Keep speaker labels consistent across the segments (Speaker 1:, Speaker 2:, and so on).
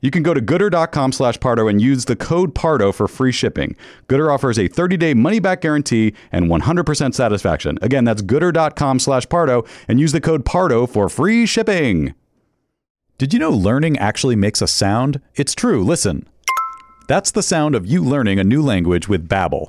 Speaker 1: You can go to gooder.com slash Pardo and use the code Pardo for free shipping. Gooder offers a 30-day money-back guarantee and 100% satisfaction. Again, that's gooder.com slash Pardo and use the code Pardo for free shipping. Did you know learning actually makes a sound? It's true. Listen. That's the sound of you learning a new language with Babbel.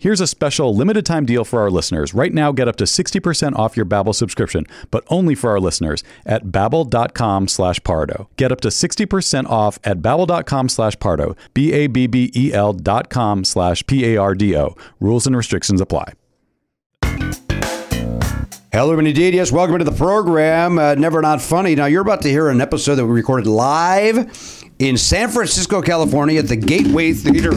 Speaker 1: Here's a special limited time deal for our listeners. Right now, get up to 60% off your Babbel subscription, but only for our listeners at babbel.com slash pardo. Get up to 60% off at babbel.com slash pardo, B-A-B-B-E-L E dot com slash P-A-R-D-O. Rules and restrictions apply.
Speaker 2: Hello, indeed. Yes, welcome to the program. Uh, Never Not Funny. Now, you're about to hear an episode that we recorded live in San Francisco, California at the Gateway Theater.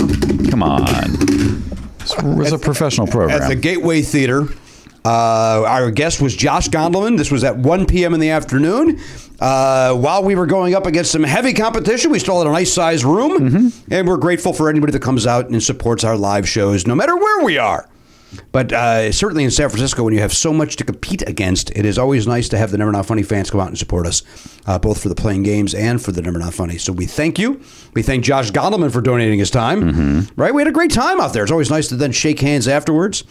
Speaker 1: Come on. It was a professional program.
Speaker 2: At the Gateway Theater. Uh, our guest was Josh Gondelman. This was at 1 p.m. in the afternoon. Uh, while we were going up against some heavy competition, we still had a nice sized room. Mm-hmm. And we're grateful for anybody that comes out and supports our live shows, no matter where we are. But uh, certainly in San Francisco, when you have so much to compete against, it is always nice to have the Never Not Funny fans come out and support us, uh, both for the playing games and for the Never Not Funny. So we thank you. We thank Josh Gondelman for donating his time. Mm-hmm. Right? We had a great time out there. It's always nice to then shake hands afterwards.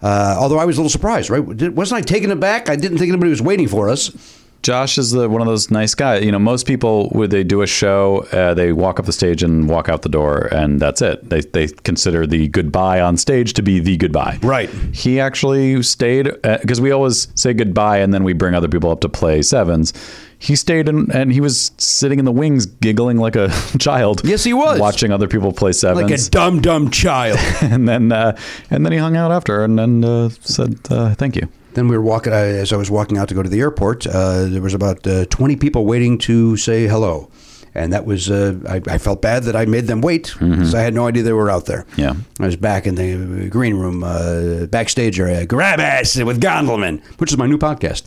Speaker 2: Uh, although I was a little surprised, right? Wasn't I taken aback? I didn't think anybody was waiting for us.
Speaker 1: Josh is the one of those nice guys. You know, most people would they do a show, uh, they walk up the stage and walk out the door, and that's it. They they consider the goodbye on stage to be the goodbye.
Speaker 2: Right.
Speaker 1: He actually stayed because uh, we always say goodbye and then we bring other people up to play sevens He stayed in, and he was sitting in the wings, giggling like a child.
Speaker 2: Yes, he was.
Speaker 1: watching other people play sevens.
Speaker 2: Like a dumb, dumb child.
Speaker 1: and then, uh, and then he hung out after, and then uh, said uh, thank you.
Speaker 2: Then we were walking, uh, as I was walking out to go to the airport, uh, there was about uh, 20 people waiting to say hello. And that was, uh, I, I felt bad that I made them wait because I had no idea they were out there.
Speaker 1: Mm-hmm. Yeah.
Speaker 2: I was back in the green room, uh, backstage area, Grab Ass with Gondelman, which is my new podcast.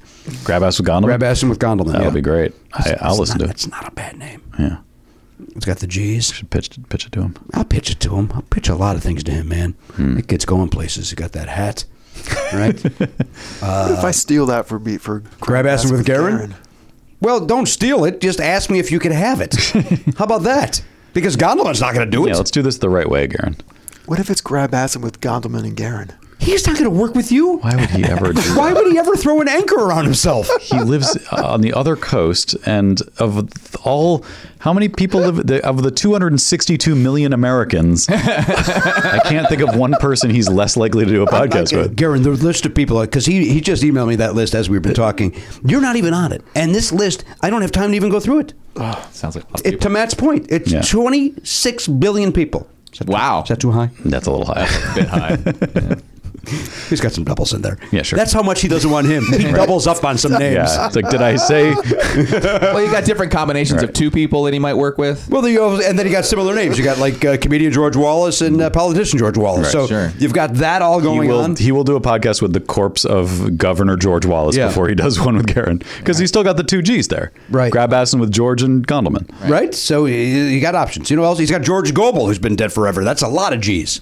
Speaker 1: Grab ass with Gondola.
Speaker 2: Grab Ass with Gondelman.
Speaker 1: That'll
Speaker 2: yeah.
Speaker 1: be great. I, I'll
Speaker 2: It's
Speaker 1: listen
Speaker 2: not,
Speaker 1: to it.
Speaker 2: It's not a bad name.
Speaker 1: Yeah,
Speaker 2: It's got the G's.
Speaker 1: should pitch pitch it to him.
Speaker 2: I'll pitch it to him. I'll pitch a lot of things to him, man.
Speaker 1: Hmm.
Speaker 2: That kid's going places. He got that hat, right?
Speaker 3: if I steal that for beat for
Speaker 2: Grab ass with Garen? Well, don't steal it. Just ask me if you can have it. How about that? Because Gondolin's not going to do it.
Speaker 1: Yeah, let's do this the right way, Garen.
Speaker 3: What if it's grab assing with Gondelman and Garen?
Speaker 2: He's not going to work with you.
Speaker 1: Why would he ever do
Speaker 2: Why would he ever throw an anchor around himself?
Speaker 1: he lives on the other coast and of th- all how many people live the, of the 262 million americans i can't think of one person he's less likely to do a podcast with
Speaker 2: Garen, the list of people, because he, he just emailed me that list as we've been talking. You're not even on it. And this list, I don't have time to even go through it.
Speaker 1: sounds like
Speaker 2: it to Matt's point, it's
Speaker 1: Yeah.
Speaker 2: 26 billion people. Is that,
Speaker 4: Wow.
Speaker 2: is that too high?
Speaker 1: that's a little high
Speaker 4: bit high.
Speaker 2: He's got some doubles in there.
Speaker 1: Yeah, sure.
Speaker 2: That's how much he doesn't want him. He doubles up on some names.
Speaker 1: yeah it's like did i say
Speaker 4: well, you got different combinations
Speaker 1: Right.
Speaker 4: of two people that he might work with.
Speaker 2: Well, you also, and then you got similar names. You got like uh, comedian George Wallace and uh, politician George Wallace.
Speaker 1: Right,
Speaker 2: so
Speaker 4: sure.
Speaker 2: you've got that all
Speaker 1: he
Speaker 2: going
Speaker 1: will,
Speaker 2: on.
Speaker 1: he will do a podcast with the corpse of governor george wallace
Speaker 2: Yeah.
Speaker 1: before he does one with Garen because he's still got the two g's there
Speaker 2: Right.
Speaker 1: grab Assen with george and gondelman
Speaker 2: right. So he, he got options. You know, what else he's got George Goebel, who's been dead forever. That's a lot of G's.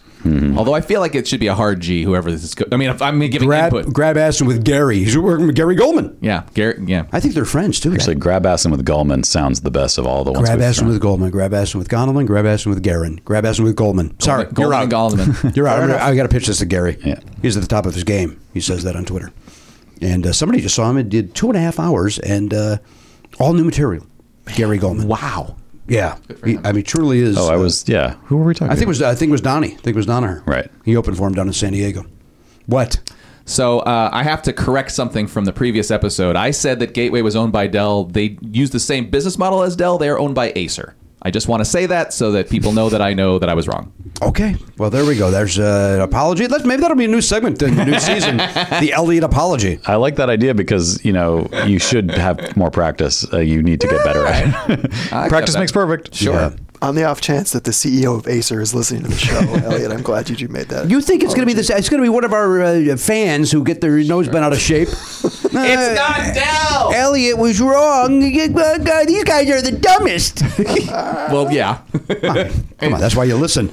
Speaker 4: Although I feel like it should be a hard G. Whoever this is, go- I mean, if I'm giving
Speaker 2: Grab
Speaker 4: input,
Speaker 2: grab Aston with Gary. He's working with Gary Goldman.
Speaker 4: yeah, Garrett, yeah.
Speaker 2: I think they're friends too.
Speaker 1: actually grab Assen with gallman sounds the best of all the ones
Speaker 2: grab
Speaker 1: we've
Speaker 2: Aston
Speaker 1: thrown.
Speaker 2: with Goldman. Grab Aston with Gondelman. Grab Aston with Garin. Grab Aston with Goldman. Sorry,
Speaker 4: Goldman and Goldman.
Speaker 2: You're out. I'm gonna- I got to pitch this to Gary.
Speaker 1: Yeah.
Speaker 2: He's at the top of his game. He says that on Twitter. And uh, somebody just saw him and did two and a half hours and uh, all new material. Gary Goldman.
Speaker 4: wow.
Speaker 2: Yeah. He- I mean, truly is. uh,
Speaker 1: oh i was yeah who were we talking
Speaker 2: I think it was. I think it was Donnie. I think it was Donaher.
Speaker 1: Right.
Speaker 2: He opened for him down in San Diego. What?
Speaker 4: So uh, I have to correct something from the previous episode. I said that Gateway was owned by Dell. They use the same business model as Dell. They are owned by Acer. I just want to say that so that people know that I know that I was wrong.
Speaker 2: Okay. Well, there we go. There's uh, an apology. Let's maybe that'll be a new segment in the new season. the Elliot apology.
Speaker 1: I like that idea because you know you should have more practice. Uh, you need to get better at it.
Speaker 4: accept
Speaker 1: practice
Speaker 4: that.
Speaker 1: makes perfect.
Speaker 4: Sure.
Speaker 2: Yeah.
Speaker 3: On the off chance that the CEO of Acer is listening to the show, Elliot, I'm glad you made that.
Speaker 2: You think it's going to be this? It's going to be one of our uh, fans who get their nose bent out of shape. it's
Speaker 4: not Dell!
Speaker 2: Elliot was wrong. Uh, God, These guys are the dumbest.
Speaker 4: Well, yeah.
Speaker 2: Come on, that's why you listen,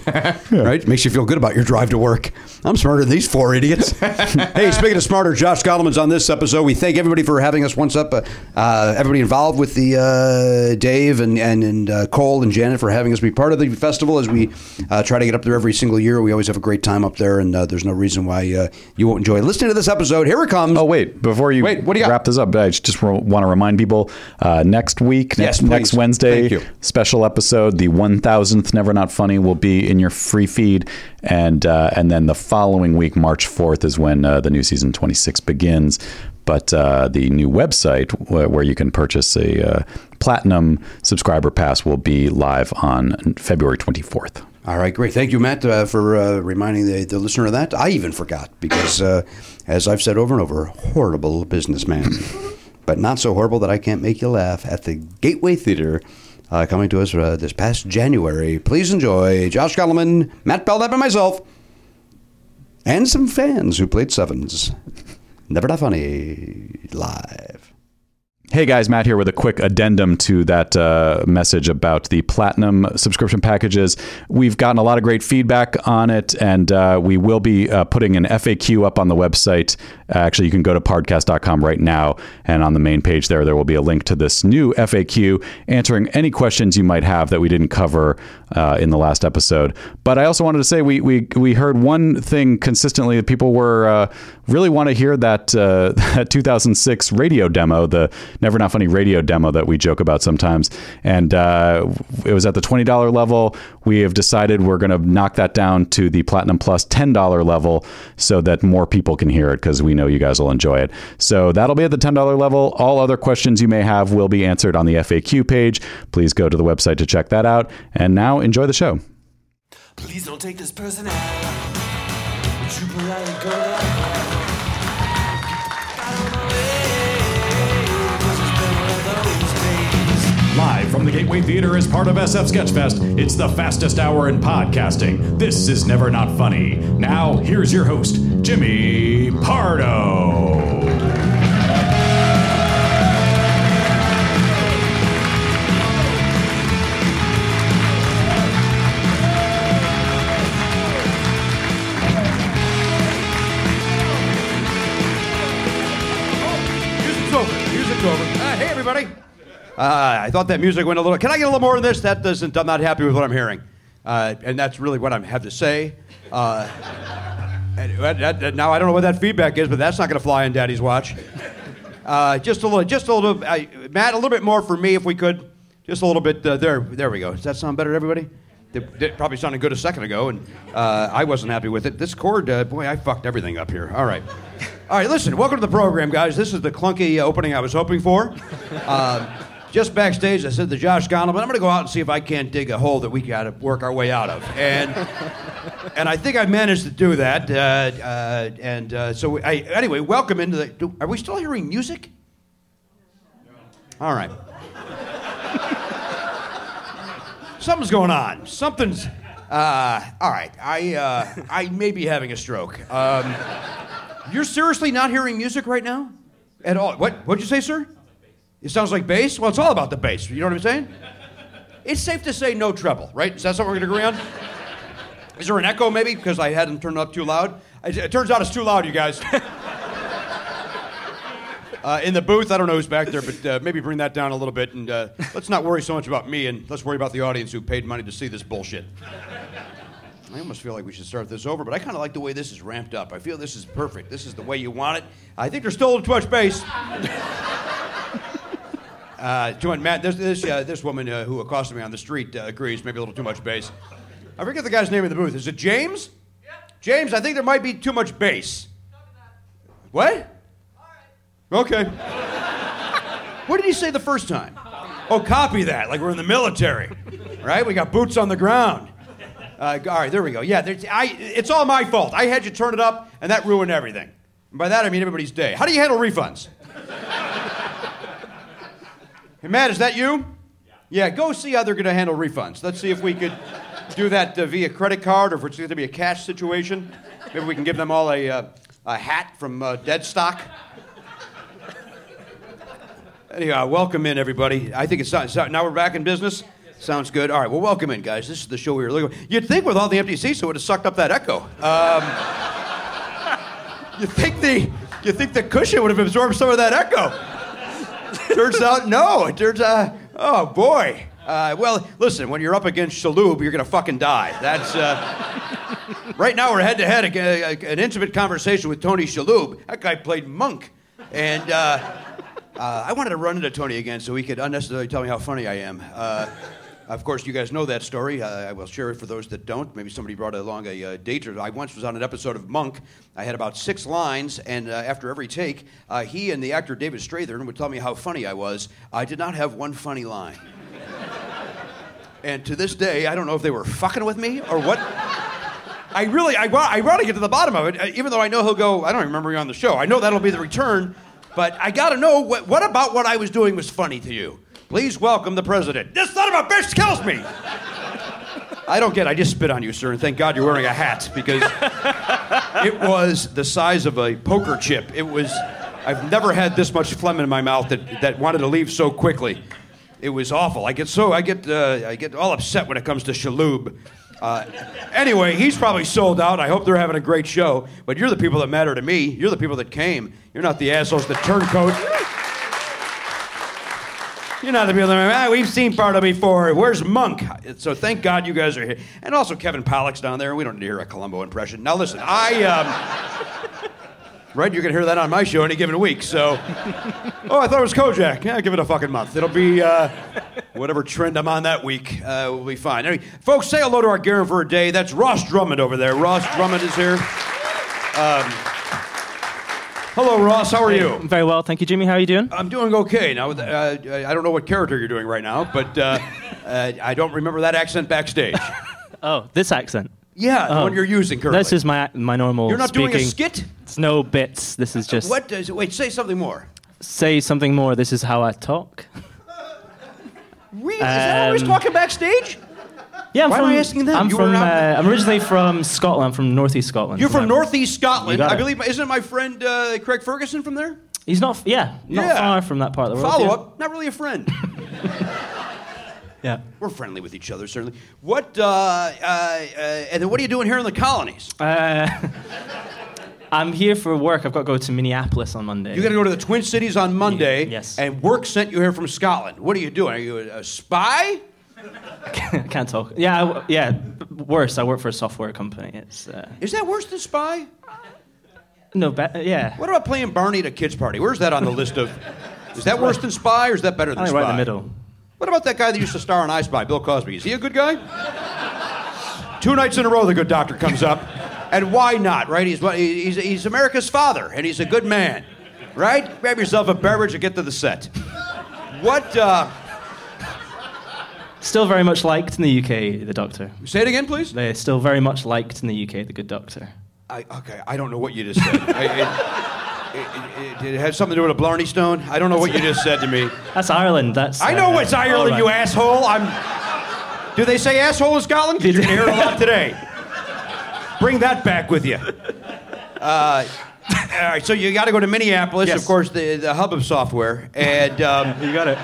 Speaker 2: right? Makes you feel good about your drive to work. I'm smarter than these four idiots. hey, speaking of smarter, Josh Gottleman's on this episode. We thank everybody for having us once up. Uh, uh, everybody involved with the uh, Dave and and, and uh, Cole and Janet for having us be part of the festival as we uh, try to get up there every single year. We always have a great time up there, and uh, there's no reason why uh, you won't enjoy listening to this episode. Here it comes.
Speaker 1: Oh wait! Before you
Speaker 4: Wait, what do you got?
Speaker 1: wrap this up, I just want to remind people: uh, next week,
Speaker 2: Yes,
Speaker 1: next,
Speaker 2: please.
Speaker 1: next Wednesday,
Speaker 2: Thank you.
Speaker 1: special episode, the one thousandth Never Not Funny will be in your free feed, and uh, and then the following week, March fourth, is when uh, the new season twenty six begins. But uh, the new website wh- where you can purchase a uh, platinum subscriber pass will be live on February twenty fourth.
Speaker 2: All right, great. Thank you, Matt, uh, for uh, reminding the, the listener of that. I even forgot because, uh, as I've said over and over, horrible businessman, but not so horrible that I can't make you laugh at the Gateway Theater uh, coming to us uh, this past January. Please enjoy Josh Gottleman, Matt Belknap, and myself, and some fans who played sevens. Never not funny live.
Speaker 1: Hey guys, Matt here with a quick addendum to that uh, message about the platinum subscription packages. We've gotten a lot of great feedback on it, and uh, we will be uh, putting an FAQ up on the website. Actually, you can go to podcast.com right now, and on the main page there, there will be a link to this new FAQ answering any questions you might have that we didn't cover uh, in the last episode. But I also wanted to say we we, we heard one thing consistently that people were uh, really want to hear that uh, that 2006 radio demo, the Never Not Funny radio demo that we joke about sometimes. And uh, it was at the $20 level. We have decided we're going to knock that down to the Platinum Plus $10 level so that more people can hear it because we know you guys will enjoy it. So that'll be at the $10 level. All other questions you may have will be answered on the FAQ page. Please go to the website to check that out. And now enjoy the show.
Speaker 5: Please don't take this person out. Would you politely go down? Out of my way. 'Cause it's been one of those days.
Speaker 1: Live from the Gateway Theater as part of SF Sketchfest, it's the fastest hour in podcasting. This is Never Not Funny. Now, here's your host, Jimmy Pardo.
Speaker 2: Music's over. Music's over. Uh, hey, everybody. Uh, I thought that music went a little. Can I get a little more of this? That doesn't. I'm not happy with what I'm hearing, uh, and that's really what I have to say. Uh, and that- that- now I don't know what that feedback is, but that's not going to fly on Daddy's watch. Uh, just a little. Just a little. Uh, Matt, a little bit more for me, if we could. Just a little bit. Uh, there. There we go. Does that sound better to everybody? That, that probably sounded good a second ago, and uh, I wasn't happy with it. This chord, uh, boy, I fucked everything up here. All right. All right, listen, welcome to the program, guys. This is the clunky uh, opening I was hoping for. Uh, just backstage, I said to Josh Gondelman, I'm going to go out and see if I can't dig a hole that we got to work our way out of. And, and I think I managed to do that. Uh, uh, and uh, so, I, anyway, welcome into the. Do, are we still hearing music? All right. Something's going on. Something's. Uh, all right. I, uh, I may be having a stroke. Um, you're seriously not hearing music right now? At all? What, what'd you say, sir? It sounds like bass? Well, it's all about the bass. You know what I'm saying? It's safe to say no treble, right? Is that something we're going to agree on? Is there an echo, maybe? Because I hadn't turned it up too loud. It, it turns out it's too loud, you guys. Uh, in the booth, I don't know who's back there, but uh, maybe bring that down a little bit and uh, let's not worry so much about me and let's worry about the audience who paid money to see this bullshit. I almost feel like we should start this over, but I kind of like the way this is ramped up. I feel this is perfect. This is the way you want it. I think they're still in touch base. Uh, to Matt, this this, uh, this woman uh, who accosted me on the street uh, agrees. Maybe a little too much bass. I forget the guy's name in the booth. Is it James? James, I think there might be too much bass. What? Okay. what did he say the first time? Oh, copy that. Like we're in the military, right? We got boots on the ground. Uh, all right, there we go. Yeah, there's- I, it's all my fault. I had you turn it up, and that ruined everything. And by that, I mean everybody's day. How do you handle refunds? Hey, Matt, is that you? Yeah. go see how they're going to handle refunds. Let's see if we could do that uh, via credit card or if it's going to be a cash situation. Maybe we can give them all a, uh, a hat from uh, dead stock. Anyhow, welcome in, everybody. I think it's sounds, so- now we're back in business. Sounds good. All right, well, welcome in, guys. This is the show we were looking for. You'd think with all the empty seats, it would have sucked up that echo. Um, you think the you think the cushion would have absorbed some of that echo? turns out, no. It turns out, oh boy. Uh, well, listen, when you're up against Shaloub, you're gonna fucking die. That's. Uh, Right now, we're head to head, an intimate conversation with Tony Shalhoub. That guy played Monk. And uh, uh, I wanted to run into Tony again so he could unnecessarily tell me how funny I am. Uh, of course, you guys know that story. Uh, I will share it for those that don't. Maybe somebody brought along a uh, date. I once was on an episode of Monk. I had about six lines, and uh, after every take, uh, he and the actor David Strathern would tell me how funny I was. I did not have one funny line. And to this day, I don't know if they were fucking with me or what. I really, I, wa- I want to get to the bottom of it, uh, even though I know he'll go, I don't remember you on the show. I know that'll be the return, but I got to know what, what about what I was doing was funny to you? Please welcome the president. This son of a bitch kills me! I don't get it. I just spit on you, sir, and thank God you're wearing a hat because it was the size of a poker chip. It was, I've never had this much phlegm in my mouth that, that wanted to leave so quickly. It was awful. I get so, I get, uh, I get all upset when it comes to Shaloub. Uh, anyway, he's probably sold out. I hope they're having a great show. But you're the people that matter to me. You're the people that came. You're not the assholes that turncoat. You're not the people that ah, we've seen Pardo before. Where's Monk? So thank God you guys are here. And also Kevin Pollock's down there. We don't need to hear a Columbo impression. Now listen, I um, Right? You're going to hear that on my show any given week. So, oh, I thought it was Kojak. Yeah, give it a fucking month. It'll be uh, whatever trend I'm on that week. Uh, we'll be fine. Anyway, folks, say hello to our Garen for a day. That's Ross Drummond over there. Ross Drummond is here. Um, hello, Ross. How are you?
Speaker 6: Very well, thank you, Jimmy. How are you doing?
Speaker 2: I'm doing okay now. Uh, I don't know what character you're doing right now, but uh, uh, I don't remember that accent backstage. Um,
Speaker 6: Oh, this accent.
Speaker 2: Yeah, the
Speaker 6: Oh.
Speaker 2: one you're using currently.
Speaker 6: This is my my normal.
Speaker 2: You're not
Speaker 6: speaking.
Speaker 2: doing a skit. Uh,
Speaker 6: It's no bits. This is just
Speaker 2: What does? Wait, say something more.
Speaker 6: say something more. This is how I talk.
Speaker 2: Really? is that always
Speaker 6: Um,
Speaker 2: talking backstage?
Speaker 6: Yeah, I'm
Speaker 2: Why am
Speaker 6: from.
Speaker 2: I asking them?
Speaker 6: I'm
Speaker 2: You were
Speaker 6: from. Uh,
Speaker 2: out-
Speaker 6: I'm originally from Scotland. I'm from northeast Scotland.
Speaker 2: You're from
Speaker 6: I'm-
Speaker 2: Northeast Scotland,
Speaker 6: You got
Speaker 2: I
Speaker 6: it.
Speaker 2: believe. Isn't my friend uh, Craig Ferguson from there?
Speaker 6: He's not. f- Yeah, not
Speaker 2: Yeah.
Speaker 6: far from that part of the world.
Speaker 2: Follow
Speaker 6: yeah.
Speaker 2: up. Not really a friend.
Speaker 6: Yeah.
Speaker 2: We're friendly with each other, certainly. What? Uh, uh, uh, and then what are you doing here in the colonies?
Speaker 6: Uh, I'm here for work. I've got to go to Minneapolis on Monday.
Speaker 2: You got to go to the Twin Cities on Monday.
Speaker 6: Yes.
Speaker 2: And work sent you here from Scotland. What are you doing? Are you a, a spy?
Speaker 6: Can't talk. Yeah, I w- yeah. b- Worse, I work for a software company. It's uh,
Speaker 2: Is that worse than spy?
Speaker 6: no bet. Yeah.
Speaker 2: What about playing Barney at a kids' party? Where's that on the list of? Is that worse than spy or is that better than
Speaker 6: I think
Speaker 2: spy?
Speaker 6: right in the middle.
Speaker 2: What about that guy that used to star on I Spy, Bill Cosby? Is he a good guy? Two nights in a row, the good doctor comes up, and why not, right? He's what- he's, he's America's father, and he's a good man, right? Grab yourself a beverage and get to the set. What? Uh,
Speaker 6: Still very much liked in the UK. The Doctor.
Speaker 2: say it again, please.
Speaker 6: They're still very much liked in the UK. The Good Doctor.
Speaker 2: I, okay, I don't know what you just said. I, it, it, it, it had something to do with a Blarney Stone. I don't know what you just said to me.
Speaker 6: That's Ireland. That's.
Speaker 2: I know
Speaker 6: uh,
Speaker 2: it's Ireland,
Speaker 6: all
Speaker 2: you
Speaker 6: right.
Speaker 2: asshole. I'm. Do they say asshole in Scotland? Because you're hearing a lot today. Bring that back with you. Uh, all right, so you got to go to Minneapolis,
Speaker 6: Yes.
Speaker 2: of course, the, the hub of software, and um,
Speaker 6: You got it.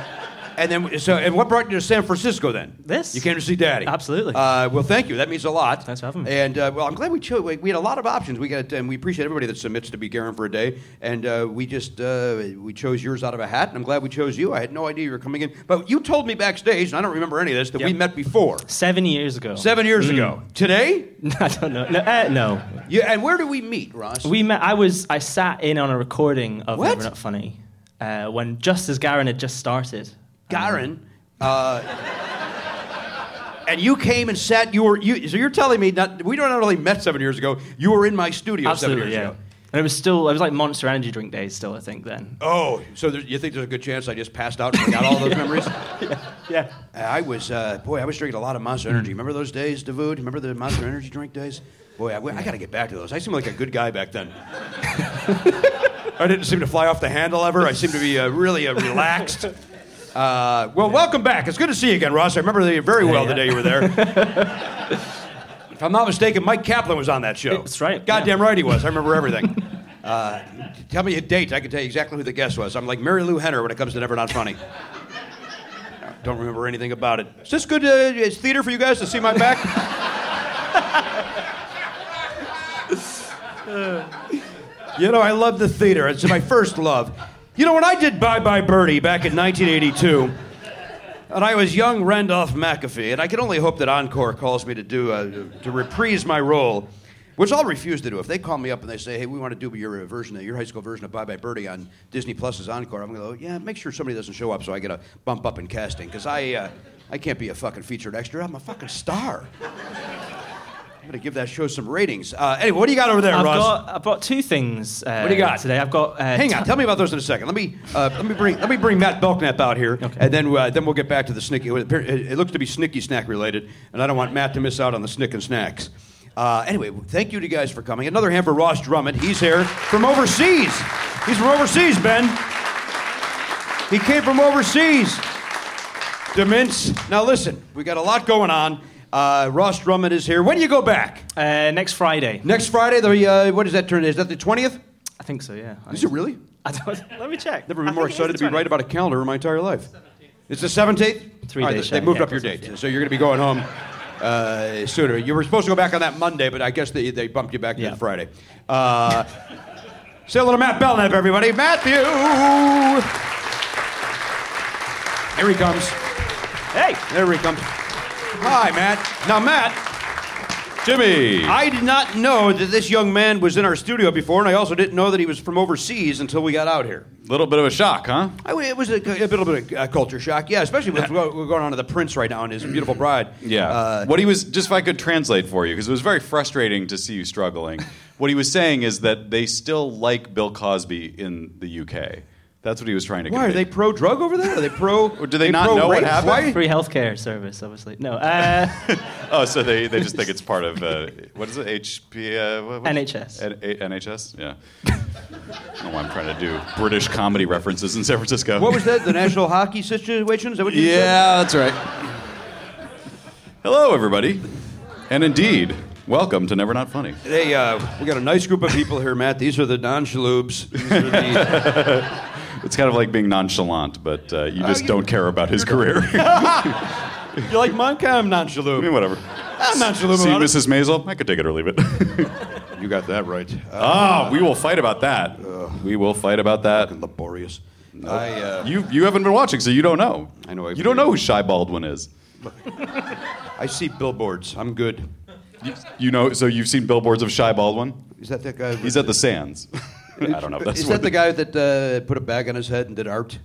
Speaker 2: and then so and what brought you to San Francisco then?
Speaker 6: This.
Speaker 2: you came to see Daddy.
Speaker 6: Absolutely.
Speaker 2: Uh, well, thank you. That means a lot.
Speaker 6: Thanks for having me.
Speaker 2: And uh, well, I'm glad we chose. We, we had a lot of options. We got and we appreciate everybody that submits to be Garen for a day. And uh, we just uh, we chose yours out of a hat. And I'm glad we chose you. I had no idea you were coming in, but you told me backstage, and I don't remember any of this that we
Speaker 6: Yep. Mm.
Speaker 2: met before
Speaker 6: Seven years ago.
Speaker 2: seven years ago. Today,
Speaker 6: I don't know. No, uh, no.
Speaker 2: you, and where do we meet, Ross?
Speaker 6: We met. I was. I sat in on a recording of
Speaker 2: What?
Speaker 6: Never Not Funny uh, when just as Garen had just started.
Speaker 2: Garen. Uh, and you came and sat. You were you. So you're telling me not, we don't only met seven years ago. You were in my studio seven
Speaker 6: Absolutely.
Speaker 2: years
Speaker 6: Yeah.
Speaker 2: ago.
Speaker 6: And it was still. It was like Monster Energy Drink Days. Still, I think then.
Speaker 2: Oh, so there, you think there's a good chance I just passed out and forgot all those memories?
Speaker 6: Yeah.
Speaker 2: I was, uh, boy, I was drinking a lot of Monster Energy. Remember those days, David? Remember the Monster Energy drink days? Boy, I, got to get back to those. I seemed like a good guy back then. I didn't seem to fly off the handle ever. I seemed to be uh, really uh, relaxed. Uh, well, welcome back. It's good to see you again, Ross. I remember you very well the
Speaker 6: yeah.
Speaker 2: day you were there. if I'm not mistaken, Mike Kaplan was on that show.
Speaker 6: That's right,
Speaker 2: Goddamn
Speaker 6: yeah.
Speaker 2: right he was. I remember everything. uh, tell me a date. I can tell you exactly who the guest was. I'm like Mary Lou Henner when it comes to Never Not Funny. Don't remember anything about it. Is this good? Uh, is theater for you guys to see my back? you know, I love the theater. It's my first love. You know, when I did Bye Bye Birdie back in 1982, and I was young Randolph McAfee, and I can only hope that Encore calls me to do uh, to reprise my role, which I'll refuse to do. If they call me up and they say, "Hey, we want to do your uh, version, of, your high school version of Bye Bye Birdie on Disney Plus's Encore," I'm going to go, "Yeah, make sure somebody doesn't show up so I get a bump up in casting because I uh, I can't be a fucking featured extra. I'm a fucking star." I'm going to give that show some ratings. Uh, anyway, what do you got over there,
Speaker 6: I've
Speaker 2: Ross?
Speaker 6: got. I've got two things. Uh,
Speaker 2: What do you got?
Speaker 6: today? I've got. Uh,
Speaker 2: Hang on, tell me about those in a second. Let me uh, let me bring let me bring Matt Belknap out here, and then uh, then we'll get back to the snicky. It it looks to be snicky snack related, and I don't want Matt to miss out on the snick and snacks. Uh, anyway, thank you to you guys for coming. Another hand for Ross Drummond. He's here from overseas. He's from overseas, Ben. He came from overseas. Demince. Now listen, we got a lot going on. Uh, Ross Drummond is here. When do you go back?
Speaker 6: Uh, next Friday.
Speaker 2: Next Friday. The uh, what is that turn? Is that the twentieth?
Speaker 6: I think so. Yeah. I
Speaker 2: Is it
Speaker 6: think-
Speaker 2: really?
Speaker 6: I don't, let me check.
Speaker 2: Never been
Speaker 6: I
Speaker 2: more
Speaker 6: think it is
Speaker 2: excited to
Speaker 6: the
Speaker 2: be right
Speaker 6: 20th.
Speaker 2: about a calendar in my entire life. It's the 17th?
Speaker 6: Three
Speaker 2: All
Speaker 6: days
Speaker 2: They
Speaker 6: shy,
Speaker 2: moved
Speaker 6: yeah,
Speaker 2: up your
Speaker 6: plus
Speaker 2: date, so you're going to be going home uh, sooner. You were supposed to go back on that Monday, but I guess they, they bumped you back to
Speaker 6: Yeah.
Speaker 2: Friday. Uh, say hello to Matt Belknap, everybody. Matthew! Here he comes.
Speaker 6: Hey.
Speaker 2: There he comes. Hi, Matt. Now, Matt,
Speaker 1: Jimmy.
Speaker 2: I did not know that this young man was in our studio before, and I also didn't know that he was from overseas until we got out here.
Speaker 1: Little bit of a shock, huh?
Speaker 2: I, it was a, a little bit of a culture shock, yeah, especially with what we're going on to the prince right now and his beautiful bride.
Speaker 1: Yeah.
Speaker 2: Uh,
Speaker 1: what he was, just if I could translate for you, because it was very frustrating to see you struggling. what he was saying is that they still like Bill Cosby in the UK. That's what he was trying to.
Speaker 2: why are
Speaker 1: convey.
Speaker 2: they pro drug over there? Are they pro?
Speaker 1: Or do they not know what
Speaker 2: pro-rape?
Speaker 1: happened?
Speaker 2: Why-
Speaker 6: Free healthcare service, obviously. No, uh,
Speaker 1: Oh, so they, they just think it's part of uh, what is it? HP uh, what- what-
Speaker 6: NHS.
Speaker 1: N- A- NHS. Yeah. I don't know why I'm trying to do British comedy references in San Francisco.
Speaker 2: What was that? The national hockey situation? Is that what you said?
Speaker 1: Yeah, that's right. Hello, everybody, and indeed, welcome to Never Not Funny.
Speaker 2: They, uh, we got a nice group of people here, Matt. These are the Don Shaloubs. These are the-
Speaker 1: It's kind of like being nonchalant, but uh, you just
Speaker 2: you-
Speaker 1: don't care about his career. I
Speaker 2: you like mine? I'm Don
Speaker 1: mean,
Speaker 2: Shaloub.
Speaker 1: whatever.
Speaker 2: I'm Don Shaloub.
Speaker 1: See,
Speaker 2: Ah, about it.
Speaker 1: Mrs. Maisel, I could take it or leave it.
Speaker 2: You got that right. Uh,
Speaker 1: ah, we will fight about that. we will fight about that.
Speaker 2: laborious. I, uh,
Speaker 1: You you haven't been watching, so you don't know.
Speaker 2: I know, I-
Speaker 1: You don't know who Shy Baldwin is.
Speaker 2: I see billboards. I'm good.
Speaker 1: You, you know, so you've seen billboards of Shy Baldwin.
Speaker 2: Is that the guy?
Speaker 1: He's at the Sands. I don't know. if That's
Speaker 2: Is that
Speaker 1: what
Speaker 2: the guy that uh, put a bag on his head and did art?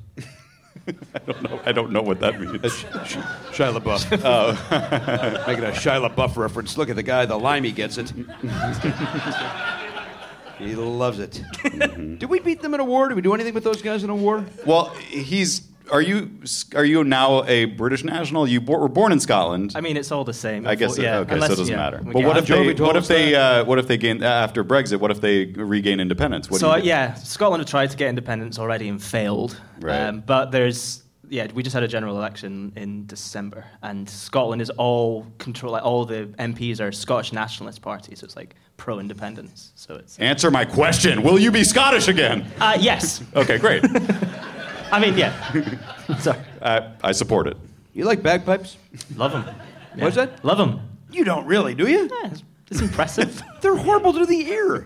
Speaker 1: I don't know. I don't know what that means.
Speaker 2: Shia LaBeouf. Making a Shia LaBeouf reference. Look at the guy, the lime he gets it. he loves it. Did we beat them in a war? Did we do anything with those guys in a war?
Speaker 1: well, he's. Are you are you now a British national? You bo- were born in Scotland.
Speaker 6: I mean, it's all the same.
Speaker 1: I guess
Speaker 6: Well, yeah,
Speaker 1: okay,
Speaker 6: unless-
Speaker 1: so it doesn't
Speaker 6: yeah,
Speaker 1: matter.
Speaker 6: we
Speaker 1: But
Speaker 6: get-
Speaker 1: what if
Speaker 2: Jovi
Speaker 1: they
Speaker 2: told
Speaker 1: what
Speaker 2: us
Speaker 1: if they uh, what if they gain after Brexit? What if they regain independence? What
Speaker 6: So
Speaker 1: do
Speaker 6: uh,
Speaker 1: you do?
Speaker 6: yeah, Scotland had tried to get independence already and failed. Um,
Speaker 1: Right.
Speaker 6: but there's yeah, we just had a general election in December, and Scotland is all control. Like, all the MPs are Scottish nationalist party, so it's like pro-independence. So it's
Speaker 1: Answer my question. Will you be Scottish again?
Speaker 6: uh, yes.
Speaker 1: Okay, great.
Speaker 6: I mean yeah. Sorry,
Speaker 1: I, Uh, I support it.
Speaker 2: You like bagpipes?
Speaker 6: love them.
Speaker 2: What's that?
Speaker 6: Love them.
Speaker 2: You don't really, do you?
Speaker 6: Yeah, it's, it's impressive.
Speaker 2: They're horrible to the ear.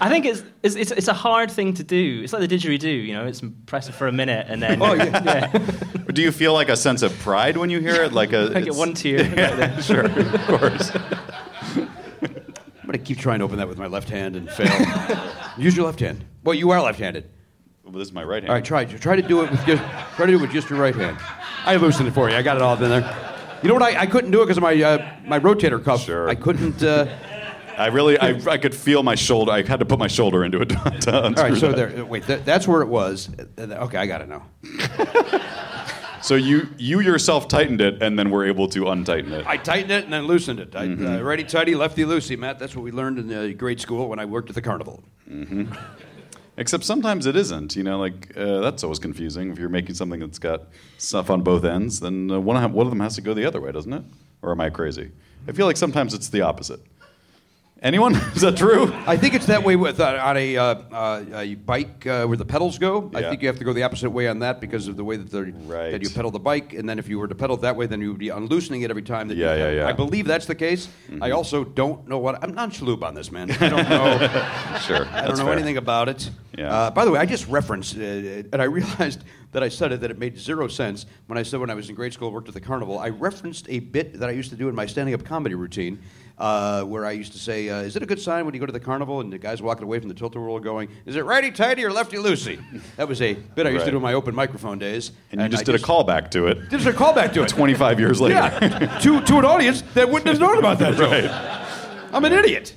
Speaker 6: I think it's, it's it's it's a hard thing to do. It's like the didgeridoo. You know, it's impressive for a minute, and then
Speaker 2: Oh, yeah.
Speaker 1: Do you feel like a sense of pride when you hear it? Like a
Speaker 6: I get
Speaker 1: it's-
Speaker 6: one tear.
Speaker 1: Yeah, sure, of course.
Speaker 2: I'm going to keep trying to open that with my left hand and fail. Use your left hand. Well, you are left-handed.
Speaker 1: Well, this is my right hand.
Speaker 2: All right, try try to do it with just try to do it with just your right hand. I loosened it for you. I got it all in there. You know what? I, I couldn't do it because of my uh, my rotator cuff.
Speaker 1: Sure.
Speaker 2: I couldn't. Uh,
Speaker 1: I really, I, I could feel my shoulder. I had to put my shoulder into it. To, to
Speaker 2: all right,
Speaker 1: unscrew
Speaker 2: so
Speaker 1: that.
Speaker 2: there. uh, Wait, that, that's where it was. Uh, Okay, I got it now.
Speaker 1: So you, you yourself tightened it, and then were able to untighten it.
Speaker 2: I tightened it and then loosened it. I,
Speaker 1: Mm-hmm.
Speaker 2: uh, righty tighty, lefty loosey, Matt. That's what we learned in uh, grade school when I worked at the carnival.
Speaker 1: Except sometimes it isn't. You know, like uh, that's always confusing. If you're making something that's got stuff on both ends, then uh, one of- one of them has to go the other way, doesn't it? Or am I crazy? I feel like sometimes it's the opposite. Anyone? is that true?
Speaker 2: I think it's that way with uh, on a, uh, uh, a bike uh, where the pedals go. I
Speaker 1: Yeah.
Speaker 2: think you have to go the opposite way on that because of the way that, the,
Speaker 1: Right.
Speaker 2: that you pedal the bike. And then if you were to pedal that way, then you would be unloosening it every time. That
Speaker 1: Yeah,
Speaker 2: you
Speaker 1: yeah, yeah. Mm-hmm.
Speaker 2: I believe that's the case. I also don't know what I'm not schloob on this man. I don't know.
Speaker 1: Sure.
Speaker 2: I don't know anything about it.
Speaker 1: Yeah.
Speaker 2: Uh, by the way, I just referenced, uh, and I realized that I said it that it made zero sense when I said when I was in grade school, worked at the carnival. I referenced a bit that I used to do in my standing-up comedy routine, uh, where I used to say, uh, "Is it a good sign when you go to the carnival and the guy's walking away from the tilt-a-whirl going, is it righty tighty or lefty loosey?" That was a bit I used to
Speaker 1: Right.
Speaker 2: do in my open microphone days.
Speaker 1: And you just
Speaker 2: I
Speaker 1: did a callback to it.
Speaker 2: Did a callback to it.
Speaker 1: 25 years later.
Speaker 2: Yeah, to to an audience that wouldn't have known about that joke.
Speaker 1: Right.
Speaker 2: I'm an idiot.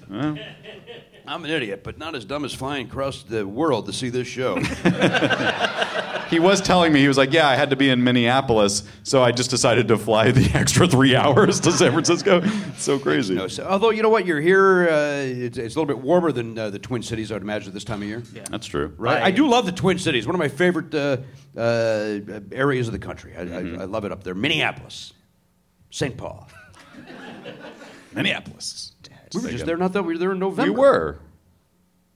Speaker 2: I'm an idiot, but not as dumb as flying across the world to see this show.
Speaker 1: He was telling me, he was like, Yeah, I had to be in Minneapolis, so I just decided to fly the extra three hours to San Francisco. It's so crazy.
Speaker 2: No, so- although you know what, you're here. Uh, it's, it's a little bit warmer than uh, the Twin Cities, I'd imagine, at this time of year. Yeah.
Speaker 1: That's true.
Speaker 2: Right. I do love the Twin Cities. One of my favorite uh, uh, areas of the country. I, I, I love it up there. Minneapolis, St. Paul.
Speaker 1: Minneapolis.
Speaker 2: We were just there, not that we were there in November.
Speaker 1: You were.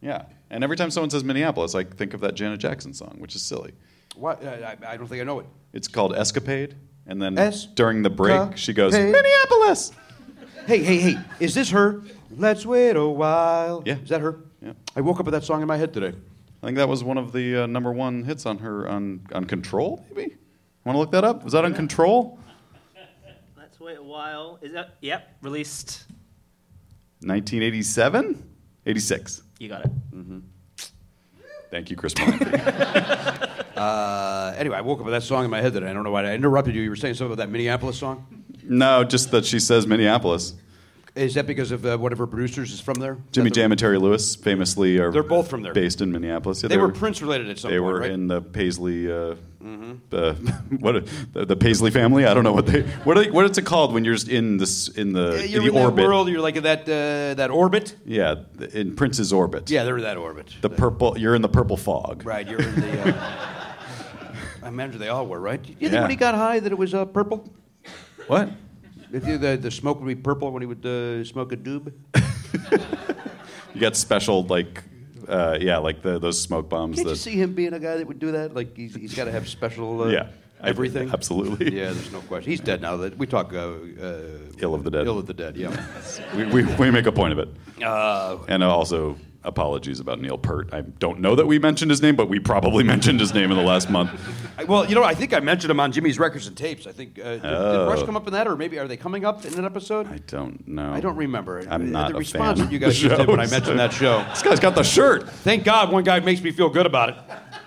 Speaker 1: Yeah. And every time someone says Minneapolis, I think of that Janet Jackson song, which is silly.
Speaker 2: What? I, I I don't think I know it.
Speaker 1: It's called Escapade. And then
Speaker 2: Es-
Speaker 1: during the break,
Speaker 2: ca-
Speaker 1: she goes,
Speaker 2: pade.
Speaker 1: Minneapolis.
Speaker 2: Hey, hey, hey! Is this her? Let's wait a while.
Speaker 1: Yeah.
Speaker 2: Is that her?
Speaker 1: Yeah.
Speaker 2: I woke up with that song in my head today.
Speaker 1: I think that was one of the uh, number one hits on her on, on Control, maybe? Want to look that up? Was that on Control?
Speaker 6: Let's wait a while. Is that? Yep, released
Speaker 1: 1987? 86.
Speaker 6: You got it.
Speaker 2: Mm-hmm.
Speaker 1: Thank you, Chris Martin.
Speaker 2: Uh, anyway, I woke up with that song in my head that I don't know why I interrupted you. You were saying something about that Minneapolis song.
Speaker 1: no, just that she says Minneapolis.
Speaker 2: Is that because of uh, one of her producers is from there?
Speaker 1: Jimmy
Speaker 2: Is that the-
Speaker 1: Jam and Terry Lewis famously are
Speaker 2: They're both from there.
Speaker 1: based in Minneapolis. Yeah,
Speaker 2: They were Prince related at some
Speaker 1: They
Speaker 2: point,
Speaker 1: were
Speaker 2: right? Mm-hmm.
Speaker 1: in the Paisley, uh, uh, what the, the Paisley family? I don't know what they what are they, what is it called when you're just in this in the,
Speaker 2: Yeah, You're
Speaker 1: the
Speaker 2: in
Speaker 1: orbit?
Speaker 2: that world. You're like in that uh, that orbit.
Speaker 1: Yeah, the- in Prince's orbit.
Speaker 2: Yeah, they're in that orbit.
Speaker 1: the purple. You're in the purple fog.
Speaker 2: right. You're in the. Uh, I imagine they all were, right? Do you think
Speaker 1: Yeah.
Speaker 2: when he got high that it was uh, purple?
Speaker 1: What?
Speaker 2: If you- the, the smoke would be purple when he would uh, smoke a doob.
Speaker 1: You got special like, uh, yeah, like the, those smoke bombs.
Speaker 2: Can't
Speaker 1: that,
Speaker 2: you see him being a guy that would do that? Like he's, he's got to have special uh,
Speaker 1: Yeah, I-
Speaker 2: everything.
Speaker 1: absolutely.
Speaker 2: Yeah, there's no question. He's dead now. That we talk uh, uh,
Speaker 1: Ill of the dead.
Speaker 2: Ill of the dead. Yeah.
Speaker 1: we, we, we make a point of it.
Speaker 2: Uh.
Speaker 1: and also, apologies about Neil Pert. I don't know that we mentioned his name, but we probably mentioned his name in the last month.
Speaker 2: I- well, you know, I think I mentioned him on Jimmy's Records and Tapes. I think uh, did, did Rush
Speaker 1: Oh.
Speaker 2: come up in that, or maybe are they coming up in an episode?
Speaker 1: I don't know.
Speaker 2: I don't remember. Uh,
Speaker 1: I'm not
Speaker 2: the
Speaker 1: a
Speaker 2: response
Speaker 1: fan
Speaker 2: that you
Speaker 1: of
Speaker 2: guys
Speaker 1: the
Speaker 2: did when I
Speaker 1: shows.
Speaker 2: mentioned that show.
Speaker 1: This guy's got the shirt.
Speaker 2: Thank God, one guy makes me feel good about it.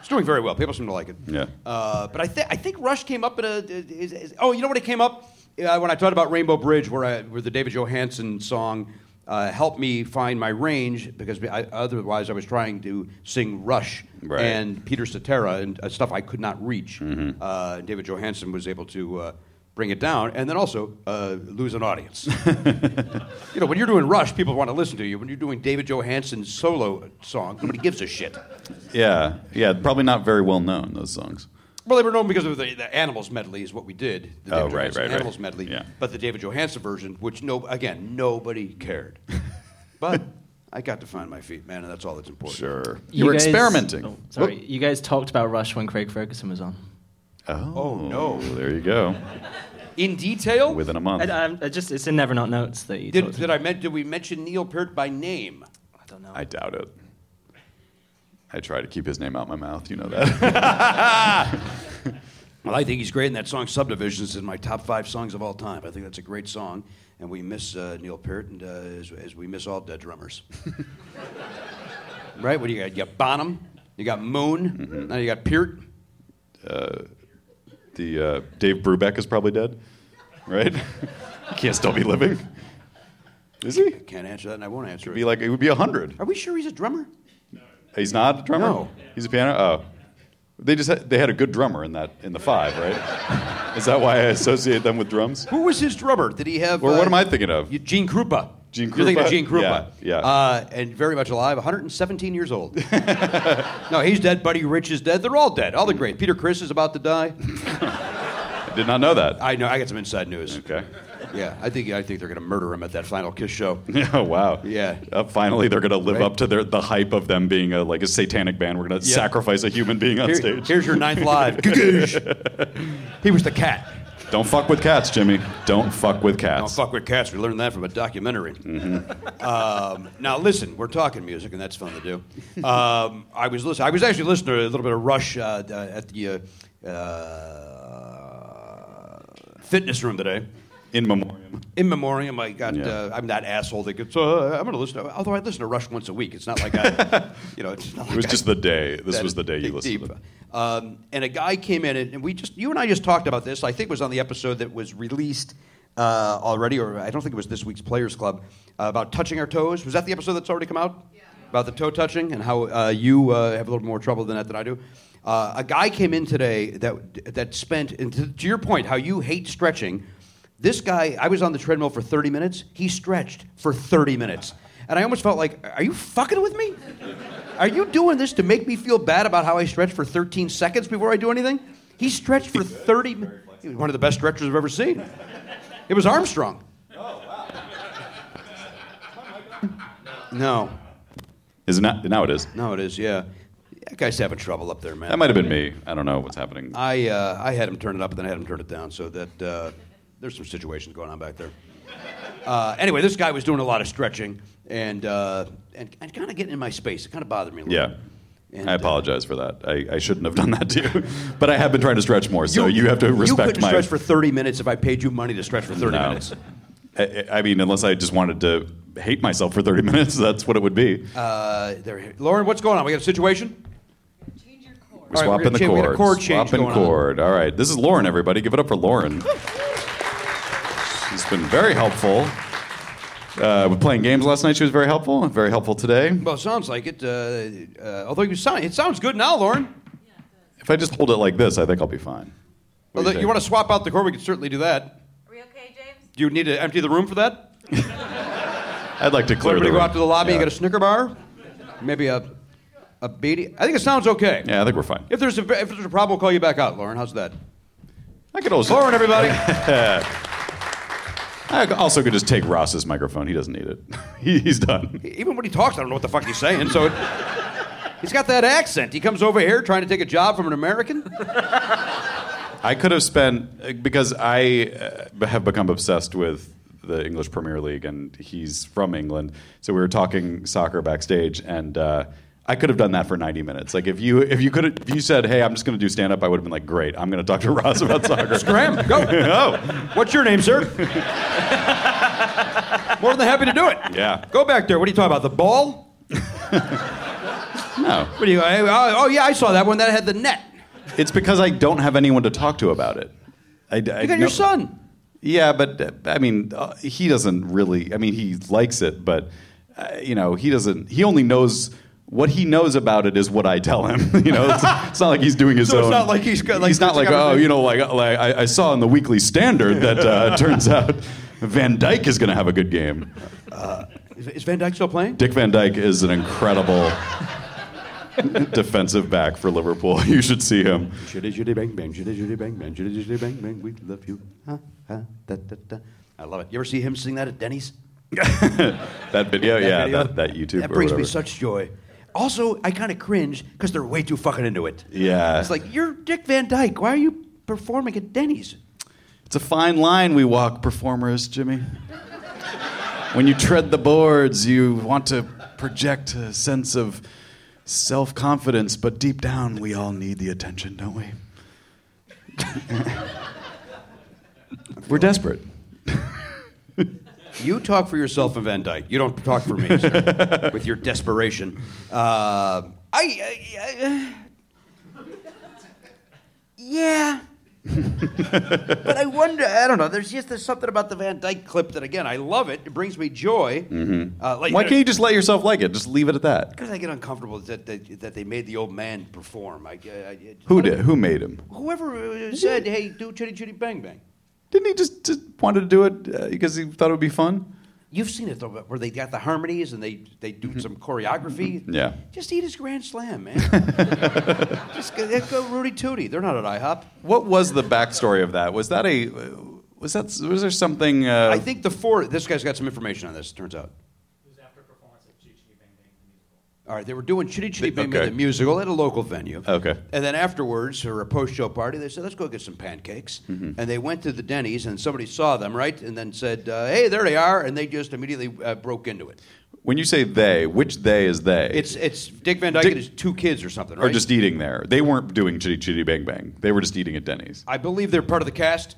Speaker 2: It's doing very well. People seem to like it.
Speaker 1: Yeah.
Speaker 2: Uh, but I think I think Rush came up in a. Is, is, oh, you know what it came up uh, when I talked about Rainbow Bridge, where I, where the David Johansen song uh, helped me find my range because I, otherwise I was trying to sing Rush
Speaker 1: Right. Mm-hmm.
Speaker 2: and Peter Cetera and uh, stuff I could not reach. Uh, David Johansen was able to. Uh, Bring it down, and then also uh, lose an audience. You know, when you're doing Rush, people want to listen to you. When you're doing David Johansen's solo song, nobody gives a shit.
Speaker 1: Yeah, yeah. Probably not very well known those songs.
Speaker 2: Well, they were known because of the, the Animals medley is what we did. The
Speaker 1: Oh,
Speaker 2: David
Speaker 1: right,
Speaker 2: Johansen
Speaker 1: right, right.
Speaker 2: Animals medley.
Speaker 1: Yeah.
Speaker 2: But the David Johansen version, which no, again, nobody cared. but I got to find my feet, man, and that's all that's important.
Speaker 1: Sure. You, were
Speaker 6: guys-
Speaker 1: experimenting.
Speaker 6: oh, sorry, you guys talked about Rush when Craig Ferguson was on.
Speaker 1: Oh,
Speaker 2: no.
Speaker 1: There you go.
Speaker 2: In detail,
Speaker 1: Within a month.
Speaker 6: I,
Speaker 2: uh,
Speaker 6: I, I just it's in Never Not Notes that you
Speaker 2: did,
Speaker 6: talked
Speaker 2: did I meant did we mention Neil Peart by name?
Speaker 6: I don't know.
Speaker 1: I doubt it. I try to keep his name out my mouth. You know that.
Speaker 2: Well, I think he's great, and that song "Subdivisions" is my top five songs of all time. I think that's a great song, and we miss uh, Neil Peart, and uh, as, as we miss all dead drummers. right? What do you got? You got Bonham, you got Moon,
Speaker 1: Mm-hmm.
Speaker 2: now you got Peart.
Speaker 1: the uh, Dave Brubeck is probably dead, right? he can't still be living. Is he?
Speaker 2: Can't answer that, and I won't answer
Speaker 1: Be
Speaker 2: it.
Speaker 1: like it would be hundred.
Speaker 2: Are we sure he's a drummer?
Speaker 1: He's not a drummer.
Speaker 2: No.
Speaker 1: He's a piano. Oh, they just had, they had a good drummer in that in the five, right? Is that why I associate them with drums?
Speaker 2: Who was his drummer? Did he have?
Speaker 1: Or what
Speaker 2: uh,
Speaker 1: am I thinking of?
Speaker 2: you- Gene Krupa.
Speaker 1: Gene
Speaker 2: You're thinking of
Speaker 1: Krupa?
Speaker 2: Gene Krupa.
Speaker 1: Yeah, yeah.
Speaker 2: Uh, and very much alive, 117 years old. no, he's dead. Buddy Rich is dead. They're all dead. All the great. Peter Chris is about to die.
Speaker 1: I did not know that.
Speaker 2: I know. I got some inside news.
Speaker 1: okay.
Speaker 2: Yeah, I think I think they're going to murder him at that final kiss show.
Speaker 1: Yeah, wow.
Speaker 2: Yeah.
Speaker 1: Uh, finally, they're going to live
Speaker 2: Right.
Speaker 1: up to their, the hype of them being a, like a satanic band. We're going to
Speaker 2: Yeah.
Speaker 1: sacrifice a human being on
Speaker 2: Here-
Speaker 1: stage.
Speaker 2: here's your ninth live. Gugoosh. he was the cat.
Speaker 1: Don't fuck with cats, Jimmy. Don't fuck with cats.
Speaker 2: Don't Oh, fuck with cats. We learned that from a documentary. Um, now listen, we're talking music, and that's fun to do. Um, I was listening. I was actually listening to a little bit of Rush uh, uh, at the uh, uh, fitness room today.
Speaker 1: In memoriam.
Speaker 2: In memoriam, I got.
Speaker 1: Yeah.
Speaker 2: Uh, I'm that asshole that gets. Uh, I'm going to listen. To, although I listen to Rush once a week, it's not like I, you know, it's not like
Speaker 1: It was
Speaker 2: I-
Speaker 1: just the day. This
Speaker 2: that
Speaker 1: was the day you
Speaker 2: dig
Speaker 1: listened to
Speaker 2: deep.
Speaker 1: them.
Speaker 2: Um, and a guy came in, and and we just you and I just talked about this. I think it was on the episode that was released uh, already, or I don't think it was this week's Players Club uh, about touching our toes. Was that the episode that's already come out? Yeah. About the toe touching and how uh, you uh, have a little more trouble than that than I do. Uh, a guy came in today that that spent, and to, to your point, how you hate stretching. This guy, I was on the treadmill for 30 minutes. He stretched for 30 minutes. And I almost felt like, are you fucking with me? Are you doing this to make me feel bad about how I stretch for 13 seconds before I do anything? He stretched for 30 minutes. He was one of the best stretchers I've ever seen. It was Armstrong. No,
Speaker 1: Is it not, now it is.
Speaker 2: no, it is, yeah. That guy's having trouble up there, man.
Speaker 1: That might have been me. I don't know what's happening.
Speaker 2: I, uh, I had him turn it up and then I had him turn it down, so that uh, there's some situations going on back there. Uh, anyway, this guy was doing a lot of stretching and, uh, and, and kind of getting in my space. It kind of bothered me a little
Speaker 1: yeah.
Speaker 2: bit. And,
Speaker 1: I
Speaker 2: uh,
Speaker 1: apologize for that. I, I shouldn't have done that to you. but I have been trying to stretch more, so you, have to
Speaker 2: You
Speaker 1: respect
Speaker 2: couldn't
Speaker 1: my.
Speaker 2: stretch for 30 minutes if I paid you money to stretch for 30
Speaker 1: No.
Speaker 2: minutes.
Speaker 1: I, I mean, unless I just wanted to hate myself for 30 minutes. That's what it would be.
Speaker 2: Uh, there, Lauren, what's going on? We got a situation.
Speaker 7: Change your chord.
Speaker 1: We're
Speaker 2: all right, we're
Speaker 1: swapping
Speaker 2: gonna
Speaker 1: the
Speaker 2: change- we got a
Speaker 1: chords.
Speaker 2: chord change
Speaker 1: swapping
Speaker 2: going on.
Speaker 1: chord. All right. This is Lauren, everybody. Give it up for Lauren. She's been very helpful. Uh, we're playing games last night. She was very helpful. Very helpful today.
Speaker 2: Well, it sounds like it. Uh, uh, although you sound, it sounds good now, Lauren.
Speaker 1: If I just hold it like this, I think I'll be fine. What do
Speaker 2: Although
Speaker 1: think?
Speaker 2: you want to swap out the cord, we can certainly do that.
Speaker 7: Are we okay, James?
Speaker 2: Do you need to empty the room for that?
Speaker 1: I'd like to clear
Speaker 2: Everybody
Speaker 1: the
Speaker 2: go
Speaker 1: room.
Speaker 2: out to the lobby
Speaker 1: Yeah.
Speaker 2: and get a Snicker bar, maybe a a beady. I think it sounds okay.
Speaker 1: Yeah, I think we're fine.
Speaker 2: If there's a if there's a problem, we'll call you back out, Lauren. How's that?
Speaker 1: I could also
Speaker 2: Lauren, everybody.
Speaker 1: I also could just take Ross's microphone. He doesn't need it. He- He's done.
Speaker 2: Even when he talks, I don't know what the fuck he's saying. So it, he's got that accent. He comes over here trying to take a job from an American.
Speaker 1: I could have spent because I uh, have become obsessed with the English Premier League, and he's from England. So we were talking soccer backstage, and uh, I could have done that for ninety minutes. Like if you if you could have, if you said, "Hey, I'm just going to do stand up," I would have been like, "Great, I'm going to talk to Ross about soccer."
Speaker 2: Graham, go.
Speaker 1: oh,
Speaker 2: What's your name, sir? More than happy to do it.
Speaker 1: Yeah.
Speaker 2: Go back there. What are you talking about? The ball?
Speaker 1: no.
Speaker 2: What are you? Oh, oh, yeah, I saw that one. That had the net.
Speaker 1: It's because I don't have anyone to talk to about it. I, I,
Speaker 2: You got
Speaker 1: no-
Speaker 2: your son.
Speaker 1: Yeah, but uh, I mean, uh, he doesn't really. I mean, he likes it, but uh, you know, he doesn't. He only knows what he knows about it is what I tell him. you know, it's, it's not like he's doing his
Speaker 2: So
Speaker 1: own.
Speaker 2: it's not like he's got, like,
Speaker 1: he's not
Speaker 2: it's
Speaker 1: like
Speaker 2: got a-
Speaker 1: oh, you know, like, like I, I saw in the Weekly Standard that uh, turns out Van Dyke is going to have a good game.
Speaker 2: Is, is Van Dyke still playing?
Speaker 1: Dick Van Dyke is an incredible defensive back for Liverpool. You should see him.
Speaker 2: Shitty, shitty, bang, bang, shitty, shitty, bang, bang, shitty, shitty, bang, bang, we love you. Ha, ha, da, da, da. I love it. You ever see him sing that at Denny's?
Speaker 1: That video, yeah,
Speaker 2: video?
Speaker 1: That, that YouTube.
Speaker 2: That
Speaker 1: or
Speaker 2: brings me
Speaker 1: whatever.
Speaker 2: such joy. Also, I kind of cringe because they're way too fucking into it.
Speaker 1: Yeah,
Speaker 2: It's like, you're Dick Van Dyke. Why are you performing at Denny's?
Speaker 1: It's a fine line we walk, performers, Jimmy. when you tread the boards, you want to project a sense of self confidence, but deep down, we all need the attention, don't we? We're desperate.
Speaker 2: You talk for yourself and Van Dyke. You don't talk for me sir, with your desperation. Uh, I, I, I- uh, yeah, but I wonder. I don't know. There's just there's something about the Van Dyke clip that again I love it. It brings me joy.
Speaker 1: Mm-hmm.
Speaker 2: Uh, like,
Speaker 1: Why can't you just let yourself like it? Just leave it at that.
Speaker 2: Because I get uncomfortable that, that that they made the old man perform. I, I, I-
Speaker 1: Who did? Who made him?
Speaker 2: Whoever uh, said, "Hey, do chitty chitty bang bang."
Speaker 1: Didn't he just, just wanted to do it uh, because he thought it would be fun?
Speaker 2: You've seen it though, where they got the harmonies and they they do some choreography.
Speaker 1: Mm-hmm. Yeah.
Speaker 2: Just eat his grand slam, man. Just go, let go Rudy Tooty. They're not at IHOP.
Speaker 1: What was the backstory of that? Was that a was that was there something? Uh,
Speaker 2: I think the four. This guy's got some information on this. it Turns out. All right, they were doing Chitty Chitty Bang Bang
Speaker 1: Okay.
Speaker 2: the musical at a local venue.
Speaker 1: Okay.
Speaker 2: And then afterwards, for a post-show party, they said, "Let's go get some pancakes."
Speaker 1: Mm-hmm.
Speaker 2: And they went to the Denny's, and somebody saw them, right? And then said, uh, "Hey, there they are!" And they just immediately uh, broke into it.
Speaker 1: when you say they, which they is they?
Speaker 2: It's it's Dick Van Dyke
Speaker 1: Dick-
Speaker 2: and his two kids or something,
Speaker 1: Or
Speaker 2: right?
Speaker 1: just eating there. They weren't doing chitty chitty bang bang. They were just eating at Denny's.
Speaker 2: I believe they're part of the cast.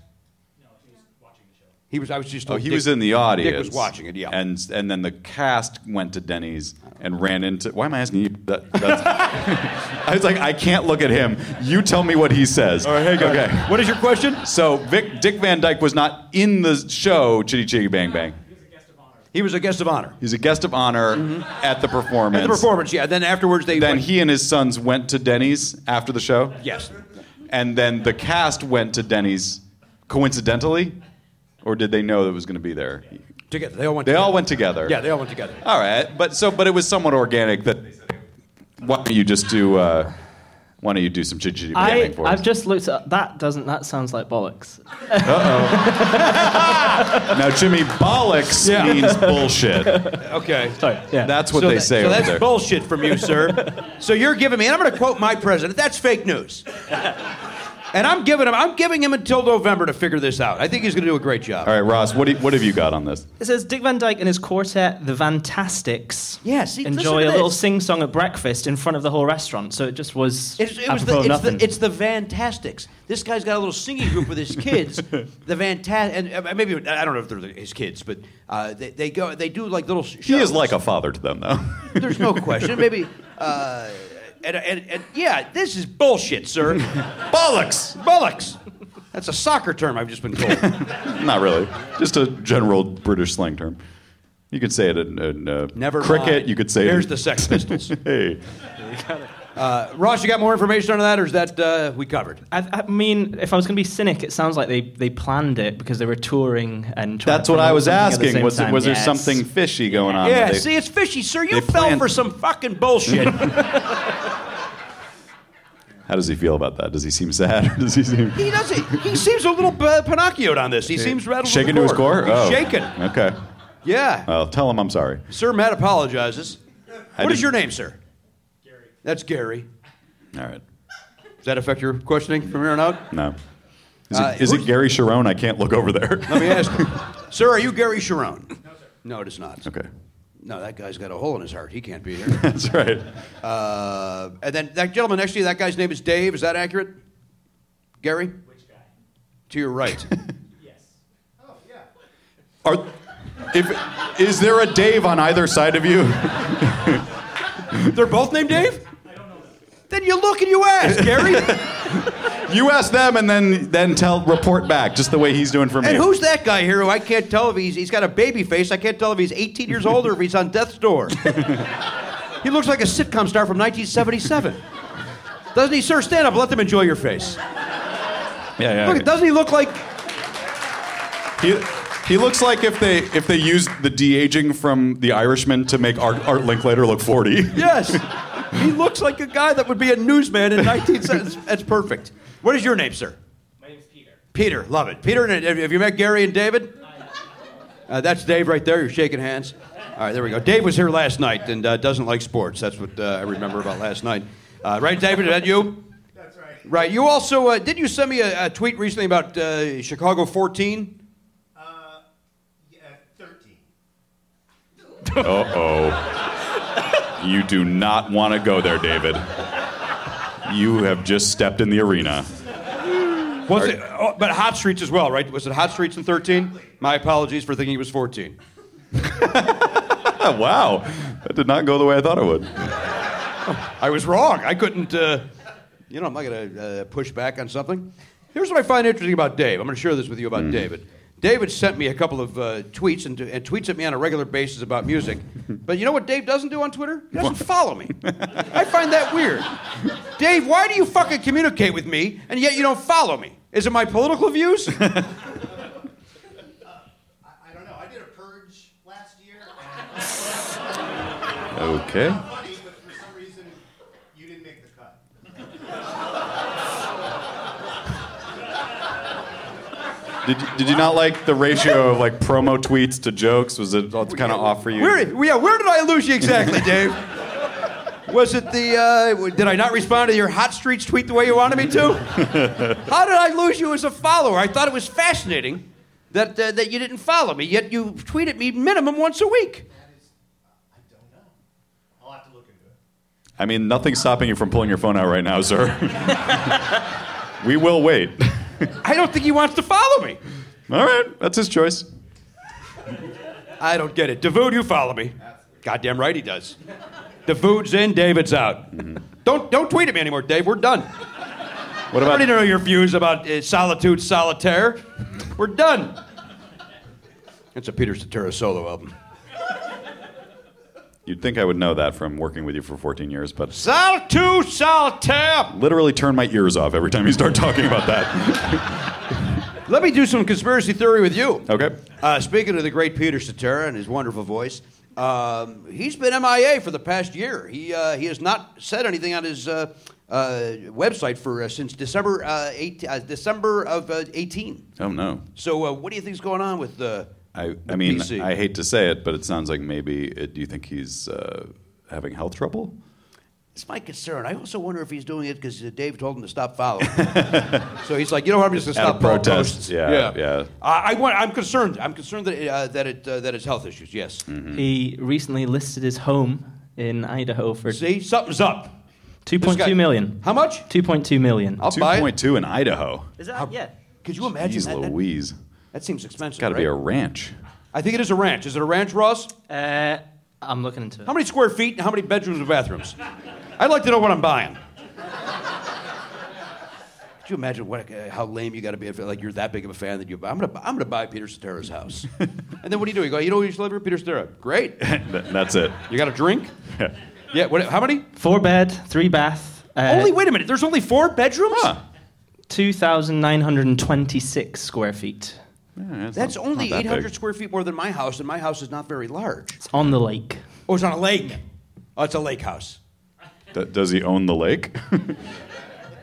Speaker 2: He was. I was just.
Speaker 1: Oh, he
Speaker 2: Dick-
Speaker 1: was in the audience.
Speaker 2: Dick was watching it. Yeah.
Speaker 1: And and then the cast went to Denny's and ran into. Why am I asking you? That, that's, I was like, I can't look at him. You tell me what he says. All right, hey, okay.
Speaker 2: what is your question?
Speaker 1: So Vic, Dick Van Dyke was not in the show Chitty Chitty Bang Bang.
Speaker 2: He was a guest of honor.
Speaker 1: He was a guest of honor at the performance.
Speaker 2: Mm-hmm. At the performance, yeah. Then afterwards, they
Speaker 1: Then
Speaker 2: went-
Speaker 1: he and his sons went to Denny's after the show.
Speaker 2: Yes.
Speaker 1: And then the cast went to Denny's coincidentally, or did they know that it was going to be there?
Speaker 2: Together, they all went.
Speaker 1: They
Speaker 2: together.
Speaker 1: all went together.
Speaker 2: Yeah, they all went together.
Speaker 1: All right, but so but it was somewhat organic. That why don't you just do uh, why don't you do some chitty
Speaker 6: I,
Speaker 1: bang for
Speaker 6: I've
Speaker 1: us?
Speaker 6: just looked at that. Doesn't that sounds like bollocks?
Speaker 1: Now Jimmy bollocks
Speaker 2: Yeah.
Speaker 1: means bullshit.
Speaker 2: Okay.
Speaker 6: Sorry. Yeah.
Speaker 1: That's what
Speaker 2: so
Speaker 1: they
Speaker 2: that-
Speaker 1: say
Speaker 2: so
Speaker 1: over
Speaker 2: Oh, that's
Speaker 1: there.
Speaker 2: bullshit from you, sir. so you're giving me, and I'm going to quote my president. That's fake news. And I'm giving him I'm giving him until November to figure this out. I think he's going to do a great job.
Speaker 1: All right, Ross, what, do you, what have you got on this?
Speaker 6: It says Dick Van Dyke and his quartet, the Vantastics,
Speaker 2: Yeah, see, listen
Speaker 6: enjoy
Speaker 2: to
Speaker 6: a
Speaker 2: this.
Speaker 6: little sing song at breakfast in front of the whole restaurant. So it just was.
Speaker 2: It's, it was
Speaker 6: apropos
Speaker 2: the,
Speaker 6: of
Speaker 2: it's,
Speaker 6: nothing.
Speaker 2: the, it's the Fantastics. This guy's got a little singing group with his kids. the Fantastic, and uh, maybe I don't know if they're the- his kids, but uh, they, they go, they do like little. Shows.
Speaker 1: He is like a father to them, though.
Speaker 2: There's no question. Maybe, uh, and, and, and yeah, this is bullshit, sir.
Speaker 1: Bollocks!
Speaker 2: Bullocks. That's a soccer term I've just been told.
Speaker 1: Not really. Just a general British slang term. You could say it in, in uh,
Speaker 2: Never
Speaker 1: cricket.
Speaker 2: mind.
Speaker 1: You could say
Speaker 2: There's
Speaker 1: it. in-
Speaker 2: the Sex Pistols.
Speaker 1: hey,
Speaker 2: Uh, Ross, you got more information on that, or is that uh, we covered?
Speaker 6: I, I mean, if I was going to be cynic, it sounds like they, they planned it because they were touring and. Trying
Speaker 1: that's
Speaker 6: to
Speaker 1: what I
Speaker 6: promote
Speaker 1: was
Speaker 6: something at the
Speaker 1: asking.
Speaker 6: same
Speaker 1: Was
Speaker 6: time.
Speaker 1: was there
Speaker 6: Yes.
Speaker 1: something fishy going on?
Speaker 2: Yeah,
Speaker 1: Were they-
Speaker 2: see, it's fishy, sir. You
Speaker 1: they
Speaker 2: fell
Speaker 1: planned-
Speaker 2: for some fucking bullshit.
Speaker 1: How does he feel about that? Does he seem sad? Or does he seem
Speaker 2: He doesn't. He seems a little uh, Pinocchioed on this. He seems rattled. with
Speaker 1: shaken
Speaker 2: the
Speaker 1: to his core?
Speaker 2: He's
Speaker 1: Oh.
Speaker 2: shaken.
Speaker 1: Okay.
Speaker 2: Yeah.
Speaker 1: Well, tell him I'm sorry.
Speaker 2: sir Matt apologizes.
Speaker 1: I
Speaker 2: What is your
Speaker 1: didn't-
Speaker 2: name, sir? Gary. That's Gary.
Speaker 1: All right.
Speaker 2: Does that affect your questioning from here on out?
Speaker 1: No. Is it,
Speaker 2: Uh,
Speaker 1: is it
Speaker 2: who's-
Speaker 1: Gary Sharon? I can't look over there.
Speaker 2: Let me ask you. sir, are you Gary Sharon? No, sir. No, it is not.
Speaker 1: okay.
Speaker 2: No, that guy's got a hole in his heart. He can't be here.
Speaker 1: That's right.
Speaker 2: uh, and then that gentleman next to you, that guy's name is Dave. Is that accurate? Gary? Which guy? To your right.
Speaker 1: Are, if, is there a Dave on either side of you?
Speaker 2: They're both named Dave? I don't know Then you look and you ask, Gary.
Speaker 1: You ask them and then then tell report back just the way he's doing for me.
Speaker 2: And who's that guy here who I can't tell if he's he's got a baby face? I can't tell if he's 18 years old or if he's on death's door. he looks like a sitcom star from 1977. Doesn't he, sir? Stand up. Let them enjoy your face.
Speaker 1: Yeah, yeah.
Speaker 2: Look, doesn't he look like?
Speaker 1: He, he looks like if they if they used the de aging from The Irishman to make Art, Art Linklater look forty.
Speaker 2: Yes. he looks like a guy that would be a newsman in 1977. That's perfect. What is your name, sir? My name's Peter. Peter, love it. Peter, and- have have you met Gary and David? Uh, that's Dave right there. You're shaking hands. All right, there we go. Dave was here last night and uh, doesn't like sports. That's what uh, I remember about last night. Uh, right, David? Is that you? That's right. Right. You also uh, did you send me a, a tweet recently about uh, Chicago 14?
Speaker 1: You do not want to go there, David. You have just stepped in the arena.
Speaker 2: Was it? Oh, but Hot Streets as well, right? Was it Hot Streets in 13? My apologies for thinking it was 14.
Speaker 1: Oh, wow, that did not go the way I thought it would.
Speaker 2: I was wrong. I couldn't, uh, you know, I'm not going to uh, push back on something. Here's what I find interesting about Dave. I'm going to share this with you about David. David sent me a couple of uh, tweets and, and tweets at me on a regular basis about music. But you know what Dave doesn't do on Twitter? He doesn't follow me. I find that weird. Dave, why do you fucking communicate with me and yet you don't follow me? Is it my political views?
Speaker 8: I don't know. I did a purge last year.
Speaker 1: Okay.
Speaker 8: Funny, but for some reason, you didn't make the cut.
Speaker 1: Did, did you not like the ratio of like promo tweets to jokes? Was it kind of off for you?
Speaker 2: Where, yeah, where did I lose you exactly, Dave? Was it the? Uh, did I not respond to your hot streets tweet the way you wanted me to? How did I lose you as a follower? I thought it was fascinating that uh, that you didn't follow me, yet you tweet at me minimum once a week.
Speaker 8: I don't know. I'll have to look into it.
Speaker 1: I mean, nothing's stopping you from pulling your phone out right now, sir. we will wait.
Speaker 2: I don't think he wants to follow me.
Speaker 1: All right, that's his choice.
Speaker 2: I don't get it. Davood, you follow me. Goddamn right he does. Davood's in, David's out. Don't don't tweet at me anymore, Dave. We're done.
Speaker 1: What
Speaker 2: I
Speaker 1: about
Speaker 2: don't need to know your views about uh, solitude, solitaire. We're done. It's a Peter Cetera solo album.
Speaker 1: You'd think I would know that from working with you for 14 years, but
Speaker 2: Solitude, solitaire.
Speaker 1: literally turn my ears off every time you start talking about that.
Speaker 2: Let me do some conspiracy theory with you.
Speaker 1: Okay.
Speaker 2: Uh, speaking of the great Peter Cetera and his wonderful voice, um, he's been MIA for the past year. He uh, he has not said anything on his uh, uh, website for uh, since December uh, eight, uh, December of uh, eighteen.
Speaker 1: Oh no.
Speaker 2: So uh, what do you think's going on with uh, the?
Speaker 1: I, I
Speaker 2: with
Speaker 1: mean,
Speaker 2: PC?
Speaker 1: I hate to say it, but it sounds like maybe. uh do you think he's uh, having health trouble?
Speaker 2: It's my concern. I also wonder if he's doing it because Dave told him to stop following. so he's like, you know what? I'm just going to
Speaker 1: Out
Speaker 2: stop
Speaker 1: of
Speaker 2: protest.
Speaker 1: protest, yeah, yeah.
Speaker 2: I, I want, I'm concerned. I'm concerned that uh, that it uh, that it's health issues. Yes.
Speaker 1: Mm-hmm.
Speaker 6: He recently listed his home in Idaho for
Speaker 2: See, something's up. This guy-
Speaker 6: 2.2 million.
Speaker 2: How much?
Speaker 6: 2.2 million.
Speaker 2: I'll buy it.
Speaker 1: 2.2 in Idaho.
Speaker 6: Is that yeah?
Speaker 2: Could you imagine
Speaker 1: Jeez
Speaker 2: that? That,
Speaker 1: Louise.
Speaker 2: that seems expensive.
Speaker 1: Got to
Speaker 2: right?
Speaker 1: be a ranch.
Speaker 2: I think it is a ranch. Is it a ranch, Ross?
Speaker 6: Uh, I'm looking into it.
Speaker 2: How many square feet and how many bedrooms and bathrooms? I'd like to know what I'm buying. Could you imagine what, uh, how lame you got to be if like you're that big of a fan that you buy? I'm gonna, bu- I'm gonna buy Peter Cetera's house. and then what do you do? You go, you know, who you should live here, Peter Cetera. Great.
Speaker 1: Th- That's it.
Speaker 2: You got a drink? yeah. What, how many?
Speaker 6: Four bed, three bath. Uh,
Speaker 2: only wait a minute. There's only four bedrooms.
Speaker 1: Huh.
Speaker 6: 2,926 square feet.
Speaker 2: That's only
Speaker 1: that big.
Speaker 2: 800 square feet more than my house, and my house is not very large.
Speaker 6: It's on the lake.
Speaker 2: Oh, it's on a lake. Oh, it's a lake house.
Speaker 1: Th- does he own the lake?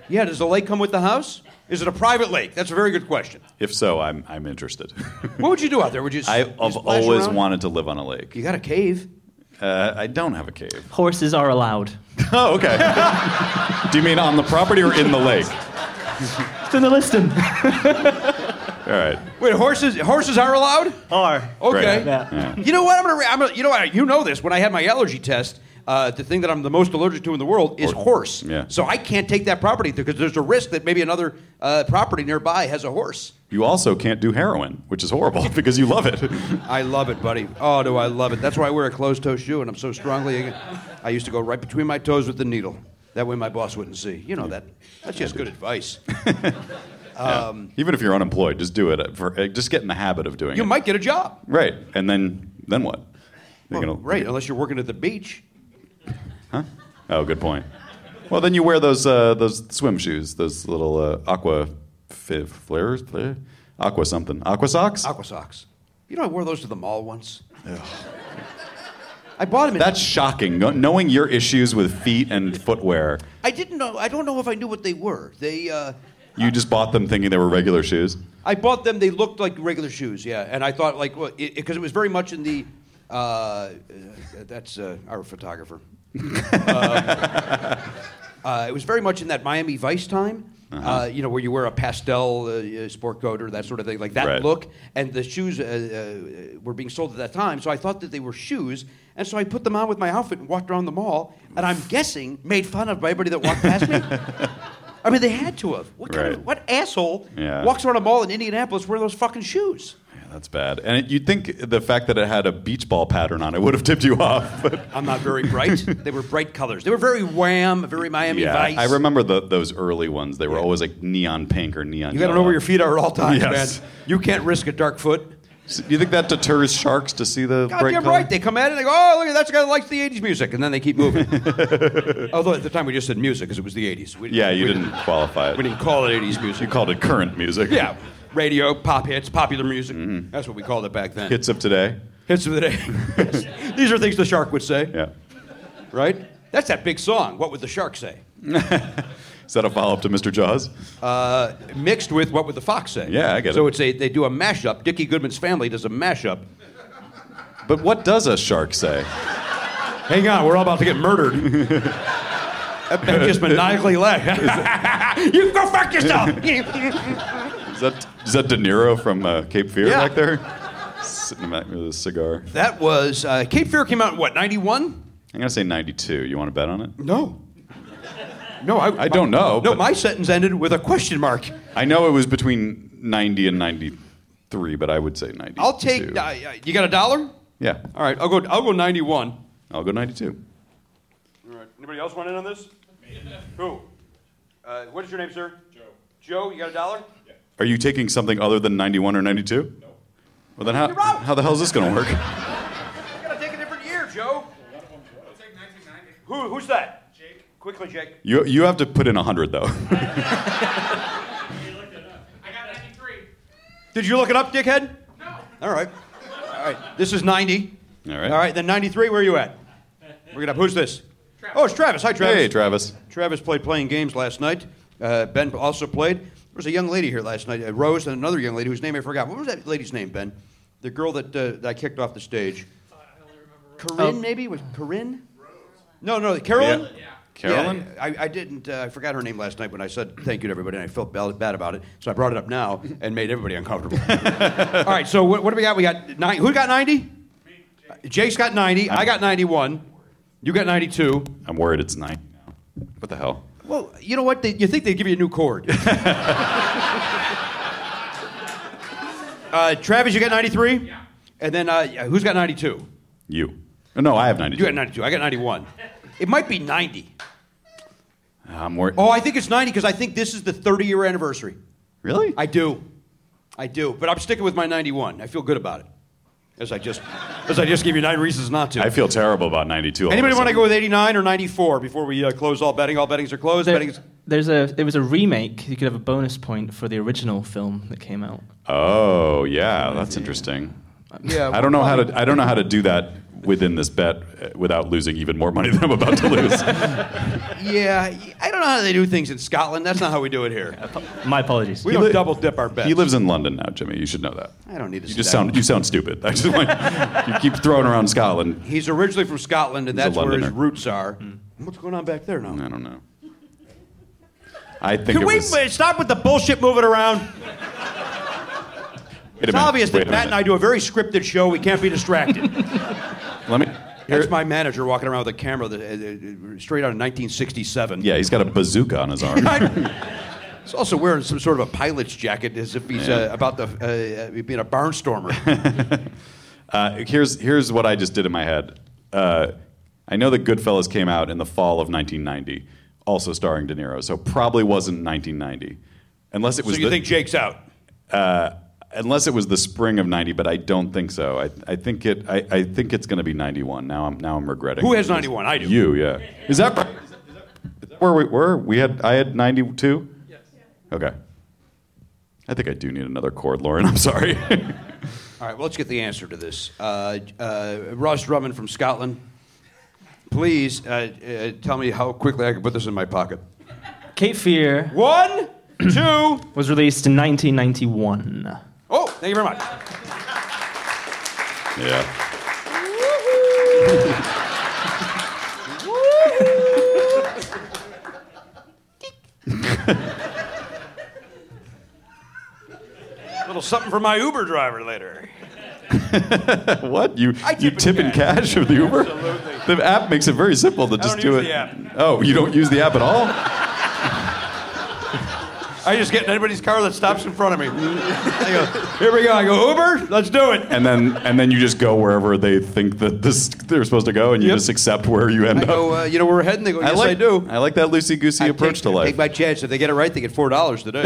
Speaker 2: Yeah. Does the lake come with the house? Is it a private lake? That's a very good question.
Speaker 1: if so, I'm I'm interested.
Speaker 2: What would you do out there? Would you? s-
Speaker 1: I
Speaker 2: you
Speaker 1: have
Speaker 2: splash
Speaker 1: always
Speaker 2: around?
Speaker 1: wanted to live on a lake.
Speaker 2: You got a cave.
Speaker 1: Uh, I don't have a cave.
Speaker 6: Horses are allowed.
Speaker 1: Oh, okay. Do you mean on the property or in the lake?
Speaker 6: It's in the listing.
Speaker 1: All right.
Speaker 2: Wait, horses horses are allowed?
Speaker 6: are.
Speaker 2: Okay.
Speaker 6: Yeah.
Speaker 2: You know what? I'm gonna, re- I'm gonna. You know what? You know this. When I had my allergy test, uh, the thing that I'm the most allergic to in the world is
Speaker 1: Hor-
Speaker 2: horse.
Speaker 1: Yeah.
Speaker 2: So I can't take that property because there's a risk that maybe another uh, property nearby has a horse.
Speaker 1: You also can't do heroin, which is horrible because you love it.
Speaker 2: I love it, buddy. Oh, do I love it? That's why I wear a closed toe shoe, and I'm so strongly. ag- I used to go right between my toes with the needle. That way, my boss wouldn't see. You know that. That's just good advice.
Speaker 1: Even if you're unemployed, just do it. For, uh, just get in the habit of doing it.
Speaker 2: You might get a job.
Speaker 1: Right, and then then what? You're
Speaker 2: Well,
Speaker 1: gonna-
Speaker 2: right, unless you're working at the beach.
Speaker 1: Oh, good point. Well, then you wear those uh, those swim shoes, those little uh, aqua fiv flares, flare? aqua something, aqua socks.
Speaker 2: Aqua socks. You know, I wore those to the mall once. I bought them. In
Speaker 1: That's shocking. Kno- Knowing your issues with feet and footwear,
Speaker 2: I didn't know. I don't know if I knew what they were. They. Uh,
Speaker 1: you just bought them thinking they were regular shoes.
Speaker 2: I bought them. They looked like regular shoes. Yeah, and I thought like, well, because it, 'cause it was very much in the. Uh, uh, that's uh, our photographer. Um, Uh, it was very much in that Miami Vice time, uh
Speaker 1: Uh-huh.
Speaker 2: you know, where you wear a pastel uh, uh, sport coat or that sort of thing, like that
Speaker 1: Right.
Speaker 2: look. And the shoes uh, uh, were being sold at that time, so I thought that they were shoes. And so I put them on with my outfit and walked around the mall, and I'm guessing made fun of by everybody that walked past me. I mean, they had to have. What, kind
Speaker 1: Right.
Speaker 2: of, what asshole
Speaker 1: Yeah.
Speaker 2: walks around a mall in Indianapolis wearing those fucking shoes?
Speaker 1: Yeah, that's bad. And it, you'd think the fact that it had a beach ball pattern on it would have tipped you off. But
Speaker 2: I'm not very bright. they were bright colors. They were very wham, very Miami
Speaker 1: yeah,
Speaker 2: Vice.
Speaker 1: I remember the, those early ones. They were always like neon pink or neon.
Speaker 2: You got to know
Speaker 1: yellow.
Speaker 2: where your feet are at all times,
Speaker 1: Yes.
Speaker 2: man. You can't risk a dark foot.
Speaker 1: So you think that deters sharks to see the bright
Speaker 2: Goddamn
Speaker 1: color?
Speaker 2: right. They come at it and they go, oh, look, that's the guy that likes the 80s music. And then they keep moving. Although at the time we just said music because it was the 80s. We,
Speaker 1: Yeah, you
Speaker 2: we
Speaker 1: didn't qualify it.
Speaker 2: We didn't call it 80s music.
Speaker 1: You called it current music.
Speaker 2: Yeah. Radio, pop hits, popular music.
Speaker 1: Mm-hmm.
Speaker 2: That's what we called it back then.
Speaker 1: Hits of today.
Speaker 2: Hits of the day. These are things the shark would say,
Speaker 1: Yeah.
Speaker 2: right? That's that big song. What would the shark say?
Speaker 1: Is that a follow up to Mr. Jaws?
Speaker 2: Mixed with what would the fox say?
Speaker 1: Yeah, I get
Speaker 2: so
Speaker 1: it.
Speaker 2: it's a they do a mashup. Dickie Goodman's family does a mashup.
Speaker 1: But what does a shark say?
Speaker 2: Hang on, we're all about to get murdered. that just maniacally laugh. you can go fuck yourself.
Speaker 1: Is that, is that De Niro from uh, Cape Fear
Speaker 2: Yeah.
Speaker 1: back there? Sitting back with a cigar.
Speaker 2: that was uh, Cape Fear came out in what ninety one?
Speaker 1: I'm going to say 92. You want to bet on it?
Speaker 2: No, no, I,
Speaker 1: I don't know,
Speaker 2: No,
Speaker 1: but-
Speaker 2: my sentence ended with a question mark.
Speaker 1: I know it was between 90 and 93, but I would say 92.
Speaker 2: I'll take. Uh, uh, you got a dollar?
Speaker 1: yeah.
Speaker 2: All right, I'll go. I'll go ninety one.
Speaker 1: I'll go 92.
Speaker 2: All right. Anybody else want in on this? Who? Uh, what is your name, sir? Joe. Joe, you got a dollar?
Speaker 1: Are you taking something other than 91 or 92? No. Well, then how,
Speaker 2: You're out.
Speaker 1: how the hell is this going to work?
Speaker 2: You gotta take a different year, Joe. Who? Who's that? Jake. Quickly, Jake.
Speaker 1: You, you have to put in 100,
Speaker 8: I
Speaker 1: though.
Speaker 8: got 93.
Speaker 2: Did you look it up, dickhead? No. All right. All right. This is 90.
Speaker 1: All right.
Speaker 2: All right, then 93, where are you at? We're going to, who's this? Oh, it's Travis. Hi, Travis.
Speaker 1: Hey, Travis.
Speaker 2: Travis played playing games last night. Uh, ben also played. There was a young lady here last night, uh, Rose, and another young lady whose name I forgot. What was that lady's name, Ben? The girl that, uh, that I kicked off the Oh. stage. Corinne, maybe? Was Corinne? No, no, Carolyn?
Speaker 1: Yeah.
Speaker 2: Carolyn,
Speaker 1: Carolyn?
Speaker 2: Yeah, I, I didn't. Uh, I forgot her name last night when I said thank you to everybody, and I felt bad, bad about it. So I brought it up now and made everybody uncomfortable. All right. So what, what do we got? We got nine. Who got ninety? Jake's got ninety. I got ninety-one. You got ninety-two.
Speaker 1: I'm worried it's nine. now. What the hell?
Speaker 2: Well, you know what? They, you think they give you a new chord? uh, Travis, you got ninety-three. Yeah. And then uh, who's got ninety-two?
Speaker 1: You. No, I have 92.
Speaker 2: You got ninety-two. I got ninety-one. It might be ninety.
Speaker 1: Ah, I'm worried.
Speaker 2: Oh, I think it's 90 because I think this is the 30 year anniversary.
Speaker 1: really?
Speaker 2: I do. I do. But I'm sticking with my 91. I feel good about it. As I just, as I just gave you nine reasons not to.
Speaker 1: I feel terrible about 92. all of
Speaker 2: Anybody
Speaker 1: a
Speaker 2: want to go
Speaker 1: sudden.
Speaker 2: with 89 or 94 before we uh, close all betting? All bettings are closed.
Speaker 6: There,
Speaker 2: Betting's-
Speaker 6: there's a there was a remake. You could have a bonus point for the original film that came out.
Speaker 1: Oh, yeah, that's interesting.
Speaker 2: Yeah,
Speaker 1: I don't know how to I don't know how to do that within this bet uh, without losing even more money than I'm about to lose.
Speaker 2: Yeah, I don't know how they do things in Scotland. That's not how we do it here.
Speaker 6: My apologies.
Speaker 2: We don't double dip our bets.
Speaker 1: he lives in London now, Jimmy. You should know that.
Speaker 2: I don't need to
Speaker 1: You
Speaker 2: see
Speaker 1: just
Speaker 2: that.
Speaker 1: sound you sound stupid. I just want you keep throwing around Scotland.
Speaker 2: He's originally from Scotland, and
Speaker 1: He's a
Speaker 2: that's where his
Speaker 1: Londoner.
Speaker 2: roots are. What's going on back there now?
Speaker 1: I don't know. I think
Speaker 2: Can
Speaker 1: it
Speaker 2: we
Speaker 1: was.
Speaker 2: uh, stop with the bullshit moving around?
Speaker 1: wait a
Speaker 2: It's
Speaker 1: minute,
Speaker 2: obvious
Speaker 1: wait
Speaker 2: that
Speaker 1: a
Speaker 2: Matt and I
Speaker 1: minute.
Speaker 2: do a very scripted show. We can't be distracted.
Speaker 1: Let me. here-
Speaker 2: Here's my manager walking around with a camera that, uh, uh, straight out of 1967.
Speaker 1: yeah, he's got a bazooka on his arm.
Speaker 2: He's also wearing some sort of a pilot's jacket as if he's uh, about to uh, uh, being a barnstormer.
Speaker 1: Uh, here's here's what I just did in my head. Uh, I know that Goodfellas came out in the fall of 1990, also starring De Niro. So probably wasn't 1990, unless it
Speaker 2: so
Speaker 1: was.
Speaker 2: you
Speaker 1: the,
Speaker 2: think Jake's out?
Speaker 1: unless it was the spring of 90, but I don't think so. I, I think it I, I think it's going to be 91. Now I'm now I'm regretting.
Speaker 2: Who has 91? I do.
Speaker 1: You, yeah. Is that right? Where we were? We had I had 92. Yes. Okay. I think I do need another chord, Lauren. I'm sorry.
Speaker 2: All right, well, let's get the answer to this. Uh, uh, Ross Drummond from Scotland, please uh, uh, tell me how quickly I can put this in my pocket.
Speaker 6: Cape Fear
Speaker 2: One, two.
Speaker 6: was released in 1991.
Speaker 2: Oh, thank you very much.
Speaker 1: yeah.
Speaker 2: little something for my Uber driver later.
Speaker 1: What you
Speaker 2: I tip
Speaker 1: you
Speaker 2: in
Speaker 1: tip in
Speaker 2: cash.
Speaker 1: cash with Uber?
Speaker 2: Absolutely.
Speaker 1: The app makes it very simple to just
Speaker 2: don't
Speaker 1: do
Speaker 2: use
Speaker 1: it.
Speaker 2: the app.
Speaker 1: Oh, you don't use the app at all?
Speaker 2: I just get in anybody's car that stops in front of me. I go, here we go. I go, Uber, let's do it.
Speaker 1: and then and then you just go wherever they think that this they're supposed to go, and you
Speaker 2: Yep.
Speaker 1: just accept where you end
Speaker 2: I
Speaker 1: up.
Speaker 2: go, uh, you know where we're heading? They go, yes, I,
Speaker 1: like
Speaker 2: do.
Speaker 1: I like that loosey goosey
Speaker 2: I
Speaker 1: approach
Speaker 2: take,
Speaker 1: to
Speaker 2: I
Speaker 1: life.
Speaker 2: Take my chance. If they get it right, they get four dollars today.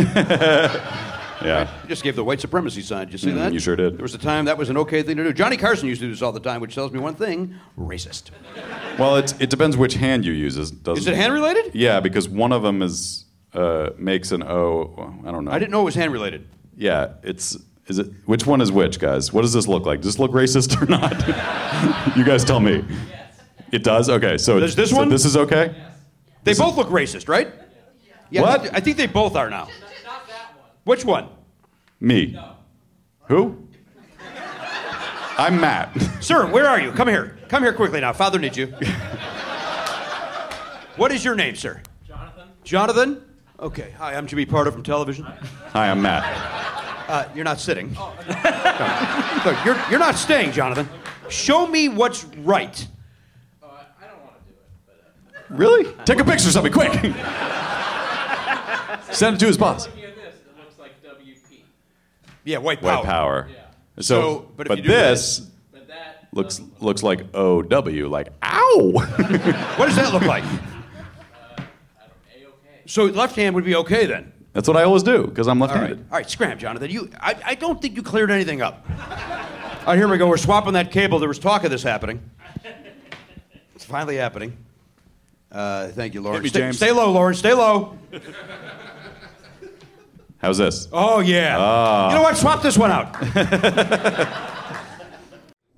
Speaker 2: I
Speaker 1: yeah,
Speaker 2: just gave the white supremacy sign. Did you see
Speaker 1: Mm,
Speaker 2: that?
Speaker 1: you sure did.
Speaker 2: There was a time that was an okay thing to do. Johnny Carson used to do this all the time, which tells me one thing: racist.
Speaker 1: well, it's, it depends which hand you use. Doesn't
Speaker 2: Is it hand related?
Speaker 1: Yeah, because one of them is uh, makes an O. well, I don't know.
Speaker 2: I didn't know it was hand related.
Speaker 1: Yeah, it's is it which one is which, guys? What does this look like? Does this look racist or not? you guys tell me. It does. Okay, so
Speaker 2: Does this
Speaker 1: so
Speaker 2: one?
Speaker 1: This is okay.
Speaker 2: They both look racist, right? Yeah, I
Speaker 1: What?
Speaker 2: think- I think they both are now. Which one?
Speaker 1: Me. Who? I'm Matt.
Speaker 2: Sir, where are you? Come here. Come here quickly now. Father needs you. what is your name, sir? Jonathan. Jonathan? Okay. Hi, I'm Jimmy Pardo from television.
Speaker 1: Hi, I'm Matt.
Speaker 2: Uh, you're not sitting. Look, look, you're, you're not staying, Jonathan. Show me what's right.
Speaker 8: Oh,
Speaker 1: Really? Take a picture of something quick. Send it to his boss.
Speaker 2: Yeah, white power.
Speaker 1: White power. So,
Speaker 2: So, but
Speaker 1: but,
Speaker 2: if you do
Speaker 1: this looks looks like O W, like ow.
Speaker 2: What does that look like? So left hand would be okay then.
Speaker 1: That's what I always do because I'm
Speaker 2: All right,
Speaker 1: left-handed.
Speaker 2: all right, scram, Jonathan. You, I, I don't think you cleared anything up. All right, here we go. We're swapping that cable. There was talk of this happening. It's finally happening. Uh, thank you, Lauren.
Speaker 1: Hit me,
Speaker 2: stay,
Speaker 1: James.
Speaker 2: stay low, Lauren. Stay low.
Speaker 1: How's this? Ah.
Speaker 2: Oh yeah. you know what? Swap this one out.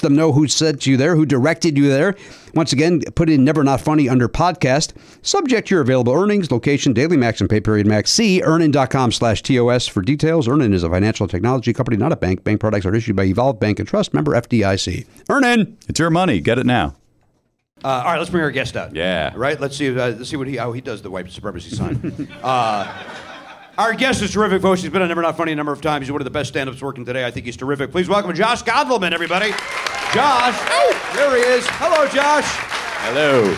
Speaker 9: them know who sent you there, who directed you there. Once again, put in Never Not Funny under podcast. Subject to your available earnings, location, daily max, and pay period max. See earnin.com slash TOS for details. Earnin is a financial technology company, not a bank. Bank products are issued by Evolve Bank and Trust, member FDIC. Earnin!
Speaker 1: It's your money. Get it now.
Speaker 2: Uh, all right, let's bring our guest out.
Speaker 1: Yeah.
Speaker 2: Right. Let's see. Uh, let's see what he how he does the white supremacy sign. uh, our guest is terrific, folks. He's been on Never Not Funny a number of times. He's one of the best stand-ups working today. I think he's terrific. Please welcome Josh Gondelman, everybody. Josh, there he is. Hello, Josh.
Speaker 1: Hello.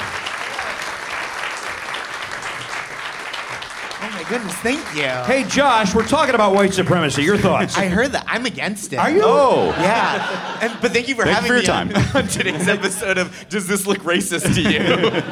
Speaker 8: Oh my goodness, thank you.
Speaker 2: Hey, Josh. We're talking about white supremacy. Your thoughts?
Speaker 8: I heard that. I'm against it.
Speaker 2: Are you?
Speaker 1: Oh.
Speaker 8: Yeah. And, but thank you for
Speaker 1: Thank you
Speaker 8: having me
Speaker 1: for your time.
Speaker 8: on- on today's episode of Does This Look Racist to You?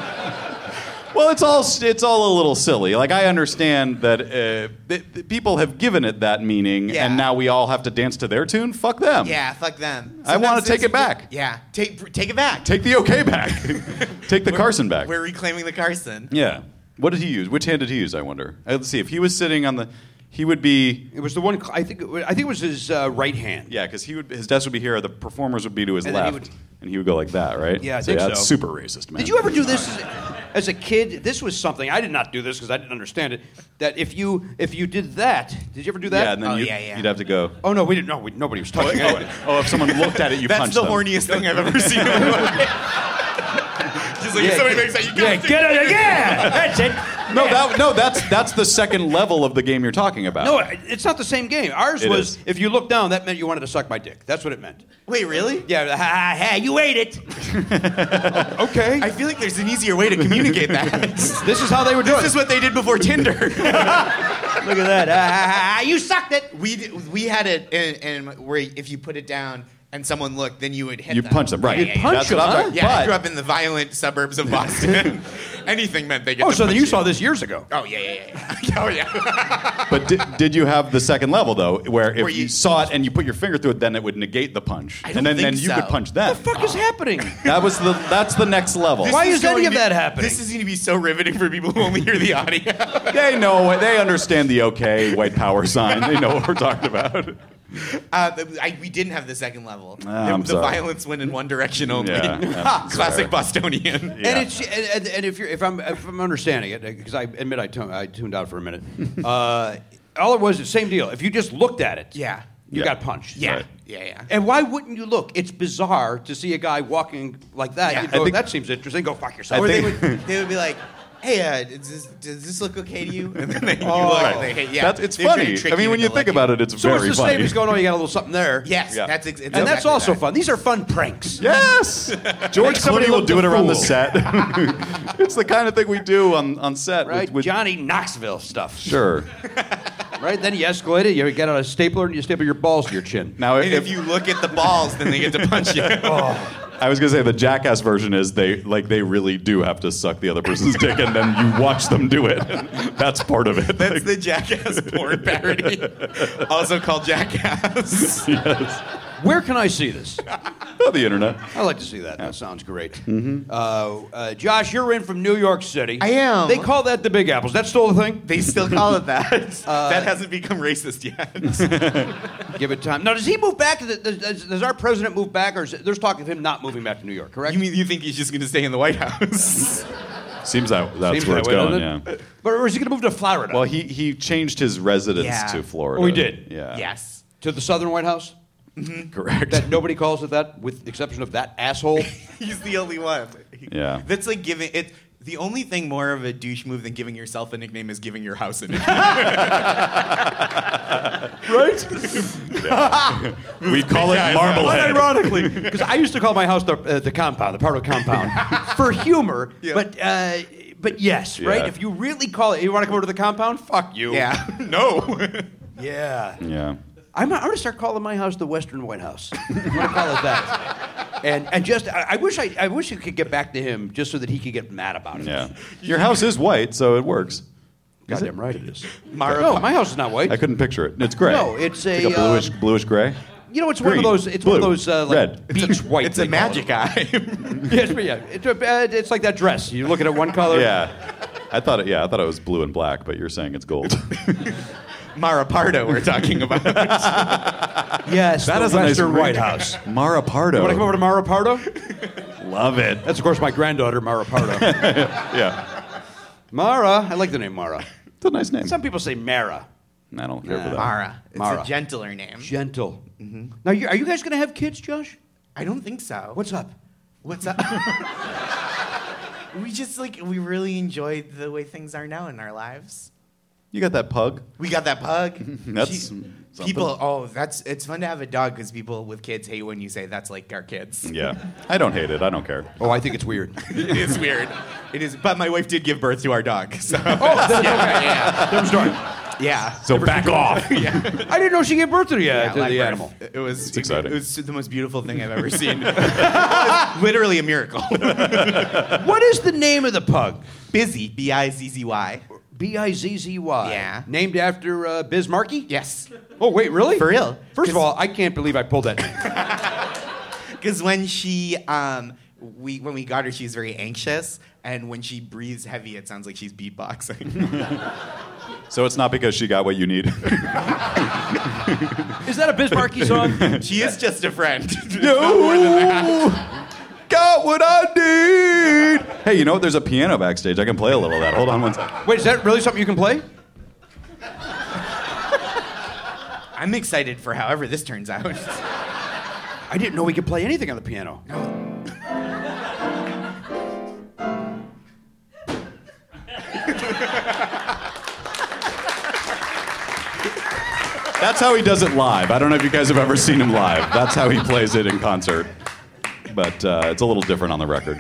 Speaker 1: Well, it's all it's all a little silly. Like I understand that uh, th- th- people have given it that meaning,
Speaker 10: Yeah.
Speaker 1: and now we all have to dance to their tune. Fuck them.
Speaker 10: Yeah, fuck them.
Speaker 1: I wanna
Speaker 10: Sometimes
Speaker 1: take
Speaker 10: it's-
Speaker 1: it back.
Speaker 10: Yeah, take take it back.
Speaker 1: Take the okay back. Take the Carson back.
Speaker 10: We're reclaiming the Carson.
Speaker 1: Yeah. What did he use? Which hand did he use? I wonder. Uh, Let's see. If he was sitting on the, he would be.
Speaker 2: It was the one. cl- I think. It was, I think it was his uh, right hand.
Speaker 1: Yeah, because he would. His desk would be here. The performers would be to his
Speaker 2: And then
Speaker 1: left,
Speaker 2: he would-
Speaker 1: and he would go like that, right?
Speaker 2: Yeah, I
Speaker 1: so
Speaker 2: think
Speaker 1: yeah, that's
Speaker 2: so.
Speaker 1: super racist, man.
Speaker 2: Did you ever do this as, as a kid? This was something I did not do this because I didn't understand it. That if you if you did that, did you ever do that?
Speaker 1: Yeah, and then
Speaker 10: Oh,
Speaker 1: you,
Speaker 10: yeah, yeah.
Speaker 1: would have to go.
Speaker 2: oh no, we didn't. No, we, nobody was talking. about it.
Speaker 1: Oh, if someone looked at it, you
Speaker 10: That's
Speaker 1: punched
Speaker 10: the
Speaker 1: them.
Speaker 10: horniest thing I've ever seen. in my life. Just like if somebody makes that, you gotta take
Speaker 2: Get it again. That's it.
Speaker 1: No, that, no, that's that's the second level of the game you're talking about.
Speaker 2: No, uh, it's not the same game. Ours
Speaker 1: It
Speaker 2: was
Speaker 1: is.
Speaker 2: if you looked down, that meant you wanted to suck my dick. That's what it meant.
Speaker 10: Wait, really?
Speaker 2: Yeah, ha ha ha! You ate it. okay.
Speaker 10: I feel like there's an easier way to communicate that.
Speaker 2: this is how they were doing.
Speaker 10: this is what they did before Tinder.
Speaker 2: Look at that. Ha, ha, ha, ha. You sucked it.
Speaker 10: we d- we had it, and, and where if you put it down and someone looked, then you would hit.
Speaker 1: You
Speaker 10: them.
Speaker 1: punch them, right?
Speaker 10: Yeah, yeah,
Speaker 1: punch that's
Speaker 10: yeah.
Speaker 1: what I'm talking-
Speaker 10: Yeah, I
Speaker 1: but-
Speaker 10: grew up in the violent suburbs of Boston. Anything meant they get.
Speaker 2: Oh,
Speaker 10: to
Speaker 2: so then
Speaker 10: punch
Speaker 2: you saw this years ago.
Speaker 10: Oh yeah, yeah, yeah, yeah. oh yeah.
Speaker 1: But did, did you have the second level though, where if
Speaker 10: Where
Speaker 1: you,
Speaker 10: you-
Speaker 1: saw it and you put your finger through it, then it would negate the punch,
Speaker 10: I don't
Speaker 1: and then
Speaker 10: think
Speaker 1: then you
Speaker 10: so.
Speaker 1: could punch them.
Speaker 2: What the fuck is happening?
Speaker 1: That was the that's the next level.
Speaker 10: This
Speaker 2: Why is any
Speaker 10: going
Speaker 2: of
Speaker 10: to-
Speaker 2: that happening?
Speaker 10: This is going to be so riveting for people who only hear the audio.
Speaker 1: They know it. They understand the okay white power sign. They know what we're talking about.
Speaker 10: Uh, th- I, we didn't have the second level. the
Speaker 1: Ah, I'm
Speaker 10: the
Speaker 1: sorry.
Speaker 10: violence went in one direction only.
Speaker 1: Yeah, I'm
Speaker 10: Classic Bostonian.
Speaker 1: Yeah.
Speaker 2: And it's and, and- and if you're if I'm if I'm understanding it because I admit I tuned, I tuned out for a minute. uh, all it was the same deal. If you just looked at it,
Speaker 10: Yeah.
Speaker 2: you
Speaker 1: Yeah.
Speaker 2: got punched.
Speaker 10: Yeah.
Speaker 1: Right.
Speaker 10: Yeah, yeah.
Speaker 2: And why wouldn't you look? It's bizarre to see a guy walking like that.
Speaker 10: Yeah.
Speaker 2: You'd
Speaker 10: I
Speaker 2: go,
Speaker 1: think-
Speaker 2: that seems interesting. Go fuck
Speaker 1: I
Speaker 2: yourself.
Speaker 10: or
Speaker 1: think-
Speaker 10: they would they would be like, "Hey, uh, does, this, does this look okay to you?" Oh. And then they, you look,
Speaker 1: Right.
Speaker 10: they hate- yeah,
Speaker 1: That's- it's
Speaker 10: They were trying
Speaker 1: funny.
Speaker 10: to trick
Speaker 1: I mean, when you
Speaker 10: into
Speaker 1: think
Speaker 10: liking
Speaker 1: about it, it's
Speaker 2: so it's
Speaker 1: very
Speaker 2: the same
Speaker 1: funny.
Speaker 2: as going, oh, you got a little something there.
Speaker 10: Yes,
Speaker 1: Yeah.
Speaker 10: that's ex- it's
Speaker 2: And that's
Speaker 10: exactly
Speaker 2: also
Speaker 10: that.
Speaker 2: fun. These are fun pranks.
Speaker 1: Yes, George
Speaker 2: somebody
Speaker 1: Clooney will
Speaker 2: look
Speaker 1: do
Speaker 2: the
Speaker 1: it around the
Speaker 2: fool.
Speaker 1: set. it's the kind of thing we do on on set. with-
Speaker 2: Right?
Speaker 1: with-
Speaker 2: Johnny Knoxville stuff.
Speaker 1: Sure.
Speaker 2: Right? Then you escalate it. You get on a stapler and you staple your balls to your chin.
Speaker 1: Now,
Speaker 10: And if you look at the balls, then they get to punch you.
Speaker 1: I was gonna say the jackass version is they like they really do have to suck the other person's dick and then you watch them do it. That's part of it.
Speaker 10: That's the Jackass porn parody, also called Jackass.
Speaker 1: yes.
Speaker 2: Where can I see this?
Speaker 1: On Oh, the internet.
Speaker 2: I like to see that. That sounds great.
Speaker 1: Mm-hmm.
Speaker 2: Uh, uh, Josh, you're in from New York City.
Speaker 10: I am.
Speaker 2: They call that the Big Apples. That's still the thing.
Speaker 10: They still call it that. Uh, that hasn't become racist yet.
Speaker 2: Give it time. Now, does he move back? Does, does, does our president move back, or is, there's talk of him not moving back to New York? Correct.
Speaker 10: you mean you think he's just going to stay in the White House?
Speaker 1: Seems
Speaker 2: Seems
Speaker 1: that that's where
Speaker 2: that
Speaker 1: it's
Speaker 2: way,
Speaker 1: going.
Speaker 2: doesn't
Speaker 1: Yeah.
Speaker 2: it? But or is he going to move to Florida?
Speaker 1: Well, he he changed his residence
Speaker 10: Yeah.
Speaker 1: to Florida.
Speaker 2: Oh, he did?
Speaker 1: Yeah.
Speaker 10: yes.
Speaker 2: to the Southern White House.
Speaker 1: Correct.
Speaker 2: That nobody calls it that, with the exception of that asshole.
Speaker 10: He's the only one.
Speaker 1: Yeah.
Speaker 10: That's like giving it. The only thing more of a douche move than giving yourself a nickname is giving your house a nickname.
Speaker 1: we call it marmalade.
Speaker 2: Unironically, because I used to call my house the, uh, the compound, the Pardo compound, for humor.
Speaker 10: Yeah.
Speaker 2: But uh, but yes, right.
Speaker 1: Yeah.
Speaker 2: If you really call it, you want to come over to the compound? Fuck you.
Speaker 10: yeah. No.
Speaker 2: Yeah.
Speaker 1: Yeah.
Speaker 2: I'm, I'm going to start calling my house the Western White House. I'm going to call it that. And and just I, I wish I, I wish you could get back to him just so that he could get mad about it.
Speaker 1: Yeah. Your house is white, so it works.
Speaker 2: Goddamn right it is.
Speaker 10: Mara-
Speaker 2: no, my house is not white.
Speaker 1: I couldn't picture it. It's gray.
Speaker 2: No, it's a,
Speaker 1: like a bluish
Speaker 2: um,
Speaker 1: bluish gray.
Speaker 2: you know, it's one
Speaker 1: Green,
Speaker 2: of those. It's one of
Speaker 1: blue,
Speaker 2: those uh, like
Speaker 1: red.
Speaker 2: beach white.
Speaker 10: It's a
Speaker 2: they call
Speaker 10: magic eye.
Speaker 2: it. yes, but yeah, it's, a, uh, it's like that dress. You're looking at one color.
Speaker 1: Yeah. I thought it yeah, I thought it was blue and black, but you're saying it's gold.
Speaker 10: Mara Pardo we're talking about.
Speaker 2: Yes,
Speaker 1: That
Speaker 2: the
Speaker 1: is a nice
Speaker 2: Western
Speaker 1: ring.
Speaker 2: White House.
Speaker 1: Mara Pardo.
Speaker 2: Want to come over to Mara Pardo?
Speaker 1: Love it.
Speaker 2: That's of course my granddaughter, Mara Pardo.
Speaker 1: Yeah.
Speaker 2: Mara, I like the name Mara.
Speaker 1: It's a nice name.
Speaker 2: Some people say Mara.
Speaker 1: I don't care for that.
Speaker 10: Mara. It's
Speaker 2: Mara.
Speaker 10: a gentler name.
Speaker 2: Gentle. Now, you, are you guys going to have kids, Josh?
Speaker 10: I don't think so.
Speaker 2: Mm-hmm. What's up?
Speaker 10: What's up? we just like we really enjoyed the way things are now in our lives.
Speaker 1: You got that pug?
Speaker 10: We got that pug.
Speaker 1: That's something.
Speaker 10: people. Oh, that's it's fun to have a dog because people with kids hate when you say that's like our kids.
Speaker 1: Yeah. I don't hate it. I don't care.
Speaker 2: Oh, I think it's weird.
Speaker 10: it is weird. It is, but my wife did give birth to our dog. So.
Speaker 2: oh, that's okay. Yeah, yeah. That was dark.
Speaker 10: Yeah.
Speaker 1: So back off.
Speaker 2: I didn't know she gave birth to the, uh,
Speaker 10: Yeah,
Speaker 2: to
Speaker 10: live
Speaker 2: the
Speaker 10: birth.
Speaker 2: animal.
Speaker 10: It was
Speaker 1: It's exciting.
Speaker 10: It was the most beautiful thing I've ever seen. It was Literally a miracle.
Speaker 2: What is the name of the pug?
Speaker 10: Busy, B I Z Z Y.
Speaker 2: B I Z Z Y.
Speaker 10: Yeah.
Speaker 2: Named after uh, Bismarcky?
Speaker 10: Yes.
Speaker 2: Oh, wait, really?
Speaker 10: For real.
Speaker 2: First of all,
Speaker 10: 'Cause-
Speaker 2: I can't believe I pulled that name.
Speaker 10: Because when she, um, we when we got her, she was very anxious, and when she breathes heavy, it sounds like she's beatboxing.
Speaker 1: So it's not because she got what you need.
Speaker 2: Is that a Bismarcky song?
Speaker 10: she is just a friend.
Speaker 1: got what I need. Hey, you know what? There's a piano backstage. I can play a little of that. Hold on one second.
Speaker 2: Wait, is that really something you can play?
Speaker 10: I'm excited for however this turns out.
Speaker 2: I didn't know we could play anything on the piano.
Speaker 1: That's how he does it live. I don't know if you guys have ever seen him live. That's how he plays it in concert. But uh, it's a little different on the record.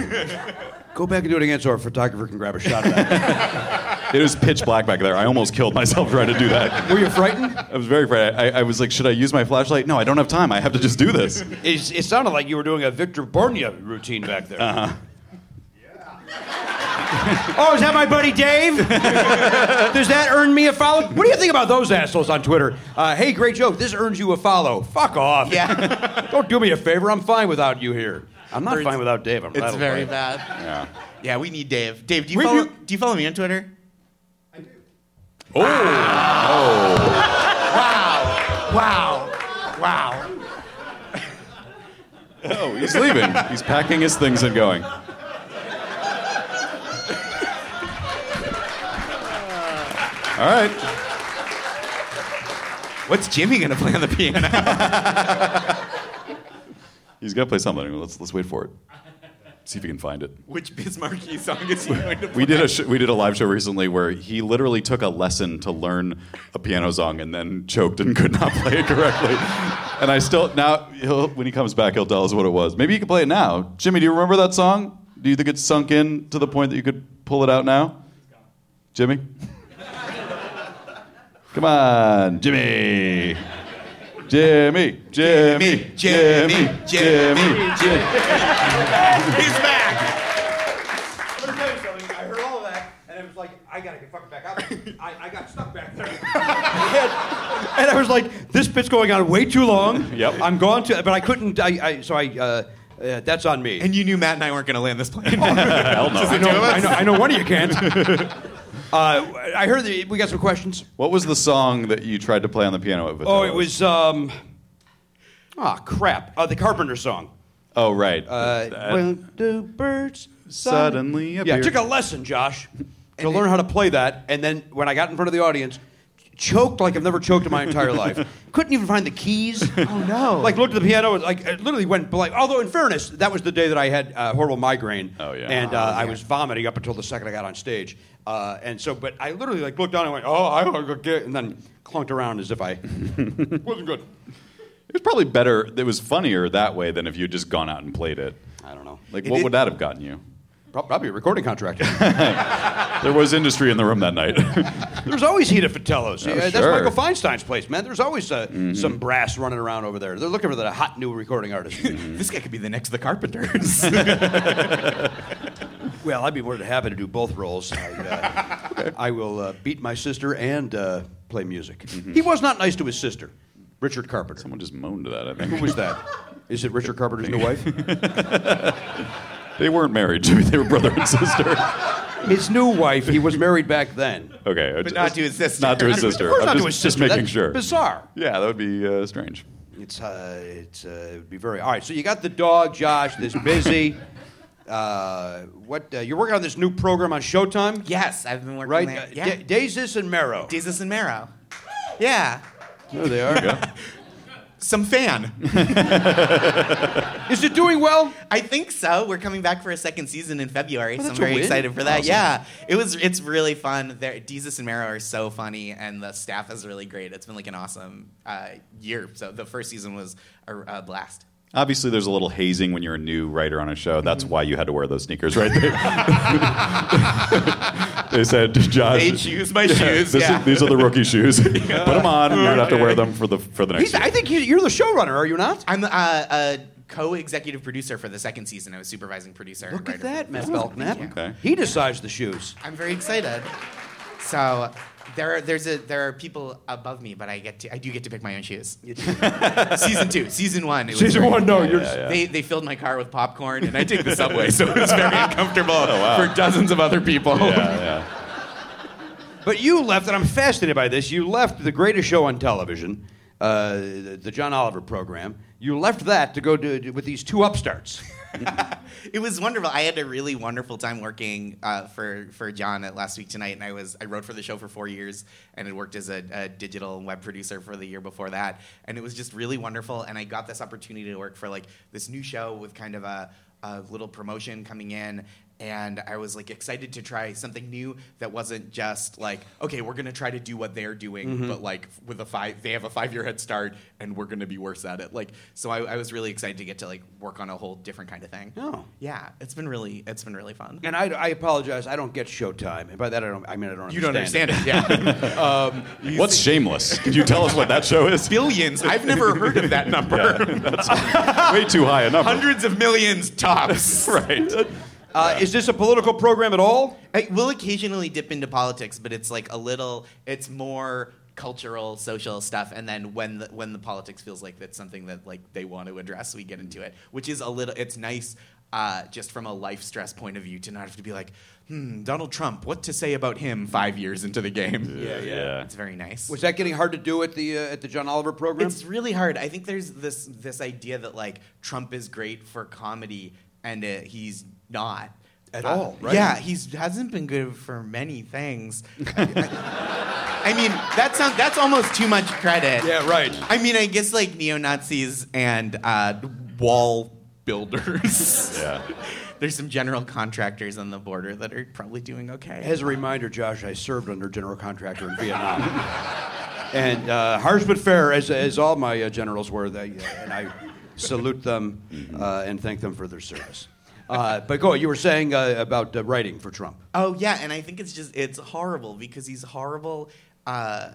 Speaker 2: Go back and do it again so our photographer can grab a shot of that.
Speaker 1: It was pitch black back there. I almost killed myself trying to do that.
Speaker 2: Were you frightened?
Speaker 1: I was very afraid. I, I was like, should I use my flashlight? No, I don't have time. I have to just do this.
Speaker 2: It's, it sounded like you were doing a Victor Borgia routine back there. Uh-huh. oh, is that my buddy Dave? Does that earn me a follow? What do you think about those assholes on Twitter? Uh, hey, great joke. This earns you a follow. Fuck off.
Speaker 10: Yeah.
Speaker 2: Don't do me a favor. I'm fine without you here. I'm not fine without Dave. I'm
Speaker 10: It's
Speaker 2: rattled by
Speaker 10: very
Speaker 2: it.
Speaker 10: bad.
Speaker 1: Yeah.
Speaker 10: Yeah, we need Dave. Dave, do you
Speaker 2: We
Speaker 10: follow?
Speaker 2: do-
Speaker 10: Do-, you follow me on Twitter? I do. Oh. Wow. Wow. Wow.
Speaker 1: Oh, he's leaving. He's packing his things and going. All right.
Speaker 10: What's Jimmy gonna play on the piano?
Speaker 1: He's got to play something. Let's let's wait for it. See if he can find it.
Speaker 10: Which Bismarcky song is he going to play?
Speaker 1: We did a sh- we did a live show recently where he literally took a lesson to learn a piano song and then choked and could not play it correctly. And I still now he'll, when he comes back he'll tell us what it was. Maybe you can play it now. Jimmy, do you remember that song? Do you think it's sunk in to the point that you could pull it out now? Jimmy. Come on, Jimmy. Jimmy, Jimmy,
Speaker 10: Jimmy,
Speaker 1: Jimmy,
Speaker 10: Jimmy,
Speaker 1: Jimmy, Jimmy.
Speaker 10: He's back.
Speaker 2: I'm gonna tell you something. I heard all of that, and it was like, I gotta get fucking back up. I, I got stuck back there. and, and I was like, this bit's going on way too long.
Speaker 1: Yep.
Speaker 2: I'm gone to, but I couldn't. I, I so I. Uh, uh, that's on me.
Speaker 10: And you knew Matt and I weren't gonna land this plane.
Speaker 1: Hell
Speaker 2: I
Speaker 1: no.
Speaker 2: know, I know. I know one of you can't. Uh, I heard that we got some questions.
Speaker 1: What was the song that you tried to play on the piano at
Speaker 2: Oh,
Speaker 1: Vitello's?
Speaker 2: it was. Um, oh crap! Uh, the Carpenter song.
Speaker 1: Oh, right.
Speaker 2: Uh,
Speaker 1: That-
Speaker 2: well, do birds
Speaker 1: Suddenly
Speaker 2: Yeah, I
Speaker 1: appear-
Speaker 2: took a lesson, Josh, to learn how to play that, and then when I got in front of the audience, ch- choked like I've never choked in my entire life. Couldn't even find the keys. Oh
Speaker 10: no.
Speaker 2: Like looked at the piano, and, like it literally went blank. Although in fairness, that was the day that I had uh, horrible migraine.
Speaker 1: Oh, yeah.
Speaker 2: And uh,
Speaker 1: Oh,
Speaker 2: I was vomiting up until the second I got on stage. Uh, and so, but I literally like looked down and went, "Oh, I want to go get," and then clunked around as if I wasn't good.
Speaker 1: it was probably better. It was funnier that way than if you'd just gone out and played it.
Speaker 2: I don't know.
Speaker 1: Like,
Speaker 10: It
Speaker 1: what
Speaker 10: did-
Speaker 1: would that have gotten you?
Speaker 2: Prob- Probably a recording contract.
Speaker 1: There was industry in the room that night.
Speaker 2: There's always heat at Fatello's.
Speaker 1: Oh,
Speaker 2: Yeah, That's
Speaker 1: sure. Mm-hmm.
Speaker 2: Michael Feinstein's place, man. There's always uh, some brass running around over there. They're looking for the hot new recording artist.
Speaker 1: Mm-hmm.
Speaker 10: This guy could be the next of the Carpenters.
Speaker 2: well, I'd be more than happy to do both roles. I, uh, I will uh, beat my sister and uh, play music.
Speaker 1: Mm-hmm.
Speaker 2: He was not nice to his sister, Richard Carpenter.
Speaker 1: Someone just moaned to that, I
Speaker 2: Who
Speaker 1: think.
Speaker 2: was that? Is it Richard Carpenter's new wife?
Speaker 1: They weren't married, Jimmy. They were brother and sister.
Speaker 2: His new wife. He was married back then.
Speaker 1: Okay.
Speaker 10: But not to his sister.
Speaker 1: Not to his
Speaker 2: Of
Speaker 1: sister.
Speaker 2: course
Speaker 1: I'm
Speaker 2: not
Speaker 1: just,
Speaker 2: to his
Speaker 1: just
Speaker 2: sister.
Speaker 1: making
Speaker 2: That's
Speaker 1: sure.
Speaker 2: Bizarre.
Speaker 1: Yeah, that would be uh, strange.
Speaker 2: It's uh, it's uh, it would be very all right. So you got the dog, Josh. This busy. uh, what uh, you're working on this new program on Showtime,
Speaker 10: yes, I've been working
Speaker 2: right?
Speaker 10: there.
Speaker 2: Uh,
Speaker 10: Yeah.
Speaker 2: Da- Daisus and Marrow.
Speaker 10: Jesus and Marrow. Yeah.
Speaker 2: there they are.
Speaker 10: Some fan.
Speaker 2: Is it doing well?
Speaker 10: I think so. We're coming back for a second season in February,
Speaker 2: Well,
Speaker 10: so I'm
Speaker 2: that's a
Speaker 10: very
Speaker 2: win.
Speaker 10: excited for that. Yeah, it was. It's really fun. There, Jesus and Marrow are so funny, and the staff is really great. It's been like an awesome uh, year. So the first season was a, a blast.
Speaker 1: Obviously, there's a little hazing when you're a new writer on a show. That's
Speaker 2: Mm-hmm.
Speaker 1: why you had to wear those sneakers, right? They, they said, Josh.
Speaker 10: They choose my shoes,
Speaker 1: this is-
Speaker 10: yeah.
Speaker 1: these are the rookie shoes. Put them on. You're going to have to wear them for the, for the next
Speaker 2: He's,
Speaker 1: year.
Speaker 2: I think he- you're the showrunner, are you not?
Speaker 10: I'm uh, a co-executive producer for the second season. I was supervising producer. and
Speaker 2: Look at
Speaker 10: writer for
Speaker 2: that,
Speaker 10: the
Speaker 2: Matt
Speaker 10: first one. Thank
Speaker 2: Belknap.
Speaker 10: you.
Speaker 1: Okay.
Speaker 2: He decides the shoes.
Speaker 10: I'm very excited. So there are there's a there are people above me, but I get to I do get to pick my own shoes. season two, season one. it was
Speaker 2: Season
Speaker 10: very-
Speaker 2: one, no, you're-
Speaker 1: yeah, yeah.
Speaker 10: They they filled my car with popcorn, and I take the subway, so it was very uncomfortable
Speaker 1: Oh,
Speaker 10: for dozens of other people.
Speaker 1: yeah, yeah.
Speaker 2: But you left, and I'm fascinated by this. You left the greatest show on television, uh, the, the John Oliver program. You left that to go do, with these two upstarts.
Speaker 10: it was wonderful. I had a really wonderful time working uh, for for John at Last Week Tonight, and I was I wrote for the show for four years, and had worked as a, a digital web producer for the year before that, and it was just really wonderful. And I got this opportunity to work for like this new show with kind of a, a little promotion coming in. And I was like excited to try something new that wasn't just like, okay, we're gonna try to do what they're doing, but like with a five, they have a five year head start, and we're gonna be worse at it. Like, so I, I was really excited to get to like work on a whole different kind of thing.
Speaker 2: Oh.
Speaker 10: Yeah, it's been really it's been really fun.
Speaker 2: And I, I apologize. I don't get Showtime, and by that I don't. I mean I don't.
Speaker 10: You don't
Speaker 2: understand
Speaker 10: understand it, yeah.
Speaker 1: What's shameless? Could you tell us what that show is?
Speaker 10: Billions. I've never heard of that number.
Speaker 1: Way too high a number.
Speaker 10: Hundreds of millions tops.
Speaker 1: Right.
Speaker 2: Uh, Is this a political program at all?
Speaker 10: I will occasionally dip into politics, but it's like a little. It's more cultural, social stuff, and then when the, when the politics feels like that's something that like they want to address, we get into it, which is a little. It's nice. Uh, just from a life stress point of view, to not have to be like, hmm, Donald Trump, what to say about him five years into the game?
Speaker 1: Yeah, yeah.
Speaker 10: It's very nice.
Speaker 2: Was that getting hard to do at the uh, at the John Oliver program?
Speaker 10: It's really hard. I think there's this this idea that like Trump is great for comedy and uh, he's not Uh,
Speaker 2: At all, right?
Speaker 10: Yeah, he's hasn't been good for many things. I, I mean, that sounds that's almost too much credit.
Speaker 2: yeah, right.
Speaker 10: I mean, I guess like neo Nazis and uh, wall builders.
Speaker 1: Yeah.
Speaker 10: There's some general contractors on the border that are probably doing okay.
Speaker 2: As a reminder, Josh, I served under general contractor in Vietnam. and uh, harsh but fair, as, as all my uh, generals were, they, uh, and I salute them uh, and thank them for their service. Uh, but go, you were saying uh, about uh, writing for Trump.
Speaker 10: Oh yeah, and I think it's just it's horrible because he's horrible uh,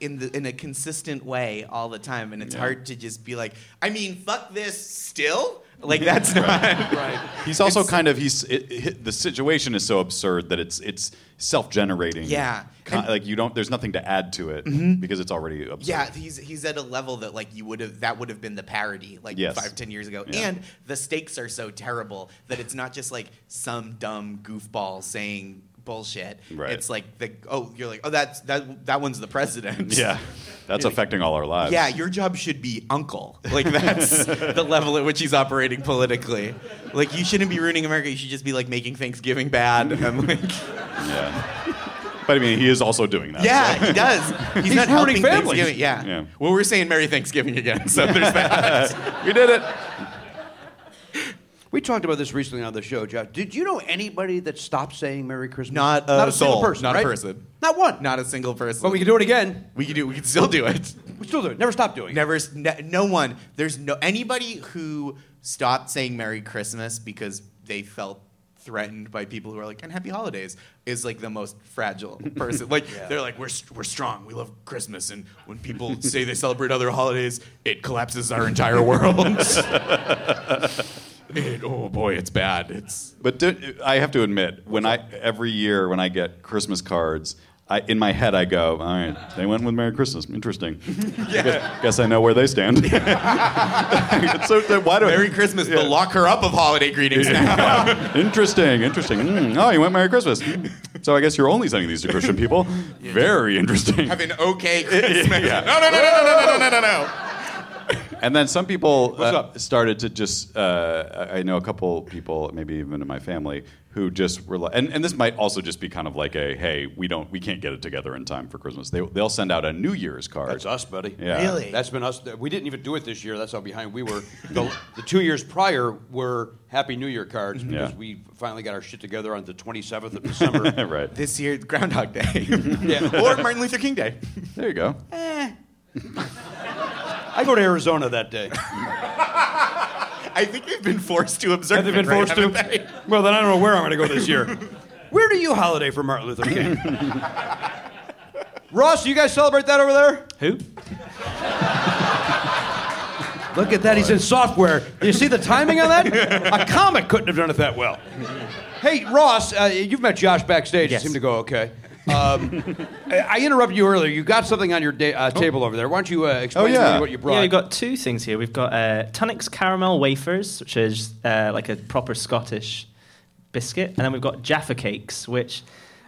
Speaker 10: in the in a consistent way all the time, and it's hard to just be like, I mean, fuck this still. Like that's not right.
Speaker 1: He's also
Speaker 10: It's-
Speaker 1: kind of he's it, it, the situation is so absurd that it's it's self-generating.
Speaker 10: Yeah.
Speaker 1: Con-
Speaker 10: And- Mm-hmm.
Speaker 1: like you don't there's nothing to add to it because it's already absurd.
Speaker 10: Yeah, he's he's at a level that like you would have that would have been the parody like
Speaker 1: Yes.
Speaker 10: five ten years ago,
Speaker 1: Yeah.
Speaker 10: and the stakes are so terrible that it's not just like some dumb goofball saying bullshit.
Speaker 1: Right.
Speaker 10: It's like the oh you're like oh that's that that one's the president.
Speaker 1: Yeah. That's affecting all our lives.
Speaker 10: Yeah, your job should be uncle. Like that's the level at which he's operating politically. Like you shouldn't be ruining America. You should just be like making Thanksgiving bad. And like,
Speaker 1: But I mean, he is also doing that.
Speaker 10: yeah,
Speaker 1: so-
Speaker 10: he does. He's,
Speaker 2: ruining
Speaker 10: not helping
Speaker 2: families.
Speaker 10: Thanksgiving. Yeah.
Speaker 1: Yeah.
Speaker 10: Well, we're saying Merry Thanksgiving again. So there's that.
Speaker 1: we did it.
Speaker 2: We talked about this recently on the show, Josh. Did you know anybody that stopped saying Merry Christmas?
Speaker 10: Not a
Speaker 2: single
Speaker 10: soul.
Speaker 2: person.
Speaker 10: Not a
Speaker 2: right?
Speaker 10: person.
Speaker 2: Not one.
Speaker 10: not a single person.
Speaker 2: But we can do it again.
Speaker 10: We can do. We can still do it.
Speaker 2: We still do it. Never stop doing it.
Speaker 10: Never, s- ne- no one. There's no anybody who stopped saying Merry Christmas because they felt threatened by people who are like, and Happy Holidays is like the most fragile person. Like they're like, we're st- we're strong. We love Christmas, and when people say they celebrate other holidays, it collapses our entire world. It- oh boy, it's bad. It's
Speaker 1: But do, I have to admit, when I every year when I get Christmas cards, I, in my head I go, all right, they went with Merry Christmas. Interesting. I guess, guess I know where they stand. so then why do
Speaker 10: Merry Christmas, the lock her up of holiday greetings now.
Speaker 1: Interesting, interesting. Mm, oh, you went Merry Christmas. Mm. So I guess you're only sending these to Christian people. Very interesting.
Speaker 10: Have an okay Christmas. No, no, no, no, no, no, no, no, no, no.
Speaker 1: And then some people uh,
Speaker 2: up?
Speaker 1: started to just, uh, I I know a couple people, maybe even in my family, who just were like, and, and this might also just be kind of like a, hey, we don't, we can't get it together in time for Christmas. They, they'll send out a New Year's card.
Speaker 2: That's us, buddy.
Speaker 1: Yeah.
Speaker 10: Really?
Speaker 2: That's been us. We didn't even do it this year. That's how behind we were. The, the two years prior were Happy New Year cards because
Speaker 1: Yeah.
Speaker 2: we finally got our shit together on the 27th of December.
Speaker 1: right.
Speaker 10: This year, Groundhog Day.
Speaker 2: yeah.
Speaker 10: or Martin Luther King Day.
Speaker 1: There you go.
Speaker 2: I go to Arizona that day.
Speaker 10: I think they've been forced to
Speaker 2: Have
Speaker 10: observe.
Speaker 2: they been
Speaker 10: it, right?
Speaker 2: forced to?
Speaker 10: Haven't they?
Speaker 2: Well, then I don't know where I'm going to go this year. Where do you holiday for Martin Luther King? Ross, you guys celebrate that over there?
Speaker 6: Who?
Speaker 2: Look at that. He's in software. Do you see the timing on that? A comic couldn't have done it that well. Hey, Ross, uh, you've met Josh backstage.
Speaker 6: Yes.
Speaker 2: You seem to go okay. Um, I- I interrupted you earlier. You got something on your da- uh, table over there. Why don't you uh, explain
Speaker 1: Oh,
Speaker 2: to
Speaker 1: yeah.
Speaker 2: me what you brought?
Speaker 6: Yeah, we've got two things here. We've got uh, Tunnock's caramel wafers, which is uh, like a proper Scottish biscuit, and then we've got Jaffa cakes, which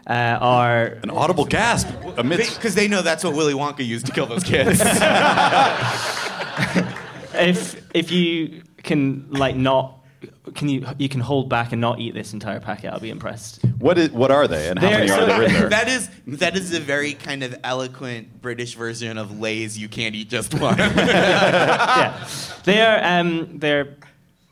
Speaker 6: uh, are
Speaker 1: An audible gasp amidst.
Speaker 10: Because they know that's what Willy Wonka used to kill those kids.
Speaker 6: if if you can like not can you you can hold back and not eat this entire packet, I'll be impressed.
Speaker 1: What, is, what are they and how
Speaker 6: They're-
Speaker 1: many are there in there?
Speaker 10: that is that is a very kind of eloquent British version of Lay's. You can't eat just one.
Speaker 6: yeah, they are um, they're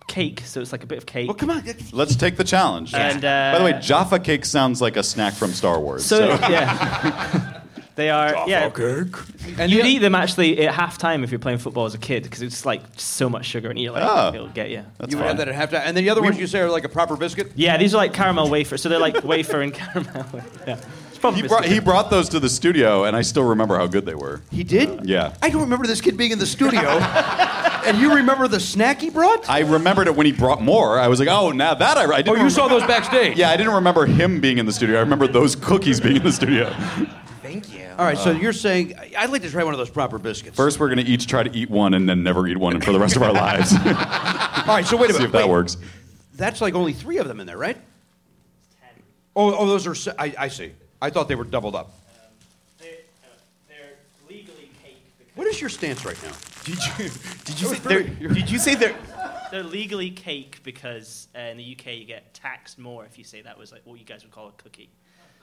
Speaker 6: cake, so it's like a bit of cake.
Speaker 2: well, come on.
Speaker 1: Let's take the challenge.
Speaker 6: And, uh,
Speaker 1: By the way, Jaffa cake sounds like a snack from Star Wars.
Speaker 6: So yeah, they are yeah.
Speaker 2: And
Speaker 6: You'd
Speaker 2: the-
Speaker 6: eat them actually at halftime if you're playing football as a kid because it's like so much sugar and you're like
Speaker 1: Oh.
Speaker 6: it'll get you.
Speaker 1: that's
Speaker 2: you would
Speaker 1: fun.
Speaker 2: have that at halftime. And then the other ones you say are like a proper biscuit?
Speaker 6: Yeah, these are like caramel wafer, so they're like wafer and caramel. Yeah. It's probably
Speaker 1: He brought, he brought those to the studio, and I still remember how good they were.
Speaker 2: He did?
Speaker 1: Yeah.
Speaker 2: Uh, I don't remember this kid being in the studio. and you remember the snack he brought?
Speaker 1: I remembered it when he brought more. I was like, oh, now that I, I didn't
Speaker 2: oh, you
Speaker 1: remember-
Speaker 2: saw those backstage?
Speaker 1: Yeah, I didn't remember him being in the studio. I remember those cookies being in the studio.
Speaker 10: Thank you.
Speaker 2: All right, so you're saying I- I'd like to try one of those proper biscuits.
Speaker 1: Uh. First, we're gonna each try to eat one, and then never eat one for the rest of our lives.
Speaker 2: All right, so wait a minute.
Speaker 1: See if that
Speaker 2: wait.
Speaker 1: works.
Speaker 2: That's like only three of them in there, right? Oh, oh, those are. se- I, I see. I thought they were doubled up.
Speaker 6: Um, uh, They're legally cake.
Speaker 2: What is your stance right now?
Speaker 10: Did you did you
Speaker 2: That was
Speaker 10: say there,
Speaker 2: pretty-
Speaker 10: did you say there?
Speaker 6: They're legally cake because uh, in the UK you get taxed more if you say that was like what you guys would call a cookie.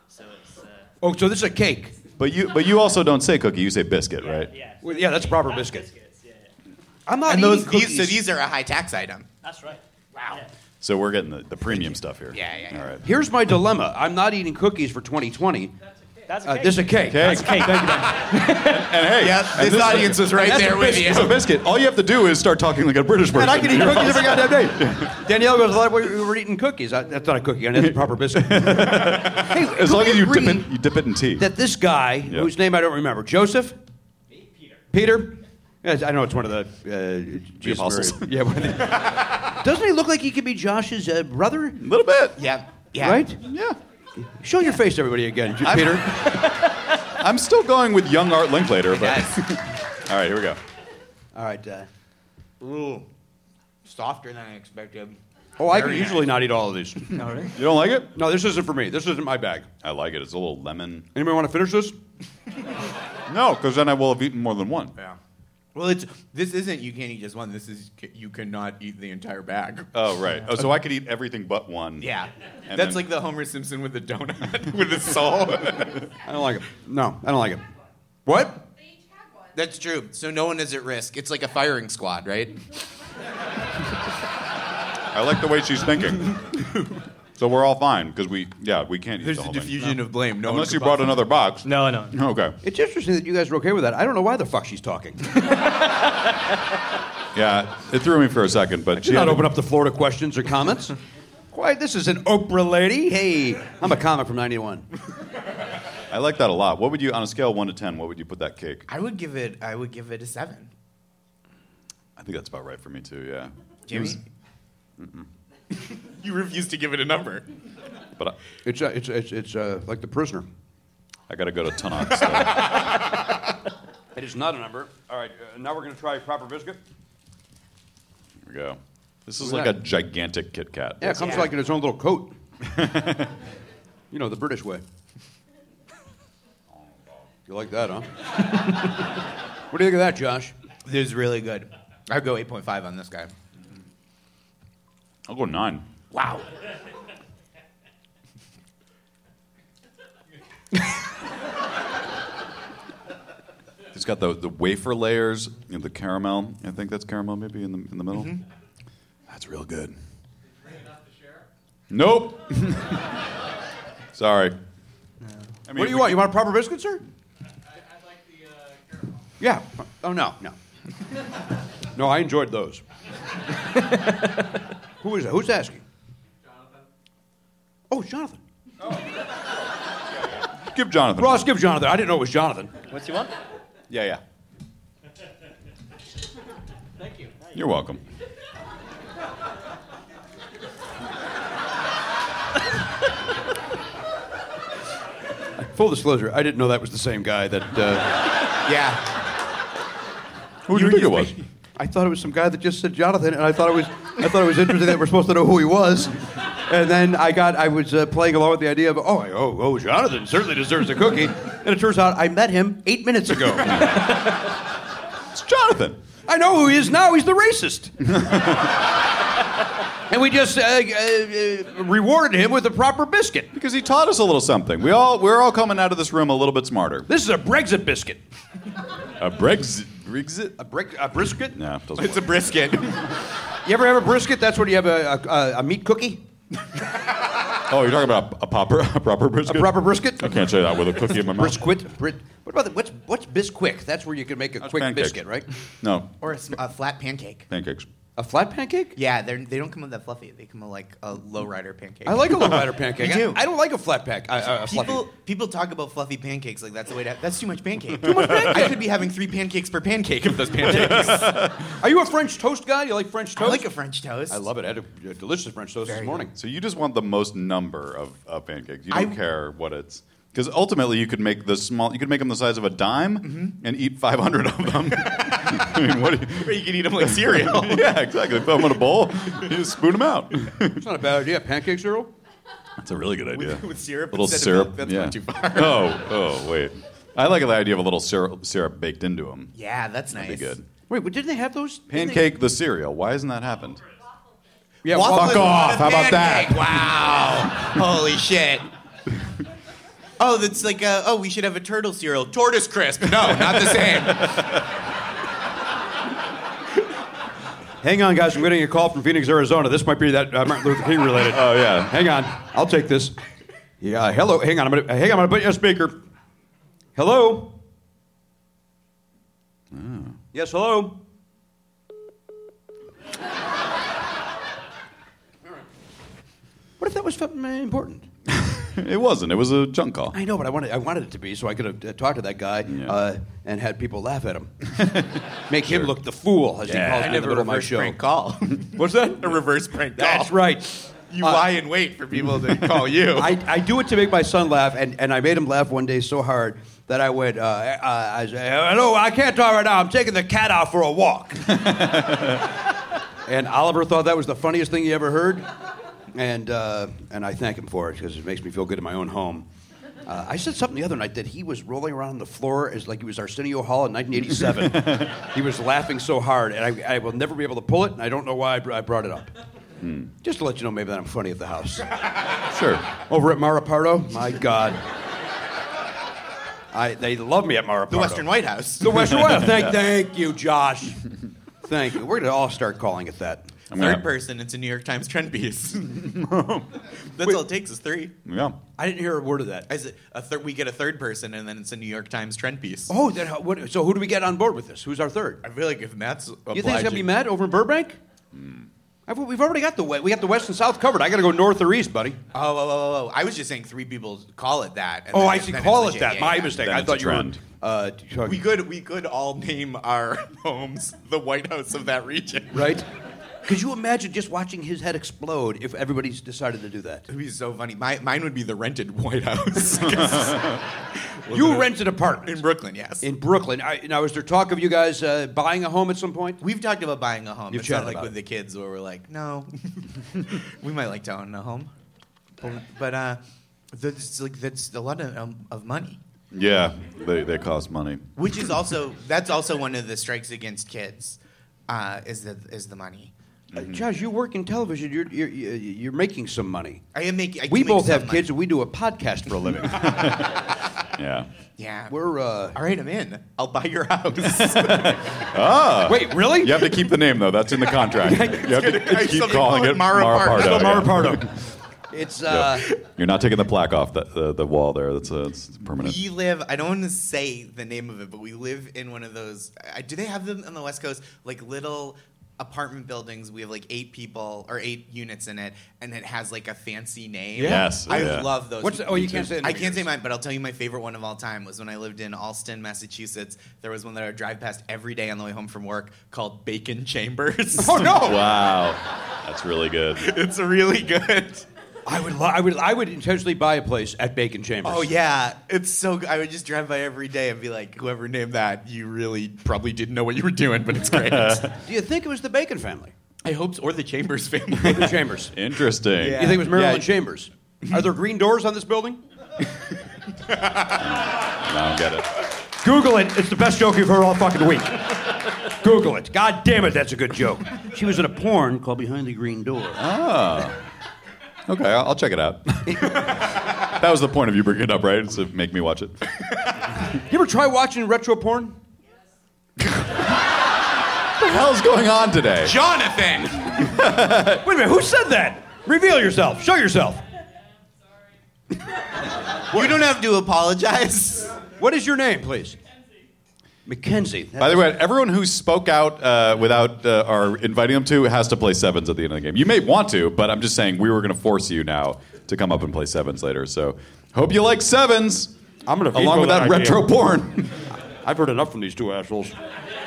Speaker 6: So it's uh,
Speaker 2: Oh, so this is a cake.
Speaker 1: But you, but you also don't say cookie. You say biscuit, right?
Speaker 6: yeah.
Speaker 2: Well, yeah, that's proper biscuit.
Speaker 6: biscuits, yeah, yeah.
Speaker 2: I'm not
Speaker 10: And
Speaker 2: eating
Speaker 10: those
Speaker 2: cookies.
Speaker 10: these, so these are a high tax item.
Speaker 6: That's right. Wow.
Speaker 1: So we're getting the, the premium stuff here.
Speaker 10: Yeah, yeah, yeah.
Speaker 1: All right.
Speaker 2: Here's my dilemma. I'm not eating cookies for 2020.
Speaker 6: That's a
Speaker 2: Uh,
Speaker 6: cake.
Speaker 2: this is a cake.
Speaker 1: Okay.
Speaker 6: Cake. Thank you, man.
Speaker 1: And hey,
Speaker 10: Yeah,
Speaker 1: and
Speaker 10: this audience was right
Speaker 1: and that's
Speaker 10: there
Speaker 1: a
Speaker 10: with
Speaker 1: biscuit.
Speaker 10: you.
Speaker 1: It's a biscuit. All you have to do is start talking like a British person.
Speaker 2: Man, I can eat cookies every goddamn day. Danielle goes, "I thought we were eating cookies. I, that's not a cookie. That's a proper biscuit. hey,
Speaker 1: as
Speaker 2: could
Speaker 1: long
Speaker 2: we
Speaker 1: as you dip
Speaker 2: agree
Speaker 1: it, you dip it in tea.
Speaker 2: that this guy,
Speaker 1: Yeah.
Speaker 2: whose name I don't remember, Joseph? Peter. Peter? Yes, I know it's one of the, uh, Jesus
Speaker 1: apostles.
Speaker 2: Mary- Yeah, one of the, doesn't he look like he could be Josh's uh, brother?
Speaker 1: A little bit.
Speaker 10: Yeah. Yeah.
Speaker 2: Right?
Speaker 1: Yeah.
Speaker 2: Show your face to everybody again, J- Peter.
Speaker 1: I'm still going with young Art Linklater, but
Speaker 10: Yes.
Speaker 1: all right, here we go.
Speaker 2: All right. Uh,
Speaker 10: Ooh, softer than I expected.
Speaker 2: oh, I
Speaker 10: Very
Speaker 2: can
Speaker 10: nice.
Speaker 2: usually not eat all of these.
Speaker 1: You don't like it?
Speaker 2: No, this isn't for me. This isn't my bag.
Speaker 1: I like it. It's a little lemon.
Speaker 2: Anybody want to finish this?
Speaker 1: No, because then I will have eaten more than one.
Speaker 10: Yeah. Well, it's this isn't you can't eat just one. This is you cannot eat the entire bag.
Speaker 1: Oh right. Oh, so I could eat everything but one.
Speaker 10: Yeah.
Speaker 1: And
Speaker 10: That's
Speaker 1: then-
Speaker 10: like the Homer Simpson with the donut with the soul.
Speaker 2: I don't like it. No, I don't like it. What?
Speaker 7: They each had one.
Speaker 10: That's true. So no one is at risk. It's like a firing squad, right?
Speaker 1: I like the way she's thinking. so we're all fine because we yeah we can't eat
Speaker 10: There's
Speaker 1: the
Speaker 10: a
Speaker 1: whole
Speaker 10: diffusion of blame. No
Speaker 1: thing.
Speaker 10: one
Speaker 1: Unless
Speaker 10: could
Speaker 1: you brought
Speaker 10: possibly-
Speaker 1: another box.
Speaker 6: No, no.
Speaker 1: Okay.
Speaker 2: It's interesting that you guys are okay with that. I don't know why the fuck she's talking.
Speaker 1: Yeah, it threw me for a second, but
Speaker 2: Should not open up the floor to questions or comments. Quite, this is an Oprah lady. Hey, I'm a comic from 91.
Speaker 1: I like that a lot. What would you on a scale of one to ten? What would you put that cake?
Speaker 10: I would give it. I would give it a seven.
Speaker 1: I think that's about right for me too. Yeah.
Speaker 10: Jimmy. you refuse to give it a number.
Speaker 1: But I,
Speaker 2: It's, uh, it's, it's, it's uh, like The Prisoner.
Speaker 1: I gotta go to Tunnock. So.
Speaker 2: It is not a number. All right, uh, now we're going to try proper biscuit.
Speaker 1: Here we go. This is like a gigantic Kit Kat.
Speaker 2: Yeah, it comes like in its own little coat. you know, the British way. You like that, huh? what do you think of that, Josh?
Speaker 10: This is really good. I'd go eight point five on this guy.
Speaker 1: I'll go nine.
Speaker 10: Wow.
Speaker 1: It's got the, the wafer layers, you know, the caramel. I think that's caramel, maybe in the in the middle.
Speaker 2: Mm-hmm.
Speaker 1: That's real good. Nope. Sorry. I mean,
Speaker 2: what do you
Speaker 1: we-
Speaker 2: want? You want a proper biscuit, sir?
Speaker 1: uh,
Speaker 2: Yeah. Oh, no, no. no, I enjoyed those. Who is that? Who's asking? Jonathan. Oh, it's Jonathan.
Speaker 1: Give Jonathan.
Speaker 2: Ross, give Jonathan. I didn't know it was Jonathan.
Speaker 6: What's he want?
Speaker 1: Yeah, yeah.
Speaker 6: Thank you.
Speaker 1: You're welcome.
Speaker 2: Full disclosure, I didn't know that was the same guy that. Uh,
Speaker 10: Yeah.
Speaker 1: Who do you think it was?
Speaker 2: I thought it was some guy that just said Jonathan, and I thought it was. I thought it was interesting that we're supposed to know who he was. And then I got. I was uh, playing along with the idea of, oh, I- oh, oh, Jonathan certainly deserves a cookie. And it turns out I met him eight minutes ago.
Speaker 1: It's Jonathan.
Speaker 2: I know who he is now. He's the racist. and we just uh, uh, uh, rewarded him with a proper biscuit.
Speaker 1: Because he taught us a little something. We all we're all coming out of this room a little bit smarter.
Speaker 2: This is a Brexit biscuit.
Speaker 1: A Brexit. Brexit.
Speaker 2: A, brick, a brisket?
Speaker 1: No, it doesn't
Speaker 10: It's a
Speaker 1: work.
Speaker 10: brisket.
Speaker 2: You ever have a brisket? That's when you have a, a, a, a meat cookie?
Speaker 1: oh, you're talking about a, a proper a proper
Speaker 2: A
Speaker 1: brisket.
Speaker 2: proper brisket?
Speaker 1: I can't say that with a cookie in my mouth.
Speaker 2: Brisket? Brit, what about the, what's, what's bisquick? That's where you can make a
Speaker 1: That's
Speaker 2: quick
Speaker 1: pancake.
Speaker 2: biscuit, right?
Speaker 1: No,
Speaker 10: or a, sm- a flat pancake.
Speaker 1: pancakes.
Speaker 2: A flat pancake?
Speaker 10: Yeah, they're, they don't come with that fluffy. They come with like a lowrider pancake.
Speaker 2: I like a little lighter pancake.
Speaker 10: You
Speaker 2: I-
Speaker 10: do.
Speaker 2: I, don't like a flat pack. I, uh, a fluffy.
Speaker 10: People, people talk about fluffy pancakes like that's the way to. That's too much pancake. too much pancake. I could be having three pancakes per pancake of those pancakes.
Speaker 2: Are you a French toast guy? You like French
Speaker 10: I
Speaker 2: toast?
Speaker 10: like a French toast.
Speaker 2: I love it. I had a, a delicious French toast
Speaker 10: Very
Speaker 2: this morning.
Speaker 1: So you just want the most number of, of pancakes. You don't
Speaker 10: I-
Speaker 1: care what it's because ultimately you could make the small. You could make them the size of a dime
Speaker 10: Mm-hmm.
Speaker 1: and eat 500 of them. I mean, what? Do you,
Speaker 10: You can eat them like cereal.
Speaker 1: yeah, exactly. Put them in a bowl. You just spoon them out.
Speaker 2: It's not a bad idea. Pancakes, Earl?
Speaker 1: That's a really good idea.
Speaker 10: with syrup
Speaker 1: little
Speaker 10: instead of
Speaker 1: syrup.
Speaker 10: milk, that's
Speaker 1: yeah.
Speaker 10: gone too far.
Speaker 1: Oh, oh, wait. I like the idea of a little syrup, syrup baked into them.
Speaker 10: yeah, that's nice.
Speaker 1: That'd be good.
Speaker 2: Wait, but didn't they have those? didn't they-
Speaker 1: Pancake the cereal. Why hasn't that happened?
Speaker 2: Yeah,
Speaker 10: Waffle
Speaker 1: Fuck
Speaker 10: is
Speaker 1: off.
Speaker 10: a
Speaker 1: How about that?
Speaker 10: pancake. Wow. Holy shit. Oh, that's like uh oh, we should have a turtle cereal. Tortoise crisp. No, not the same.
Speaker 2: Hang on, guys. I'm getting a call from Phoenix, Arizona. This might be that uh, Martin Luther King related.
Speaker 1: Oh yeah.
Speaker 2: hang on. I'll take this. Yeah. Hello. Hang on. I'm gonna. Hang on. I'm gonna put you on speaker. Hello.
Speaker 1: Oh.
Speaker 2: Yes. Hello. What if that was something uh, important?
Speaker 1: It wasn't. It was a junk call.
Speaker 2: I know, but I wanted, I wanted it to be so I could have uh, talked to that guy
Speaker 1: Yeah.
Speaker 2: uh, and had people laugh at him. Make him look the fool, as he calls me in the middle of my show.
Speaker 10: prank call.
Speaker 2: What's that?
Speaker 10: a reverse prank call.
Speaker 2: That's right.
Speaker 10: You
Speaker 2: Uh,
Speaker 10: lie in wait for people to call you.
Speaker 2: I, I do it to make my son laugh, and, and I made him laugh one day so hard that I went, uh, uh, I said, hello, I can't talk right now. I'm taking the cat out for a walk. and Oliver thought that was the funniest thing he ever heard, and, uh, and I thank him for it because it makes me feel good in my own home. Uh, I said something the other night that he was rolling around on the floor as like he was Arsenio Hall in 1987. he was laughing so hard, and I, I will never be able to pull it, and I don't know why I, br- I brought it up. Just to let you know, maybe that I'm funny at the house.
Speaker 1: Sure.
Speaker 2: Over at Marapardo? My God. I, they love me at Marapardo.
Speaker 10: the Western White House.
Speaker 2: The Western White. Thank, thank you, Josh. Thank you. We're going to all start calling it that.
Speaker 1: I'm
Speaker 10: Third
Speaker 1: gonna-
Speaker 10: person, it's a New York Times trend piece. That's all it takes is three.
Speaker 1: Yeah.
Speaker 2: I didn't hear a word of that.
Speaker 10: As a, a thir- we get a third person, and then it's a New York Times trend piece.
Speaker 2: Oh, then how, what, so who do we get on board with this? Who's our third?
Speaker 10: I feel like if Matt's
Speaker 2: You think it's going to be
Speaker 10: obliging-
Speaker 2: Matt over in Burbank? I've, we've already got the we- we got the West and South covered. I got to go north or east, buddy.
Speaker 10: Oh, oh, oh, oh, oh. I was just saying three people call it that. and
Speaker 2: Oh,
Speaker 10: then
Speaker 2: I
Speaker 10: it-
Speaker 2: should
Speaker 10: then it's
Speaker 2: call it
Speaker 10: legit.
Speaker 2: that.
Speaker 10: Yeah,
Speaker 2: My
Speaker 10: yeah.
Speaker 2: mistake.
Speaker 1: Then
Speaker 2: I
Speaker 1: it's
Speaker 2: thought
Speaker 1: a
Speaker 2: you were.
Speaker 1: trend.
Speaker 2: Uh,
Speaker 10: We could we could all name our homes the White House of that region.
Speaker 2: right? Could you imagine just watching his head explode if everybody's decided to do that?
Speaker 10: It'd be so funny. My, mine would be the rented White House
Speaker 2: You rent an apartment
Speaker 10: in Brooklyn. Yes,
Speaker 2: in Brooklyn. I, now, is there talk of you guys uh, buying a home at some point?
Speaker 10: we've talked about buying a home.
Speaker 2: You've
Speaker 10: it's not
Speaker 2: chatted
Speaker 10: like
Speaker 2: about
Speaker 10: with
Speaker 2: it.
Speaker 10: the kids where we're like, no, we might like to own a home, but, but uh, that's like that's a lot of, um, of money.
Speaker 1: Yeah. They they cost money.
Speaker 10: Which is also that's also one of the strikes against kids, uh, is the is the money.
Speaker 2: Uh, Josh, you work in television. You're you're, you're you're making some money.
Speaker 10: I am making. I
Speaker 2: we
Speaker 10: do make
Speaker 2: both
Speaker 10: some
Speaker 2: have
Speaker 10: money.
Speaker 2: kids, and we do a podcast for a living.
Speaker 1: Yeah.
Speaker 10: Yeah.
Speaker 2: We're uh,
Speaker 10: All right, I'm in. I'll buy your house. Uh,
Speaker 2: wait, really?
Speaker 1: You have to keep the name though. That's in the contract. You have to keep calling it Mara Pardo.
Speaker 2: Mara
Speaker 1: yeah.
Speaker 2: Pardo. It's uh,
Speaker 1: You're not taking the plaque off the, the, the wall there. That's uh, it's permanent.
Speaker 10: we live. I don't want to say the name of it, but we live in one of those. I, do they have them on the West Coast? Like little apartment buildings. We have like eight people or eight units in it, and it has like a fancy name.
Speaker 1: Yeah. Yes,
Speaker 10: I
Speaker 1: yeah.
Speaker 10: love those.
Speaker 2: What's- oh, you can't say the
Speaker 10: I
Speaker 2: name
Speaker 10: can't
Speaker 2: of
Speaker 10: say
Speaker 2: yours.
Speaker 10: mine, but I'll tell you my favorite one of all time was when I lived in Alston, Massachusetts. There was one that I would drive past every day on the way home from work called Bacon Chambers.
Speaker 2: Oh no!
Speaker 1: Wow, that's really good.
Speaker 10: it's really good.
Speaker 2: I would, lo- I would, I would intentionally buy a place at Bacon Chambers.
Speaker 10: Oh yeah, it's so. good. I would just drive by every day and be like, "Whoever named that, you really probably didn't know what you were doing, but it's great." I
Speaker 2: Do you think it was the Bacon family?
Speaker 10: hope, so, or the Chambers family.
Speaker 2: Bacon Chambers.
Speaker 1: Interesting.
Speaker 10: Yeah.
Speaker 2: You think it was Marilyn
Speaker 10: Yeah.
Speaker 2: Chambers? Are there green doors on this building?
Speaker 1: I don't get it.
Speaker 2: Google it. It's the best joke you've heard all fucking week. Google it. God damn it, that's a good joke. She was in a porn called Behind the Green Door.
Speaker 1: Okay, I'll, I'll check it out. that was the point of you bringing it up, right? Is to make me watch it.
Speaker 2: You ever try watching retro porn?
Speaker 1: the hell's going on today?
Speaker 10: Jonathan,
Speaker 2: Wait a minute, who said that? Reveal yourself. Show yourself.
Speaker 10: you don't have to apologize.
Speaker 2: What is your name, please? Mackenzie. That-
Speaker 1: By the way, everyone who spoke out uh, without uh, our inviting them to has to play sevens at the end of the game. You may want to, but I'm just saying we were going to force you now to come up and play sevens later. So hope you like sevens.
Speaker 2: I'm gonna veto
Speaker 1: along with that,
Speaker 2: that idea.
Speaker 1: retro porn.
Speaker 2: I've heard enough from these two assholes.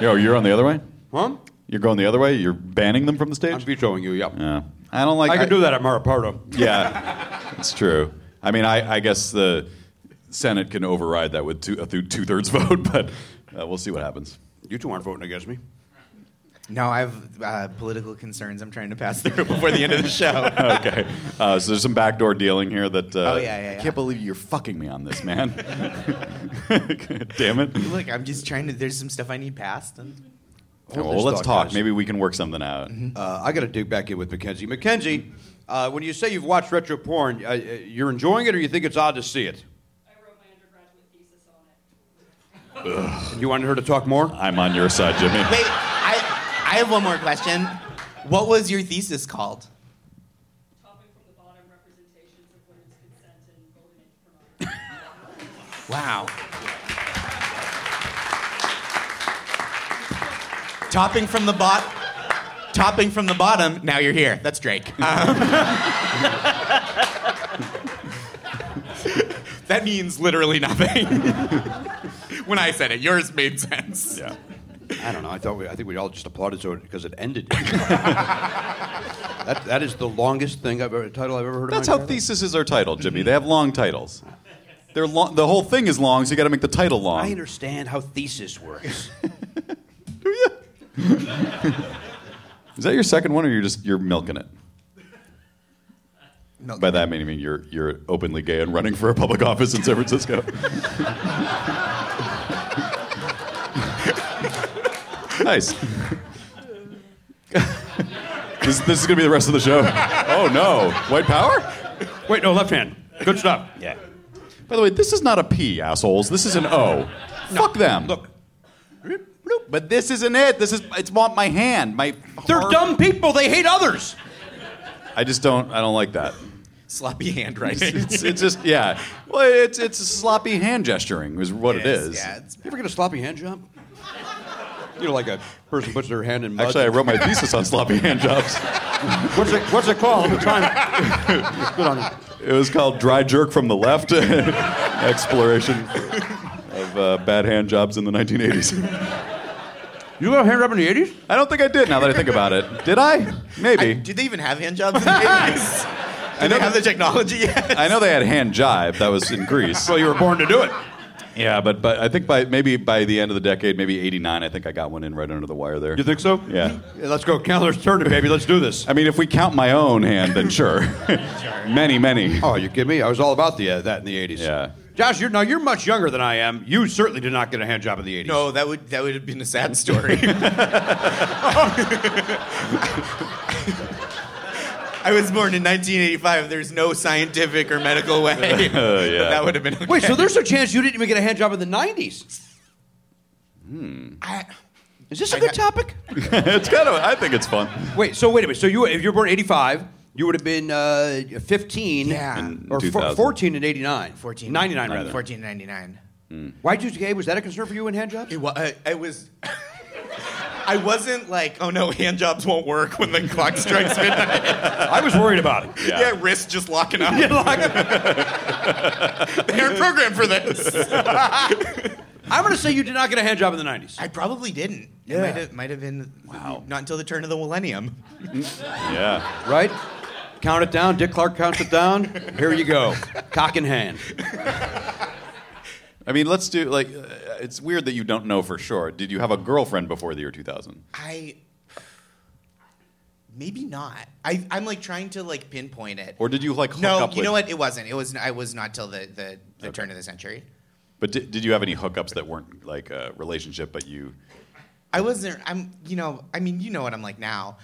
Speaker 1: Yo, you're on the other way.
Speaker 2: Huh?
Speaker 1: You're going the other way. You're banning them from the stage.
Speaker 2: I'm vetoing you, yeah.
Speaker 1: Yeah. I don't like.
Speaker 2: I can do that at Marapardo.
Speaker 1: Yeah, it's true. I mean, I, I guess the Senate can override that with two, a two thirds vote, but uh, we'll see what happens.
Speaker 2: You two aren't voting against me.
Speaker 10: No, I have uh, political concerns. I'm trying to pass through before the end of the show.
Speaker 1: Okay, uh, so there's some backdoor dealing here that. Uh,
Speaker 10: Oh, yeah, yeah,
Speaker 1: I
Speaker 10: yeah.
Speaker 1: can't believe you're fucking me on this, man. Damn it.
Speaker 10: Look, I'm just trying to. There's some stuff I need passed. And
Speaker 1: well, let's
Speaker 2: thought,
Speaker 1: talk.
Speaker 2: guys.
Speaker 1: Maybe we can work something out.
Speaker 10: Mm-hmm.
Speaker 2: Uh, I got to dig back in with Mackenzie. Mackenzie, uh, when you say you've watched retro porn, uh, uh, you're enjoying it, or you think it's odd to see it?
Speaker 7: I wrote my undergraduate thesis on it.
Speaker 2: And you wanted her to talk more?
Speaker 1: I'm on your side, Jimmy.
Speaker 10: wait, I I have one more question. What was your thesis called?
Speaker 7: Topic from the bottom, representations of women's consent and voting age pornography.
Speaker 10: Wow. Topping from the bot. Topping from the bottom. Now you're here. That's Drake. Um, that means literally nothing. when I said it, yours made sense.
Speaker 1: Yeah.
Speaker 2: I don't know. I thought we, I think we all just applauded so because it ended. that, that is the longest thing I've ever title I've ever heard.
Speaker 1: That's
Speaker 2: of
Speaker 1: how theses are titled, Jimmy. They have long titles. They're long, the whole thing is long, so you got to make the title long.
Speaker 2: I understand how thesis works.
Speaker 1: Is that your second one, or you're just you're milking it? By that I mean, I mean you're you're openly gay and running for a public office in San Francisco. nice. this, this is gonna be the rest of the show. Oh no, white power.
Speaker 2: Wait, no, left hand. Good stuff.
Speaker 1: Yeah. By the way, this is not a P, assholes. This is an O. Fuck them.
Speaker 2: Look,
Speaker 1: But this isn't it. This is it's my my hand. My
Speaker 2: they're
Speaker 1: hard-
Speaker 2: dumb people. They hate others.
Speaker 1: I just don't. I don't like that.
Speaker 10: Sloppy
Speaker 1: It's,
Speaker 10: handwriting.
Speaker 1: it's, it's just yeah. Well, it's it's sloppy hand gesturing is what it
Speaker 10: It is,
Speaker 1: is.
Speaker 10: yeah, it's-
Speaker 2: You ever get a sloppy hand job? You know, like a person puts their hand in mud.
Speaker 1: Actually, I wrote my thesis on sloppy hand jobs.
Speaker 2: what's it, what's it called? I'm trying. Good on you.
Speaker 1: It was called "Dry Jerk from the Left: Exploration of uh, Bad Hand Jobs in the 1980s."
Speaker 2: You got a Oh, hand up in the 80s?
Speaker 1: I don't think I did. Now that I think about it, did I?
Speaker 10: I-
Speaker 1: Maybe.
Speaker 10: did they even have hand jobs in the 80s? Did
Speaker 1: know-
Speaker 10: they have the technology yet?
Speaker 1: I, know they had hand jive. That was in Greece.
Speaker 2: Well, you were born to do it.
Speaker 1: Yeah, but but I think by maybe by the end of the decade, maybe '89, I think I got one in right under the wire there.
Speaker 2: You think so?
Speaker 1: Yeah.
Speaker 2: let's go. Calendars turn it, baby. Let's do this.
Speaker 1: I mean, if we count my own hand, then sure. many, many.
Speaker 2: Oh, you kidding me? I was all about the uh, that in the 80s.
Speaker 1: Yeah.
Speaker 2: Josh, you're, now you're much younger than I am. You certainly did not get a hand job in the 80s.
Speaker 10: No, that would that would have been a sad story. I was born in 1985. There's no scientific or medical way. but
Speaker 1: yeah.
Speaker 10: that would have been okay.
Speaker 2: Oh, Wait, so there's a chance you didn't even get a hand job in the 90s.
Speaker 10: I,
Speaker 2: Is this a
Speaker 10: I
Speaker 2: good
Speaker 10: got-
Speaker 2: topic?
Speaker 1: it's kind of. I think it's fun.
Speaker 2: Wait, so wait a minute. So you, if you were born in 85, you would have been uh, 15
Speaker 10: Yeah. In
Speaker 2: or four-
Speaker 1: 2000.
Speaker 2: 14 in 89.
Speaker 10: 14
Speaker 2: 99, rather.
Speaker 10: 1499.
Speaker 2: Why'd you, Gabe? Was that a concern for you in hand jobs?
Speaker 10: It was. It was I wasn't like, oh no, hand jobs won't work when the clock strikes midnight.
Speaker 2: I was worried about it.
Speaker 10: Yeah, wrist just locking up. they aren't programmed for this.
Speaker 2: I'm going to say you did not get a hand job in the 90s.
Speaker 10: I probably didn't. It
Speaker 2: Yeah.
Speaker 10: might have, might have been wow. not until the turn of the millennium.
Speaker 1: Yeah.
Speaker 2: Right? Count it down. Dick Clark counts it down. Here you go. Cock in hand.
Speaker 1: I mean, let's do like uh, it's weird that you don't know for sure. Did you have a girlfriend before the year 2000?
Speaker 10: I maybe not. I, I'm like trying to like pinpoint it.
Speaker 1: Or did you like hook
Speaker 10: no,
Speaker 1: up
Speaker 10: you
Speaker 1: with-
Speaker 10: know what? It wasn't. It was. I was not till the the, the turn of the century.
Speaker 1: But did, did you have any hookups that weren't like a relationship, but you
Speaker 10: I wasn't. I'm. You know. I mean. You know what I'm like now.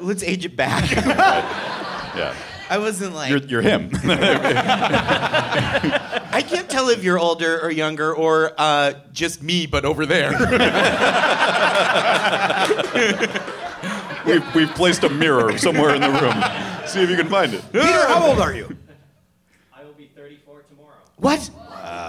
Speaker 10: Let's age it back.
Speaker 1: yeah.
Speaker 10: I wasn't like.
Speaker 1: You're, you're him.
Speaker 10: I can't tell if you're older or younger or uh, just me, but over there.
Speaker 1: we've, we've placed a mirror somewhere in the room. See if you can find it.
Speaker 2: Peter, how old are you?
Speaker 8: I will be 34 tomorrow.
Speaker 10: what?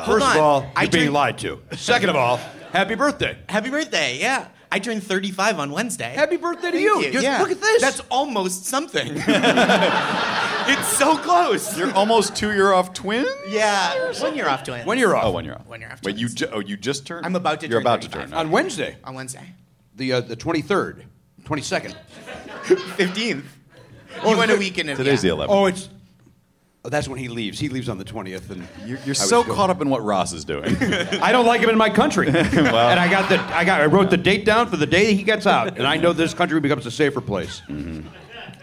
Speaker 2: First
Speaker 10: on.
Speaker 2: of all,
Speaker 10: I
Speaker 2: you're being
Speaker 10: turned-
Speaker 2: lied to. Second of all, happy birthday.
Speaker 10: Happy birthday! Yeah, I turned 35 on Wednesday.
Speaker 2: Happy birthday to
Speaker 10: Thank
Speaker 2: you. You're-
Speaker 10: yeah.
Speaker 2: Look at this.
Speaker 10: That's almost something. it's so close.
Speaker 1: You're almost two year off twin?
Speaker 10: yeah, when you're off to it.
Speaker 2: when you're off.
Speaker 1: Oh, one year off.
Speaker 10: One year off
Speaker 1: Wait, you
Speaker 10: twins.
Speaker 1: ju- oh, you just turned?
Speaker 10: I'm about to
Speaker 1: You're
Speaker 10: turn
Speaker 1: about to
Speaker 10: 35.
Speaker 1: turn.
Speaker 2: on Wednesday,
Speaker 10: on Wednesday,
Speaker 2: the uh, the 23rd, 22nd.
Speaker 10: 15th. you went a weekend. in-
Speaker 1: Today's
Speaker 10: yeah.
Speaker 1: the 11th.
Speaker 2: Oh, it's. Oh, that's when he leaves. He leaves on the 20th, and
Speaker 1: you're you're so caught up in what Ross is doing.
Speaker 2: I don't like him in my country. And I got the I got I wrote the date down for the day that he gets out, and I know this country becomes a safer place.
Speaker 10: Mm-hmm.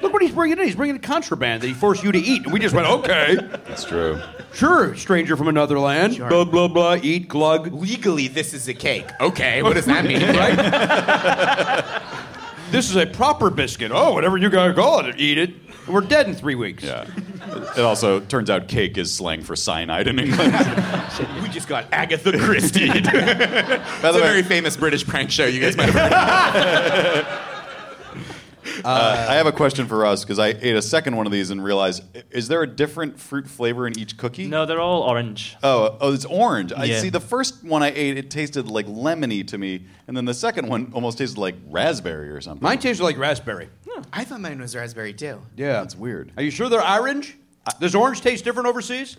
Speaker 2: Look what he's bringing in. He's bringing contraband that he forced you to eat, and we just went okay,
Speaker 1: That's true.
Speaker 2: sure, stranger from another land, blah blah blah, eat glug.
Speaker 10: Legally, this is a cake. Okay, what does that mean?
Speaker 2: This is a proper biscuit. Oh, whatever you gotta call it, eat it. And we're dead in three weeks.
Speaker 1: Yeah. It also turns out cake is slang for cyanide in England.
Speaker 10: We just got Agatha Christie. It's
Speaker 1: By the
Speaker 10: a very
Speaker 1: way,
Speaker 10: famous British prank show. You guys might have heard.
Speaker 1: uh, I have a question for Ross because I ate a second one of these and realized i- is there a different fruit flavor in each cookie?
Speaker 6: No, they're all orange.
Speaker 1: Oh, oh, it's orange. I
Speaker 6: Yeah.
Speaker 1: see. The first one I ate, it tasted like lemony to me, and then the second one almost tasted like raspberry or something.
Speaker 2: Mine tasted like raspberry.
Speaker 10: I thought mine was raspberry too.
Speaker 2: Yeah,
Speaker 1: That's weird.
Speaker 2: Are you sure they're orange? Uh, Does orange taste different overseas?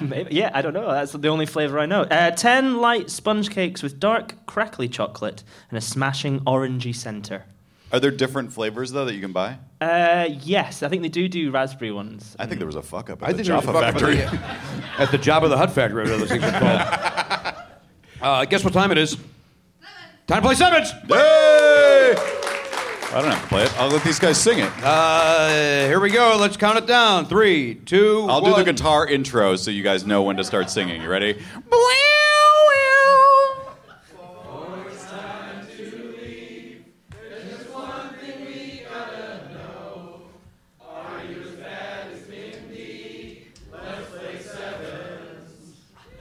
Speaker 6: Maybe, yeah, I don't know. That's the only flavour I know. Uh, ten light sponge cakes with dark, crackly chocolate and a smashing orangey centre.
Speaker 1: Are there different flavors though that you can buy?
Speaker 6: Uh, yes, I think they do do raspberry ones.
Speaker 1: I think there was a fuck up at
Speaker 2: I
Speaker 1: the
Speaker 2: think
Speaker 1: Jaffa
Speaker 2: there was a fuck up
Speaker 1: factory.
Speaker 2: At the, at the Jabba the Hut factory, whatever those things are called. Uh, guess what time it is? Time to play sevens.
Speaker 1: Hey! I don't have to play it. I'll let these guys sing it.
Speaker 2: Uh, here we go. Let's count it down. Three, two,
Speaker 1: I'll do the
Speaker 2: one.
Speaker 1: guitar intro so you guys know when to start singing. You ready?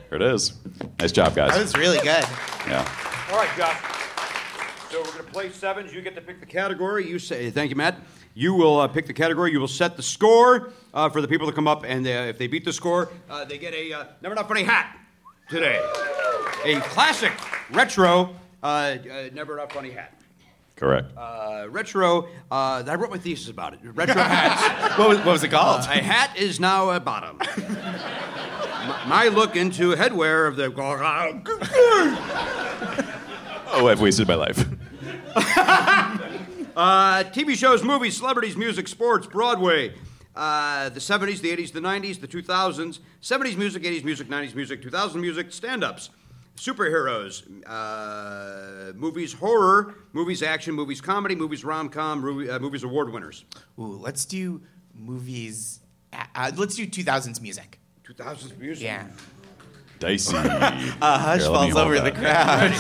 Speaker 1: There it is. Nice job,
Speaker 10: That
Speaker 1: guys.
Speaker 10: was really good.
Speaker 1: Yeah.
Speaker 2: All right, Josh. So we're gonna play sevens. You get to pick the category. You say, thank you, Matt. You will uh, pick the category. You will set the score uh, for the people that come up, and uh, if they beat the score, uh, they get a uh, never not funny hat today, a classic retro uh, uh, never not funny hat.
Speaker 1: Correct.
Speaker 2: uh, retro. Uh, I wrote my thesis about it. Retro hats.
Speaker 10: What was, what was it called?
Speaker 2: a hat is now a bottom. my, my look into headwear of the.
Speaker 1: oh, I've wasted my life.
Speaker 2: Uh, TV shows, movies, celebrities, music, sports, Broadway. Uh, the 70s, the 80s, the 90s, the 2000s. 70s music, 80s music, 90s music, 2000 music, stand ups, superheroes, uh, movies, horror, movies, action, movies, comedy, movies, rom com, movie, uh, movies, award winners.
Speaker 10: Ooh, let's do movies. Uh, uh, let's do 2000s music.
Speaker 2: 2000s music.
Speaker 10: Yeah.
Speaker 1: Dicey. a
Speaker 10: Hush falls over the crowd.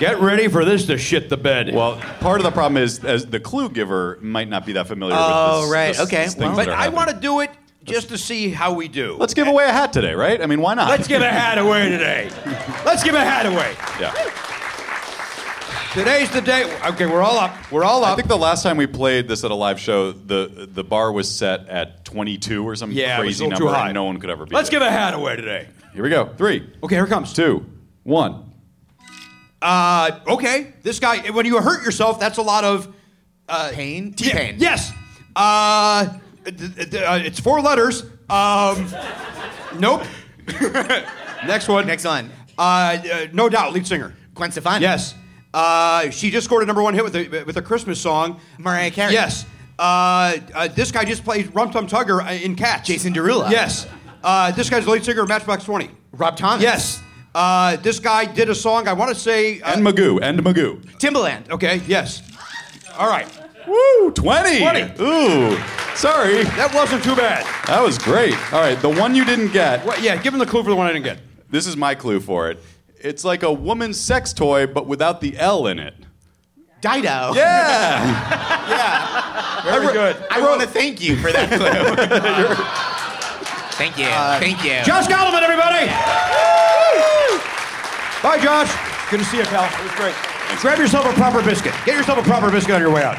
Speaker 2: Get ready for this to shit the bed.
Speaker 1: Well, part of the problem is as the clue giver might not be that familiar
Speaker 10: Oh,
Speaker 1: with this.
Speaker 10: right.
Speaker 1: this-
Speaker 10: Okay.
Speaker 1: these things
Speaker 10: Well-
Speaker 1: that
Speaker 2: But
Speaker 1: are
Speaker 2: I
Speaker 1: happening.
Speaker 2: want to do it just to see how we do.
Speaker 1: Let's give away a hat today, right? I mean, why not?
Speaker 2: Let's give a hat away today. Let's give a hat away.
Speaker 1: Yeah.
Speaker 2: Today's the day. Okay, we're all up. We're all
Speaker 1: I
Speaker 2: up.
Speaker 1: think the last time we played this at a live show, the the bar was set at 22 or some
Speaker 2: yeah, it was a
Speaker 1: crazy
Speaker 2: little
Speaker 1: number,
Speaker 2: too high.
Speaker 1: and no one could ever beat
Speaker 2: Let's
Speaker 1: it.
Speaker 2: give a hat away today.
Speaker 1: Here we go. Three,
Speaker 2: Okay, here it comes.
Speaker 1: two, one.
Speaker 2: Uh, okay, this guy. When you hurt yourself, that's a lot of uh,
Speaker 10: pain. T pain.
Speaker 2: yes. Uh, th- th- th- uh, it's four letters. Um, nope. Next one.
Speaker 10: Next one.
Speaker 2: Uh, uh, no doubt, lead singer.
Speaker 10: Gwen Stefani.
Speaker 2: Yes. Uh, she just scored a number one hit with a, with a Christmas song.
Speaker 10: Mariah Carey.
Speaker 2: Yes. Uh, uh, this guy just plays Rum Tum Tugger uh, in Cats.
Speaker 10: Jason Derulo.
Speaker 2: Yes. Uh, this guy's the lead singer of Matchbox 20.
Speaker 10: Rob Thomas.
Speaker 2: Yes. Uh, this guy did a song, I want to say. Uh,
Speaker 1: And Magoo. And Magoo.
Speaker 10: Timbaland.
Speaker 2: okay, yes. All right.
Speaker 1: Woo! 20.
Speaker 2: 20.
Speaker 1: Ooh. Sorry.
Speaker 2: That wasn't too bad.
Speaker 1: That was great. All right. The one you didn't get.
Speaker 2: Well, yeah, give him the clue for the one I didn't get.
Speaker 1: This is my clue for it. It's like a woman's sex toy, but without the L in it.
Speaker 10: Dido.
Speaker 1: Yeah.
Speaker 2: Very good.
Speaker 10: I want to thank you for that clue. thank you.
Speaker 2: Uh,
Speaker 10: thank you.
Speaker 2: Josh Gottleman, everybody! Bye, Josh. Good to see you, pal. It was great. Grab yourself a proper biscuit. Get yourself a proper biscuit on your way out.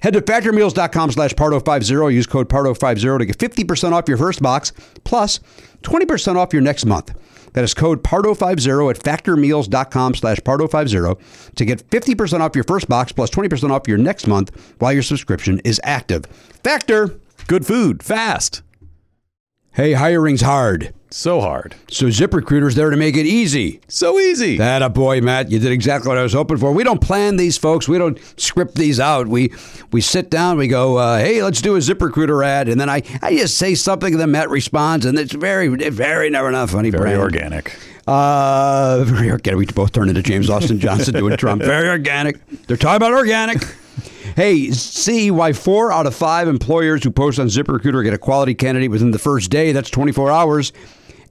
Speaker 9: Head to factormeals.com slash pardo50. Use code pardo50 to get 50% off your first box plus 20% off your next month. That is code pardo50 at factormeals.com slash pardo50 to get 50% off your first box plus 20% off your next month while your subscription is active. Factor!
Speaker 1: Good food, fast,
Speaker 9: Hey, hiring's hard.
Speaker 1: so hard,
Speaker 9: So ZipRecruiter's there to make it easy.
Speaker 1: so easy.
Speaker 9: That a boy, Matt. You did exactly what I was hoping for. We don't plan these, folks. We don't script these out. We we sit down. We go, uh, hey, let's do a ZipRecruiter ad, and then I, I just say something, and then Matt responds, and it's very very never not funny.
Speaker 1: very
Speaker 9: Brandon.
Speaker 1: organic.
Speaker 9: Uh, very organic. We both turned into James Austin Johnson doing Trump. Very organic. They're talking about organic. Hey, see why four out of five employers who post on ZipRecruiter get a quality candidate within the first day. That's 24 hours.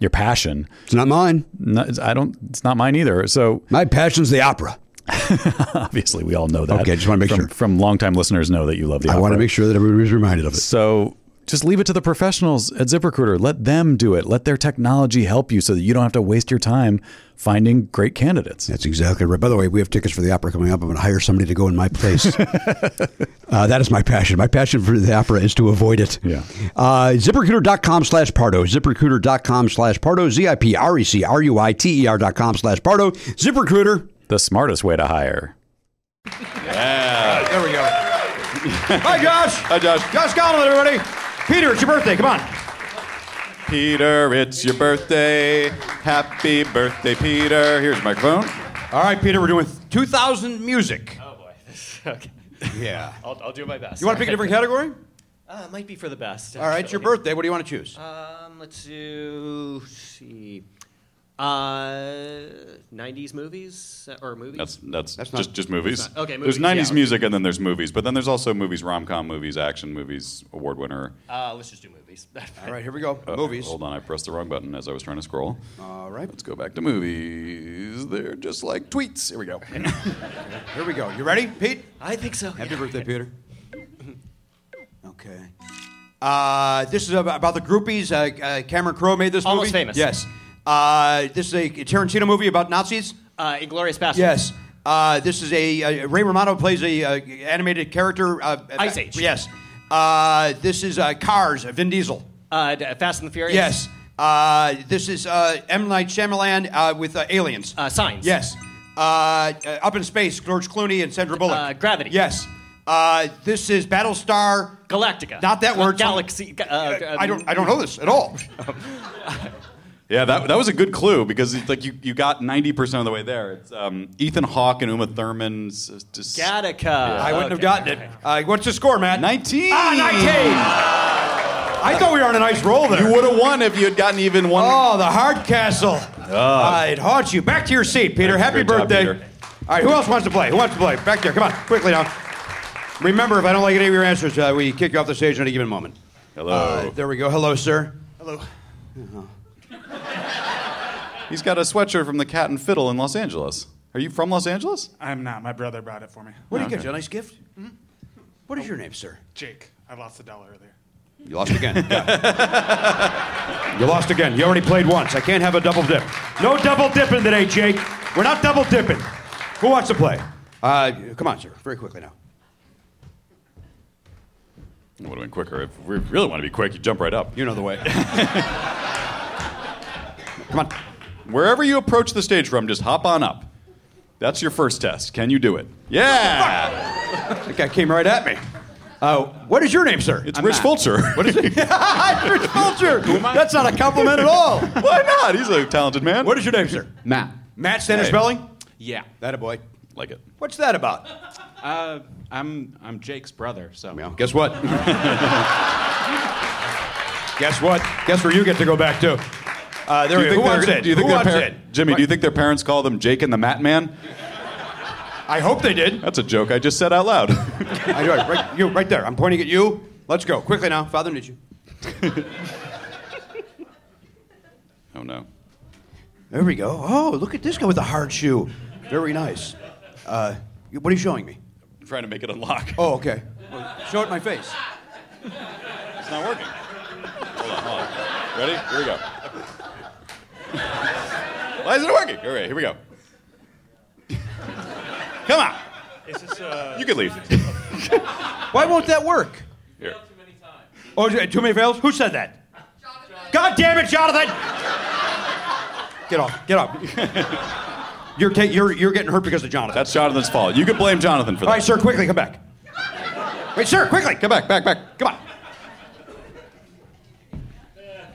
Speaker 1: your passion.
Speaker 9: It's not mine.
Speaker 1: No, it's- I don't. It's not mine either. So
Speaker 9: My passion's the opera.
Speaker 1: obviously, we all know that.
Speaker 9: Okay, just wanna make
Speaker 1: from,
Speaker 9: sure.
Speaker 1: from longtime listeners know that you love the.
Speaker 9: I want to
Speaker 1: opera.
Speaker 9: make sure that everybody's reminded of it.
Speaker 1: So just leave it to the professionals at ZipRecruiter. Let them do it. Let their technology help you so that you don't have to waste your time finding great candidates.
Speaker 9: That's exactly right. By the way, we have tickets for the opera coming up. I'm going to hire somebody to go in my place. uh, that is my passion. My passion for the opera is to avoid it.
Speaker 1: Yeah.
Speaker 9: Uh, ZipRecruiter.com slash Pardo. ZipRecruiter.com slash Pardo. Z I P R E C R U I T E R dot com slash Pardo. ZipRecruiter.
Speaker 1: The smartest way to hire.
Speaker 2: There we go. Hi, Josh. Hi, Josh. Josh Gottleman, everybody. Peter, it's your birthday. Come on.
Speaker 1: Peter, it's your birthday. Happy birthday, Peter. Here's your microphone.
Speaker 2: All right, Peter, we're doing 2000 music.
Speaker 8: Oh boy. okay.
Speaker 2: Yeah.
Speaker 8: I'll, I'll do my best.
Speaker 2: You want to pick a different category?
Speaker 8: Uh, it might be for the best.
Speaker 2: All right, it's your
Speaker 11: Uh,
Speaker 8: actually.
Speaker 12: Um,
Speaker 2: birthday. What do you want to choose?
Speaker 8: Um, let's do. see.
Speaker 11: Uh, 90s
Speaker 12: uh,
Speaker 11: movies or movies?
Speaker 1: That's that's,
Speaker 11: That's
Speaker 1: just
Speaker 11: not-
Speaker 1: just movies.
Speaker 11: that's not- okay,
Speaker 1: there's
Speaker 11: movies,
Speaker 1: 90s
Speaker 11: yeah.
Speaker 1: music and then there's movies, but then there's also movies, rom-com movies, action movies, award winner.
Speaker 11: Uh, let's just do movies.
Speaker 2: All right, here we go.
Speaker 1: Uh,
Speaker 2: Movies.
Speaker 1: Hold on, I pressed the wrong button as I was trying to scroll.
Speaker 2: All right.
Speaker 1: Let's go back to movies. They're just like tweets. Here we go.
Speaker 2: Here we go. You ready, Pete?
Speaker 11: I think so.
Speaker 2: Happy birthday, Peter. Okay. Uh, this is ab- about the groupies. Uh, uh, Cameron Crowe made this
Speaker 11: Almost
Speaker 2: movie.
Speaker 11: Famous.
Speaker 2: Yes. Uh, this is a Tarantino movie about Nazis.
Speaker 11: Uh, Inglorious Bastards.
Speaker 2: Yes. Uh, this is a uh, Ray Romano plays a uh, animated character. Uh,
Speaker 11: Ice Age.
Speaker 2: Yes. Uh, this is uh, Cars. uh, Vin Diesel.
Speaker 11: Uh, d- Fast and the Furious.
Speaker 2: Yes. Uh, this is uh, M Night Shyamalan uh, with uh, Aliens.
Speaker 11: Uh, Signs.
Speaker 2: Yes. Uh, uh, up in space, George Clooney and Sandra Bullock.
Speaker 11: Uh, Gravity.
Speaker 2: Yes. Uh, this is Battlestar.
Speaker 11: Galactica.
Speaker 2: Not that word.
Speaker 11: Galaxy. ga- Uh,
Speaker 2: I don't. I don't know this at all.
Speaker 1: Yeah, that, that was a good clue because it's like you, you got 90% of the way there. It's um, Ethan Hawke and Uma Thurman's uh, just
Speaker 11: Gattaca.
Speaker 2: I wouldn't have gotten it. Uh, what's the score, Matt?
Speaker 1: 19.
Speaker 2: Ah, 19. I thought we were on a nice roll there.
Speaker 1: You would have won if you had gotten even one. Ah.
Speaker 2: Oh, the hard castle. Uh, it haunts you. Back to your seat, Peter.
Speaker 1: Great
Speaker 2: Happy
Speaker 1: job,
Speaker 2: birthday.
Speaker 1: Peter.
Speaker 2: All right, who else wants to play? Who wants to play? Back there. Come on, quickly now. Remember, if I don't like any of your answers, uh, we kick you off the stage at any given moment.
Speaker 1: Hello.
Speaker 2: Uh, there we go. Hello, sir.
Speaker 3: Hello.
Speaker 1: He's got a sweatshirt from the Cat and Fiddle in Los Angeles. Are you from Los Angeles?
Speaker 8: I'm not. My brother brought it for me.
Speaker 2: What do you
Speaker 1: Okay.
Speaker 2: get? You A nice gift? Hmm? What is your name, sir?
Speaker 8: Jake, I lost a dollar earlier.
Speaker 2: You lost again. you lost again. You already played once. I can't have a double dip. No double dipping today, Jake. We're not double dipping. Who wants to play? Uh, come on, sir. Very quickly now.
Speaker 1: It would have been quicker. If we really want to be quick, you jump right up.
Speaker 2: You know the way. come on.
Speaker 1: Wherever you approach the stage from, just hop on up. That's your first test. Can you do it? Yeah!
Speaker 2: That guy came right at me. Uh, what is your name, sir?
Speaker 1: It's
Speaker 2: I'm
Speaker 1: Rich
Speaker 2: not.
Speaker 1: Fulcher. What is it?
Speaker 2: Hi, Rich Fulcher. That's not a compliment at all.
Speaker 1: Why not? He's a talented man.
Speaker 2: Oh, What is your name, sir?
Speaker 13: Matt.
Speaker 2: Matt Standard
Speaker 1: Hey.
Speaker 2: Spelling?
Speaker 13: Yeah.
Speaker 2: That a boy.
Speaker 1: Like it.
Speaker 2: What's that about?
Speaker 13: Uh, I'm I'm Jake's brother, so
Speaker 2: Yeah, guess what? guess what? Guess where you get to go back to? Uh, there
Speaker 1: Do
Speaker 2: we go.
Speaker 1: you think
Speaker 2: Who wants
Speaker 1: their-
Speaker 2: it?
Speaker 1: Do you think
Speaker 2: Who
Speaker 1: their
Speaker 2: wants
Speaker 1: par-
Speaker 2: it?
Speaker 1: Jimmy, do you think their parents call them Jake and the Mat Man?
Speaker 2: I hope they did.
Speaker 1: That's a joke I just said out loud.
Speaker 2: I do it. Right, you, right there. I'm pointing at you. Let's go. Quickly now. Father needs you.
Speaker 1: oh no.
Speaker 2: There we go. Oh, look at this guy with the hard shoe. Very nice. Uh, you- what are you showing me?
Speaker 1: I'm trying to make it unlock.
Speaker 2: Oh, okay. Well, show it my face.
Speaker 1: It's not working. Hold on, hold on. Ready? Here we go. Why isn't it working? All right, here we go. Come on.
Speaker 8: Is this uh,
Speaker 1: You can leave.
Speaker 2: Why won't that work?
Speaker 1: Here.
Speaker 2: Oh, is it too many fails? Who said that? God damn it, Jonathan! Get off. Get off. you're, ta- you're, you're getting hurt because of Jonathan.
Speaker 1: That's Jonathan's fault. You can blame Jonathan for
Speaker 2: All right,
Speaker 1: that.
Speaker 2: sir, quickly, come back. Wait, sir, quickly, come back, back, back. Come on.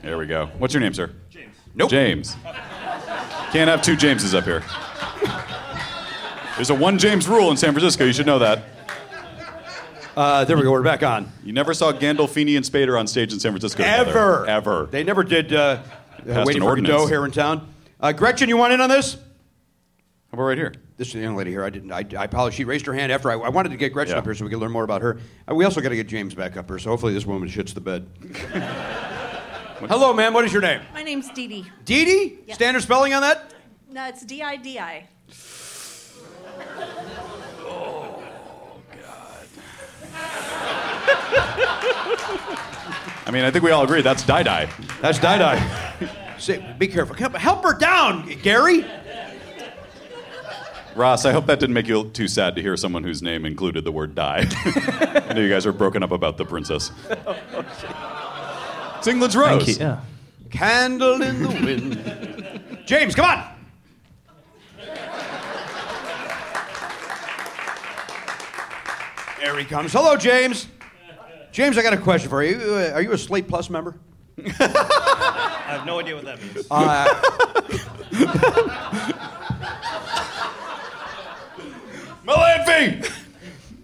Speaker 1: There we go. What's your name, sir? James.
Speaker 2: Nope.
Speaker 1: James. Can't have two Jameses up here. There's a one James rule in San Francisco. You should know that.
Speaker 2: Uh, there we go. We're back on.
Speaker 1: You never saw Gandolfini and Spader on stage in San Francisco. together.
Speaker 2: Ever.
Speaker 1: Ever.
Speaker 2: They never did uh, uh,
Speaker 1: Passed
Speaker 2: Waiting
Speaker 1: an
Speaker 2: for Godot
Speaker 1: ordinance.
Speaker 2: here in town. Uh, Gretchen, you want in on this?
Speaker 1: How about right here?
Speaker 2: This is the young lady here. I didn't. I, I apologize. She raised her hand after I, I wanted to get Gretchen
Speaker 1: Yeah.
Speaker 2: up here so we could learn more about her. Uh, we also got to get James back up here. So hopefully this woman shits the bed. Hello, ma'am. What is your name?
Speaker 14: My name's Dee Dee.
Speaker 2: Dee Dee.
Speaker 14: Yeah.
Speaker 2: Standard spelling on that?
Speaker 14: No, it's D I D I.
Speaker 1: I mean, I think we all agree that's Dai Dai.
Speaker 2: That's Dai Dai. Say, be careful. Help, help her down, Gary.
Speaker 1: Ross, I hope that didn't make you too sad to hear someone whose name included the word die. I know you guys are broken up about the princess. It's England's Rose.
Speaker 6: Yeah.
Speaker 2: Candle in the wind. James, come on. There he comes. Hello, James. James, I got a question for you. Uh, Are you a Slate Plus member?
Speaker 8: I have no idea what that means.
Speaker 2: Uh,
Speaker 1: Melanfi!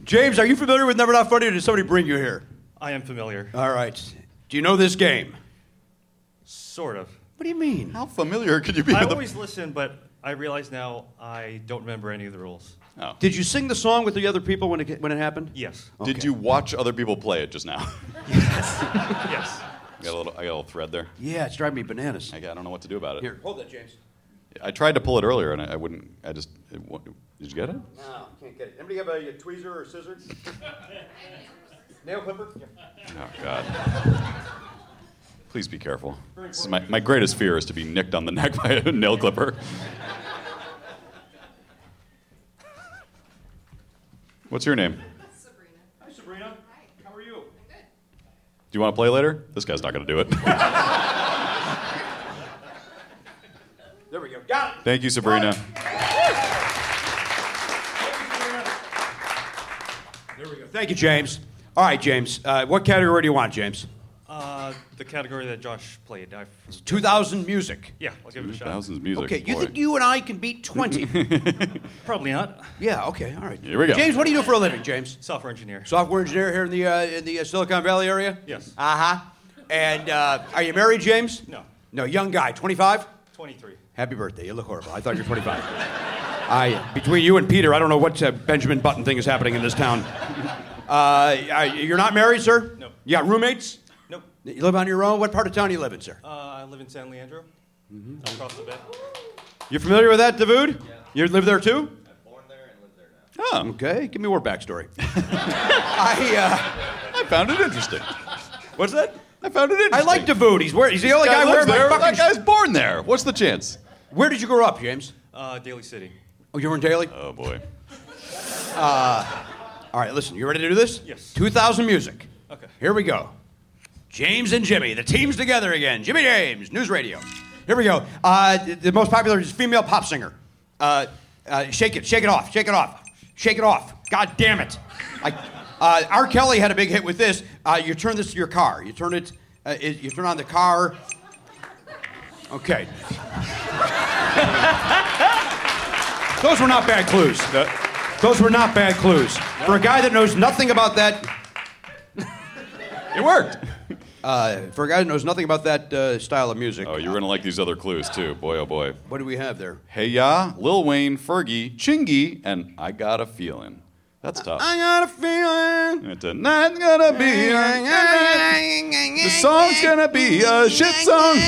Speaker 2: James, are you familiar with Never Not Funny, or did somebody bring you here?
Speaker 8: I am familiar.
Speaker 2: All right. Do you know this game?
Speaker 8: Sort of.
Speaker 2: What do you mean?
Speaker 12: How
Speaker 2: familiar could you be
Speaker 12: I
Speaker 2: with the-
Speaker 12: always listen, but I realize now I don't remember any of the rules.
Speaker 1: Oh.
Speaker 2: Did you sing the song with the other people when it when it happened?
Speaker 12: Yes.
Speaker 1: Did you watch other people play it just now?
Speaker 12: yes.
Speaker 1: I got a little, I got a little thread there.
Speaker 2: Yeah, it's driving me bananas.
Speaker 1: I, I don't know what to do about it.
Speaker 2: Here, hold that, James.
Speaker 1: I tried to pull it earlier and I, I wouldn't. I just. It, wa- did you get it?
Speaker 2: No, can't get it. Anybody have a, tweezer or scissors? Nail clipper?
Speaker 1: Oh God. Please be careful. This is my, my greatest fear is to be nicked on the neck by a nail clipper. What's your name?
Speaker 12: Hi, Sabrina. Hi. How are you?
Speaker 1: Do you want to play later? This guy's not going to do it.
Speaker 2: There we go. Got it.
Speaker 1: Thank you, Sabrina.
Speaker 2: There we go. Thank you, James. All right, James. Uh, what category do you want, James?
Speaker 12: Uh, the category that Josh played. I,
Speaker 2: 2000 music.
Speaker 12: yeah, I'll give it a shot.
Speaker 1: 2000s music.
Speaker 2: Okay, you
Speaker 1: boy.
Speaker 2: think you and I can beat 20?
Speaker 12: Probably not.
Speaker 2: Yeah, okay, all right.
Speaker 1: Here we go.
Speaker 2: James, what do you do for a living, James?
Speaker 12: Software engineer.
Speaker 2: Software engineer here in the, uh, in the uh, Silicon Valley area?
Speaker 12: Yes.
Speaker 2: Uh huh. And uh, are you married, James?
Speaker 12: No.
Speaker 2: No, young guy, 25?
Speaker 12: 23.
Speaker 2: Happy birthday. You look horrible. I thought you were 25. I, between you and Peter, I don't know what uh, Benjamin Button thing is happening in this town. Uh, uh, you're not married, sir?
Speaker 12: No.
Speaker 2: You got roommates?
Speaker 12: Nope.
Speaker 2: You live on your own? What part of town do you live in, sir?
Speaker 12: Uh, I live in San Leandro.
Speaker 2: Mm-hmm.
Speaker 12: I'll cross the bed.
Speaker 2: You're familiar with that, David? You live there too? Oh, okay. Give me more backstory. I,
Speaker 1: uh, I found it interesting.
Speaker 2: What's that?
Speaker 1: I found it interesting.
Speaker 2: I like Davood. He's, where, he's the
Speaker 1: This
Speaker 2: only
Speaker 1: guy
Speaker 2: guy,
Speaker 1: lives
Speaker 2: wearing my
Speaker 1: there.
Speaker 2: fucking
Speaker 1: That guy's
Speaker 2: sh-
Speaker 1: born there. What's the chance?
Speaker 2: Where did you grow up, James?
Speaker 12: Uh, Daly City.
Speaker 2: Oh, you were in Daly?
Speaker 1: Oh, boy.
Speaker 2: Uh, all right, listen. You ready to do this?
Speaker 12: Yes.
Speaker 2: 2000 music.
Speaker 12: Okay.
Speaker 2: Here we go. James and Jimmy. The team's together again. Jimmy James, News Radio. Here we go. Uh, the, the most popular is female pop singer. Uh, uh, shake it. Shake it off. Shake it off. Shake it off. God damn it. I, uh, R. Kelly had a big hit with this. Uh, you turn this to your car. You turn it. Uh, it you turn on the car. Okay. Those were not bad clues. Uh, Those were not bad clues. For a guy that knows nothing about that,
Speaker 1: it worked.
Speaker 2: Uh, for a guy that knows nothing about that uh, style of music,
Speaker 1: Oh, you're going to like these other clues, too. Boy, oh, boy.
Speaker 2: what do we have there?
Speaker 1: Hey Ya, Lil Wayne, Fergie, Chingy, and I Got a Feeling. That's tough.
Speaker 2: I got a feeling.
Speaker 1: And Tonight's gonna be a, the song's gonna be a shit song.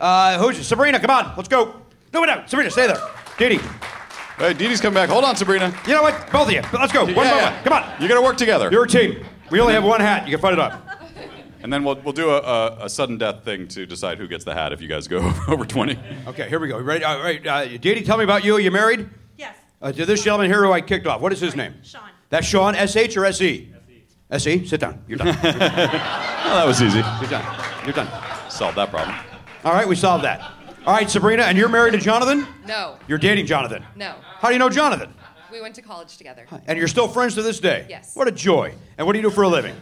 Speaker 2: Uh, who's Sabrina? Come on, let's go. No, it out. Sabrina, stay there. Didi.
Speaker 1: Hey, Didi's coming back. Hold on, Sabrina.
Speaker 2: You know what? Both of you. Let's go. One by
Speaker 1: Yeah,
Speaker 2: one. Come on.
Speaker 1: You're gonna work together.
Speaker 2: You're a team. We only have one hat. You can fight it up.
Speaker 1: And then we'll, we'll do a, a, a sudden death thing to decide who gets the hat if you guys go over 20.
Speaker 2: Okay, here we go. Ready? All right, uh, Didi, tell me about you. Are you married?
Speaker 14: Yes.
Speaker 2: Uh, to this gentleman here who I kicked off. What is his name?
Speaker 14: Sean.
Speaker 2: That's Sean. S H or S E? S E. Sit down. You're done.
Speaker 1: Well, that was easy.
Speaker 2: You're done. You're done.
Speaker 1: Solved that problem.
Speaker 2: All right, we solved that. All right, Sabrina, and you're married to Jonathan?
Speaker 15: No,
Speaker 2: You're dating Jonathan.
Speaker 15: no.
Speaker 2: How do you know Jonathan?
Speaker 15: We went to college together.
Speaker 2: And you're still friends to this day?
Speaker 15: Yes.
Speaker 2: What a joy. And what do you do for a living?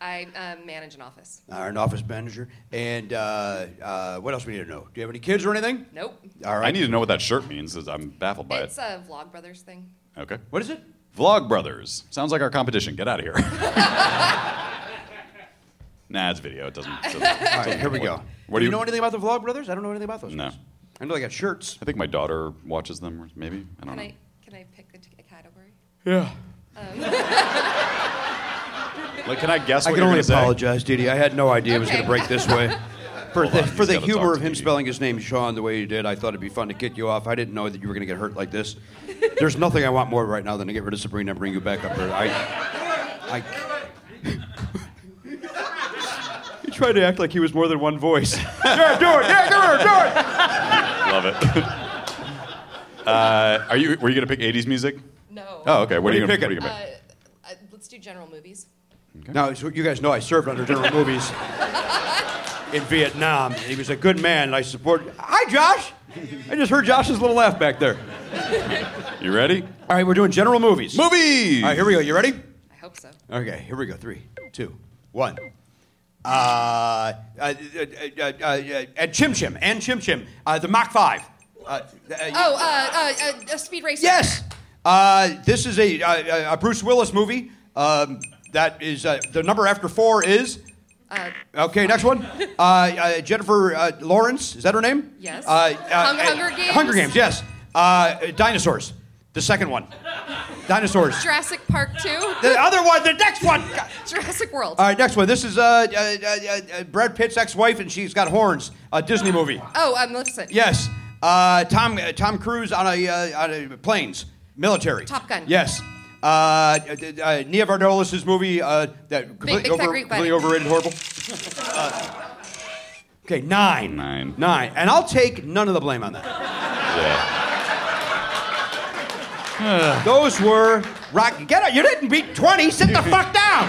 Speaker 15: I um, manage an office.
Speaker 2: Uh, an office manager. And uh, uh, what else we need to know? Do you have any kids or anything?
Speaker 15: Nope.
Speaker 2: All right.
Speaker 1: I need to know what that shirt means. 'cause I'm baffled by it.
Speaker 15: It's a Vlogbrothers thing.
Speaker 1: Okay.
Speaker 2: What is it?
Speaker 1: Vlog Brothers. Sounds like our competition. Get out of here. nah, it's video. It doesn't. doesn't
Speaker 2: All right, here we go.
Speaker 1: What
Speaker 2: do
Speaker 1: do
Speaker 2: you
Speaker 1: you-
Speaker 2: know anything about the Vlog Brothers? I don't know anything about those.
Speaker 1: No.
Speaker 2: I know they got shirts.
Speaker 1: I think my daughter watches them, or maybe. I don't know.
Speaker 15: Can I can I pick the t- a category?
Speaker 1: Yeah.
Speaker 15: Um,
Speaker 1: Like, can I guess?
Speaker 2: I
Speaker 1: what
Speaker 2: can
Speaker 1: you're
Speaker 2: only
Speaker 1: gonna say?
Speaker 2: apologize, Didi. I had no idea it was
Speaker 15: Okay.
Speaker 2: going to break this way. For
Speaker 1: Hold
Speaker 2: the,
Speaker 1: on,
Speaker 2: for
Speaker 1: he's
Speaker 2: the
Speaker 1: gotta
Speaker 2: humor
Speaker 1: talk
Speaker 2: of
Speaker 1: to
Speaker 2: him
Speaker 1: Didi.
Speaker 2: spelling his name Sean the way he did, I thought it'd be fun to kick you off. I didn't know that you were going to get hurt like this. There's nothing I want more right now than to get rid of Sabrina and bring you back up here. I, I, he tried to act like he was more than one voice. yeah, do it. Yeah, do it. Do it.
Speaker 1: Love it. uh, are you? Were you gonna pick '80s music?
Speaker 15: no.
Speaker 1: Oh, okay. What,
Speaker 2: What are
Speaker 1: are you
Speaker 2: you
Speaker 1: gonna,
Speaker 2: picking?
Speaker 1: What are you gonna
Speaker 15: Uh, uh, let's do general movies.
Speaker 2: Now, so you guys know I served under General Movies in Vietnam. He was a good man, and I support. Hi, Josh. I just heard Josh's little laugh back there.
Speaker 1: pick? You ready?
Speaker 2: All right, we're doing General Movies.
Speaker 1: Movies.
Speaker 2: All right, here we go. You ready?
Speaker 15: I hope so.
Speaker 2: Okay, here we go. Three, two, one. Uh, uh, uh, uh, uh, uh, and Chim Chim, and Chim Chim, uh, the Mach 5. Uh, uh,
Speaker 15: Oh, uh, uh, uh, a speed racer.
Speaker 2: Yes. Uh, this is a, a, a Bruce Willis movie. Um, that is uh, the number after four is
Speaker 15: Uh,
Speaker 2: Okay, next one. Uh, uh, Jennifer uh, Lawrence, is that her name?
Speaker 15: Yes.
Speaker 2: Uh, uh,
Speaker 15: Hung-
Speaker 2: uh,
Speaker 15: Hunger Games?
Speaker 2: Hunger Games, yes. Uh, dinosaurs, the second one. Dinosaurs.
Speaker 15: Jurassic Park 2.
Speaker 2: The other one, the next one.
Speaker 15: Jurassic World.
Speaker 2: All right, next one. This is uh, uh, uh, uh, Brad Pitt's ex-wife, and she's got horns. A Disney movie.
Speaker 15: Oh, uh, Maleficent.
Speaker 2: Yes. Uh, Tom uh, Tom Cruise on a uh, on a planes military.
Speaker 15: Top Gun.
Speaker 2: Yes. Uh, uh, uh, Nia Vardalos' movie uh, that completely,
Speaker 15: Big Fat
Speaker 2: over-
Speaker 15: Greek
Speaker 2: completely
Speaker 15: Wedding.
Speaker 2: overrated, horrible. Uh, Okay, nine. Nine. Nine. And I'll take none of the blame on that. Those were rock. Get out! You didn't beat twenty. Sit the fuck down.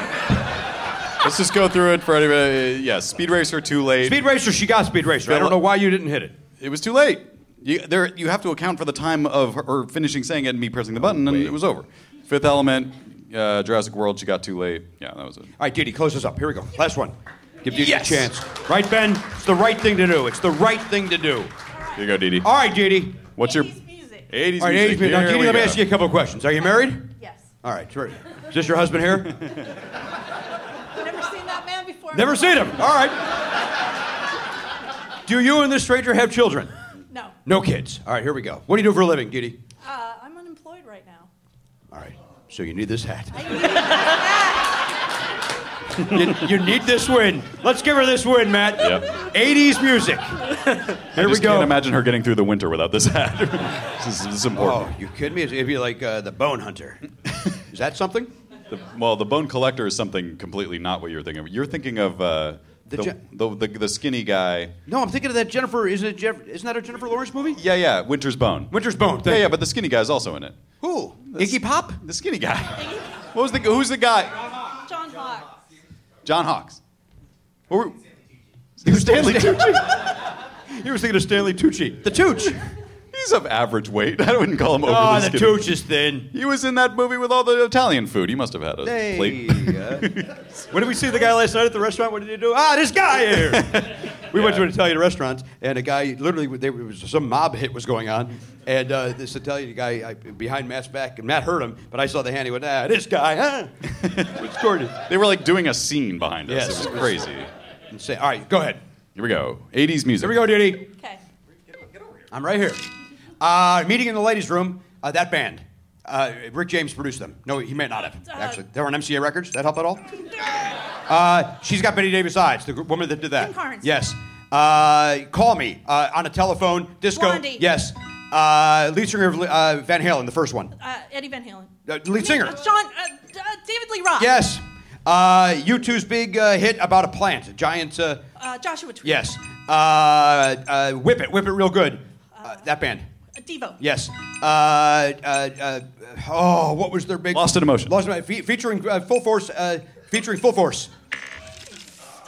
Speaker 1: Let's just go through it for anybody. Yeah, Speed Racer too late. Speed
Speaker 2: Racer, she got Speed Racer. I don't know why you didn't hit it.
Speaker 1: It was too late. You, there, you have to account for the time of her, her finishing saying it and me pressing the button, and it was over. Fifth Element, uh, Jurassic World, she got too late. Yeah, that was it.
Speaker 2: All right, Didi, close this up. Here we go. Last one. Give Didi a chance. Right, Ben? It's the right thing to do. It's the right thing to do.
Speaker 1: Here you go, Didi.
Speaker 2: All right, Didi.
Speaker 1: What's your 80s music? 80s
Speaker 2: All right,
Speaker 1: music.
Speaker 2: 80s Now,
Speaker 1: Here
Speaker 2: Didi,
Speaker 1: we
Speaker 2: let me
Speaker 1: go.
Speaker 2: ask you a couple of questions. Are you married? Yes. All right. sure. Is this your husband here?
Speaker 14: I've never seen that man before.
Speaker 2: Never seen him. All right. Do you and this stranger have children?
Speaker 14: No.
Speaker 2: No kids. All right, here we go. What do you do for a living, Didi?
Speaker 14: Uh, I'm unemployed right now.
Speaker 2: All right. So you need this hat. you,
Speaker 14: I
Speaker 2: you need this win. Let's give her this win, Matt.
Speaker 1: Yep.
Speaker 2: 80s music.
Speaker 1: I
Speaker 2: Here we
Speaker 1: just
Speaker 2: go.
Speaker 1: can't imagine her getting through the winter without this hat. this, is, this is important.
Speaker 2: Oh, you kidding me? It'd be like uh, the Bone Hunter. Is that something?
Speaker 1: The, well, the bone collector is something completely not what you're thinking of. You're thinking of uh,
Speaker 2: The
Speaker 1: the, the,
Speaker 2: gen-
Speaker 1: the, the, skinny guy.
Speaker 2: No, I'm thinking of that Jennifer. Isn't it Jeff, Isn't that a Jennifer Lawrence movie?
Speaker 1: Yeah, yeah, Winter's Bone.
Speaker 2: Winter's Bone.
Speaker 1: Yeah, yeah, but the skinny guy's also in it.
Speaker 2: Who? Iggy Pop?
Speaker 1: The skinny guy. What was the who's the guy?
Speaker 14: John Hawk.
Speaker 1: John Hawks. What were- It was Stanley Tucci.
Speaker 2: You were thinking of Stanley Tucci. The Tooch.
Speaker 1: He's of average weight. I wouldn't call him over
Speaker 2: Oh,
Speaker 1: the
Speaker 2: the
Speaker 1: skinny.
Speaker 2: Tooch is thin.
Speaker 1: He was in that movie with all the Italian food. He must have had a
Speaker 2: Hey,
Speaker 1: plate.
Speaker 2: When did we see the guy last night at the restaurant? What did he do? Ah, this guy here. we went to an Italian restaurant, and a guy literally there was some mob hit was going on, and uh, this Italian guy I, behind Matt's back, and Matt heard him, but I saw the hand. He went, ah, this guy, huh? it's gorgeous.
Speaker 1: They were like doing a scene behind us.
Speaker 2: Yes.
Speaker 1: It was crazy.
Speaker 2: Insane. All right, go ahead.
Speaker 1: Here we go. 80s music.
Speaker 2: Here we go, Diddy.
Speaker 14: Okay.
Speaker 2: I'm right here. Uh, meeting in the ladies' room. Uh, that band. Uh, Rick James produced them. No, he may not have.
Speaker 14: uh,
Speaker 2: Actually, they were on MCA Records. That help at all? Uh, she's got Betty Davis eyes. The gr- woman that did that.
Speaker 14: Kim Carnes.
Speaker 2: Yes. Uh, call me uh, on a telephone. Disco.
Speaker 14: Blondie.
Speaker 2: Yes. Uh, lead singer of uh, Van Halen, the first one.
Speaker 14: Uh, Eddie Van Halen.
Speaker 2: Uh, lead singer.
Speaker 14: Uh, John. Uh, D- uh, David Lee Roth.
Speaker 2: Yes. Uh, U2's big uh, hit about a plant, a giant. Uh,
Speaker 14: Uh, Joshua Tree.
Speaker 2: yes. Uh, uh, whip it, whip it real good. Uh, that band.
Speaker 14: Uh, Devo.
Speaker 2: Yes. Uh, uh, uh, oh, what was their big
Speaker 1: Lost in Emotion.
Speaker 2: Lost in Emotion, fe- featuring uh, Full Force. Uh, featuring Full Force.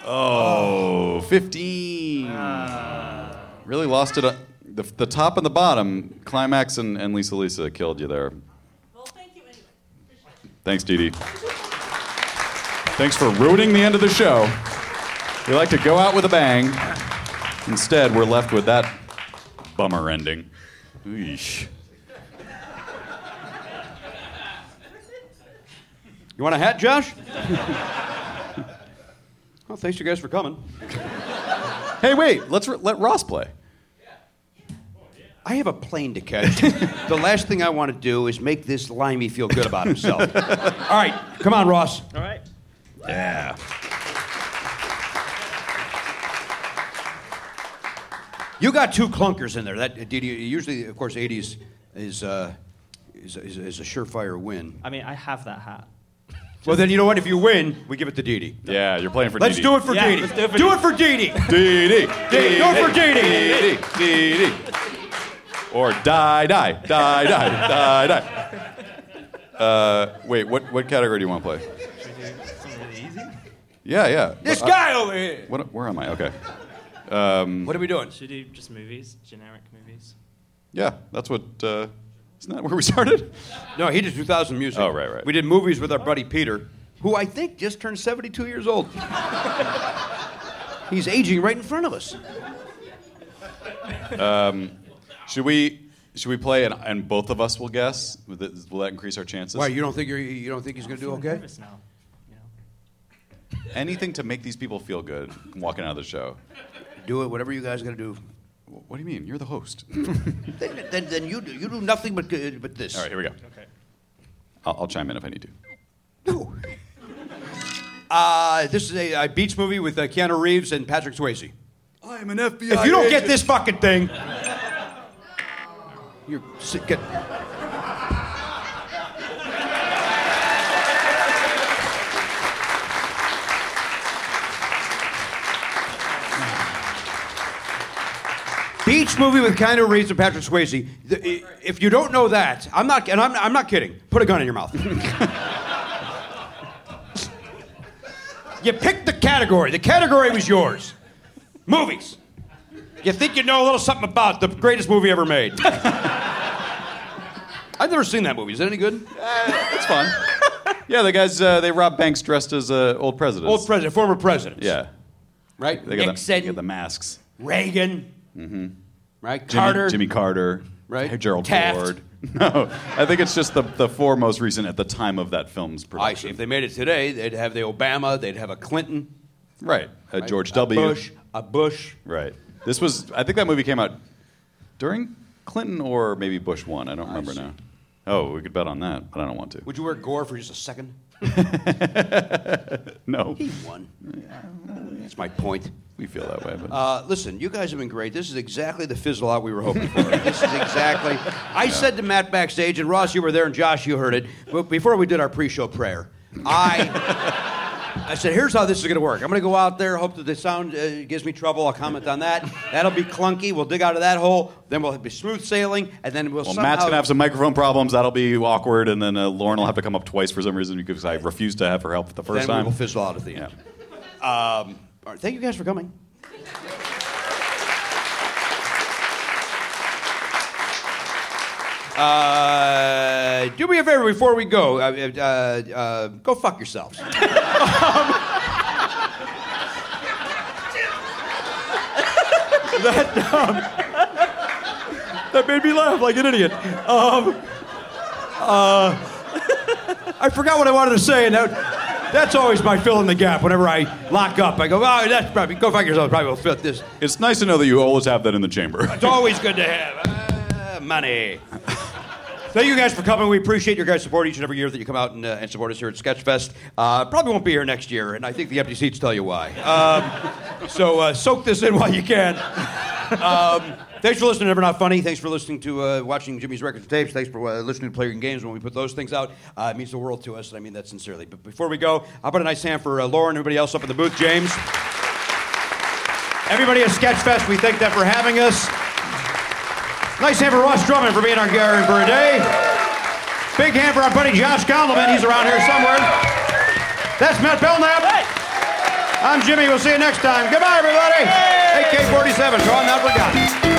Speaker 1: Oh, 15.
Speaker 2: Ah.
Speaker 1: really lost it. on- The, the top and the bottom, Climax and, and Lisa Lisa killed you there. Thanks, Dee Dee. Thanks for ruining the end of the show. We like to go out with a bang. Instead, we're left with that bummer ending. Eesh.
Speaker 2: You want a hat, Josh? well, thanks you guys for coming.
Speaker 1: Hey, wait, let's re- let Ross play.
Speaker 2: I have a plane to catch. the last thing I want to do is make this limey feel good about himself. All right, come on, Ross.
Speaker 11: All right.
Speaker 1: Yeah.
Speaker 2: You got two clunkers in there. That did you, usually, of course, 80s is, uh, is, is, is a surefire win.
Speaker 6: mean, I have that hat.
Speaker 2: Well, then you know what? If you win, we give it to Dee Dee.
Speaker 1: Yeah, you're playing for
Speaker 2: Let's
Speaker 1: Dee Dee.
Speaker 2: do it for
Speaker 6: Yeah,
Speaker 2: Dee Dee.
Speaker 6: let's
Speaker 2: Do it for Dee Dee.
Speaker 1: Dee Dee.
Speaker 2: Dee, go for Dee Dee.
Speaker 1: Dee Dee. Dee Dee. Or die, die, die, die, die, die. Uh, wait, what, what category do you want to play? Yeah, yeah.
Speaker 2: This
Speaker 1: What-
Speaker 2: guy over here.
Speaker 1: What, where am I? Okay. Um,
Speaker 2: What are we doing?
Speaker 6: Should we do just movies, generic movies?
Speaker 1: Yeah, that's what. Uh, isn't that where we started?
Speaker 2: No, he did 2000 music.
Speaker 1: Oh, right, right.
Speaker 2: We did movies with our buddy Peter, who I think just turned 72 years old. He's aging right in front of us.
Speaker 1: Um, should we? Should we play and, and both of us will guess? Will that will that increase our chances?
Speaker 2: Why you don't think you're, you don't think he's going to do okay?
Speaker 6: Nervous now.
Speaker 1: anything to make these people feel good walking out of the show.
Speaker 2: Do it, whatever you guys got to do.
Speaker 1: What do you mean? You're the host.
Speaker 2: then, then, then you do you do nothing but uh, but this.
Speaker 1: All right, here we go. Okay. I'll, I'll chime in if I need to.
Speaker 2: Uh, this is a, a beach movie with uh, Keanu Reeves and Patrick Swayze.
Speaker 1: I'm an FBI.
Speaker 2: If you don't get this fucking thing, you're sick. Get, Beach movie with Keanu Reeves and Patrick Swayze. The- i- if you don't know that, I'm not, and I'm, I'm not kidding. Put a gun in your mouth. you picked the category. The category was yours. Movies. You think you know a little something about the greatest movie ever made? I've never seen that movie. Is it any good?
Speaker 1: it's fun. Yeah, the guys uh, they rob banks dressed as uh, old presidents.
Speaker 2: Old president, former president.
Speaker 1: Yeah.
Speaker 2: Right.
Speaker 1: They got, the,
Speaker 2: Nixon.
Speaker 1: they got the masks.
Speaker 2: Reagan.
Speaker 1: Mm-hmm.
Speaker 2: Right.
Speaker 1: Jimmy,
Speaker 2: Carter.
Speaker 1: Jimmy Carter.
Speaker 2: Right.
Speaker 1: Gerald
Speaker 2: Taft.
Speaker 1: Ford. No, I think it's just the, the four most recent at the time of that film's
Speaker 2: I
Speaker 1: production.
Speaker 2: see. If they made it today, they'd have the Obama. They'd have a Clinton.
Speaker 1: Right. A
Speaker 2: Right.
Speaker 1: George
Speaker 2: A
Speaker 1: W.
Speaker 2: Uh, Bush. A Bush.
Speaker 1: Right. This was, I think that movie came out during Clinton or maybe Bush one. I don't remember now. Oh, we could bet on that, but I don't want to.
Speaker 2: Would you wear Gore for just a second?
Speaker 1: No.
Speaker 2: He won. That's my point.
Speaker 1: We feel that way. But.
Speaker 2: Uh, listen, you guys have been great. This is exactly the fizzle out we were hoping for. this is exactly. I said to Matt backstage, and Ross, you were there, and Josh, you heard it. But before we did our pre-show prayer, I, I said, here's how this is going to work. I'm going to go out there, hope that the sound uh, gives me trouble. I'll comment on that. That'll be clunky. We'll dig out of that hole. Then we'll be smooth sailing, and then we'll.
Speaker 1: well,
Speaker 2: somehow...
Speaker 1: Matt's gonna have some microphone problems. That'll be awkward, and then uh, Lauren will have to come up twice for some reason because I refused to have her help the
Speaker 2: then
Speaker 1: first time.
Speaker 2: we will fizzle out at the end. Um, all right, thank you guys for coming. Uh, do me a favor before we go. Uh, uh, uh, go fuck yourselves.
Speaker 5: that, um,
Speaker 2: that made me laugh like an idiot. Um, uh, I forgot what I wanted to say, and that, that's always my fill in the gap. Whenever I lock up, I go, "Oh, that's probably go fuck yourself." Probably will fit this.
Speaker 1: It's nice to know that you always have that in the chamber.
Speaker 2: It's always good to have uh, money. Thank you guys for coming. We appreciate your guys' support each and every year that you come out and, uh, and support us here at Sketchfest. Uh, probably won't be here next year, and I think the empty seats tell you why. Um, so uh, soak this in while you can. Um, thanks for listening to Never Not Funny. Thanks for listening to uh, watching Jimmy's records and tapes. Thanks for uh, listening to Player Games when we put those things out. Uh, it means the world to us, and I mean that sincerely. But before we go, how about a nice hand for uh, Lauren, everybody else up in the booth, James. Everybody at Sketchfest, we thank them for having us. Nice hand for Ross Drummond for being our Garen for a day. Big hand for our buddy Josh Gondelman. He's around here somewhere. That's Matt Belknap. I'm Jimmy. We'll see you next time. Goodbye, everybody. AK-47. Go on, not forgotten.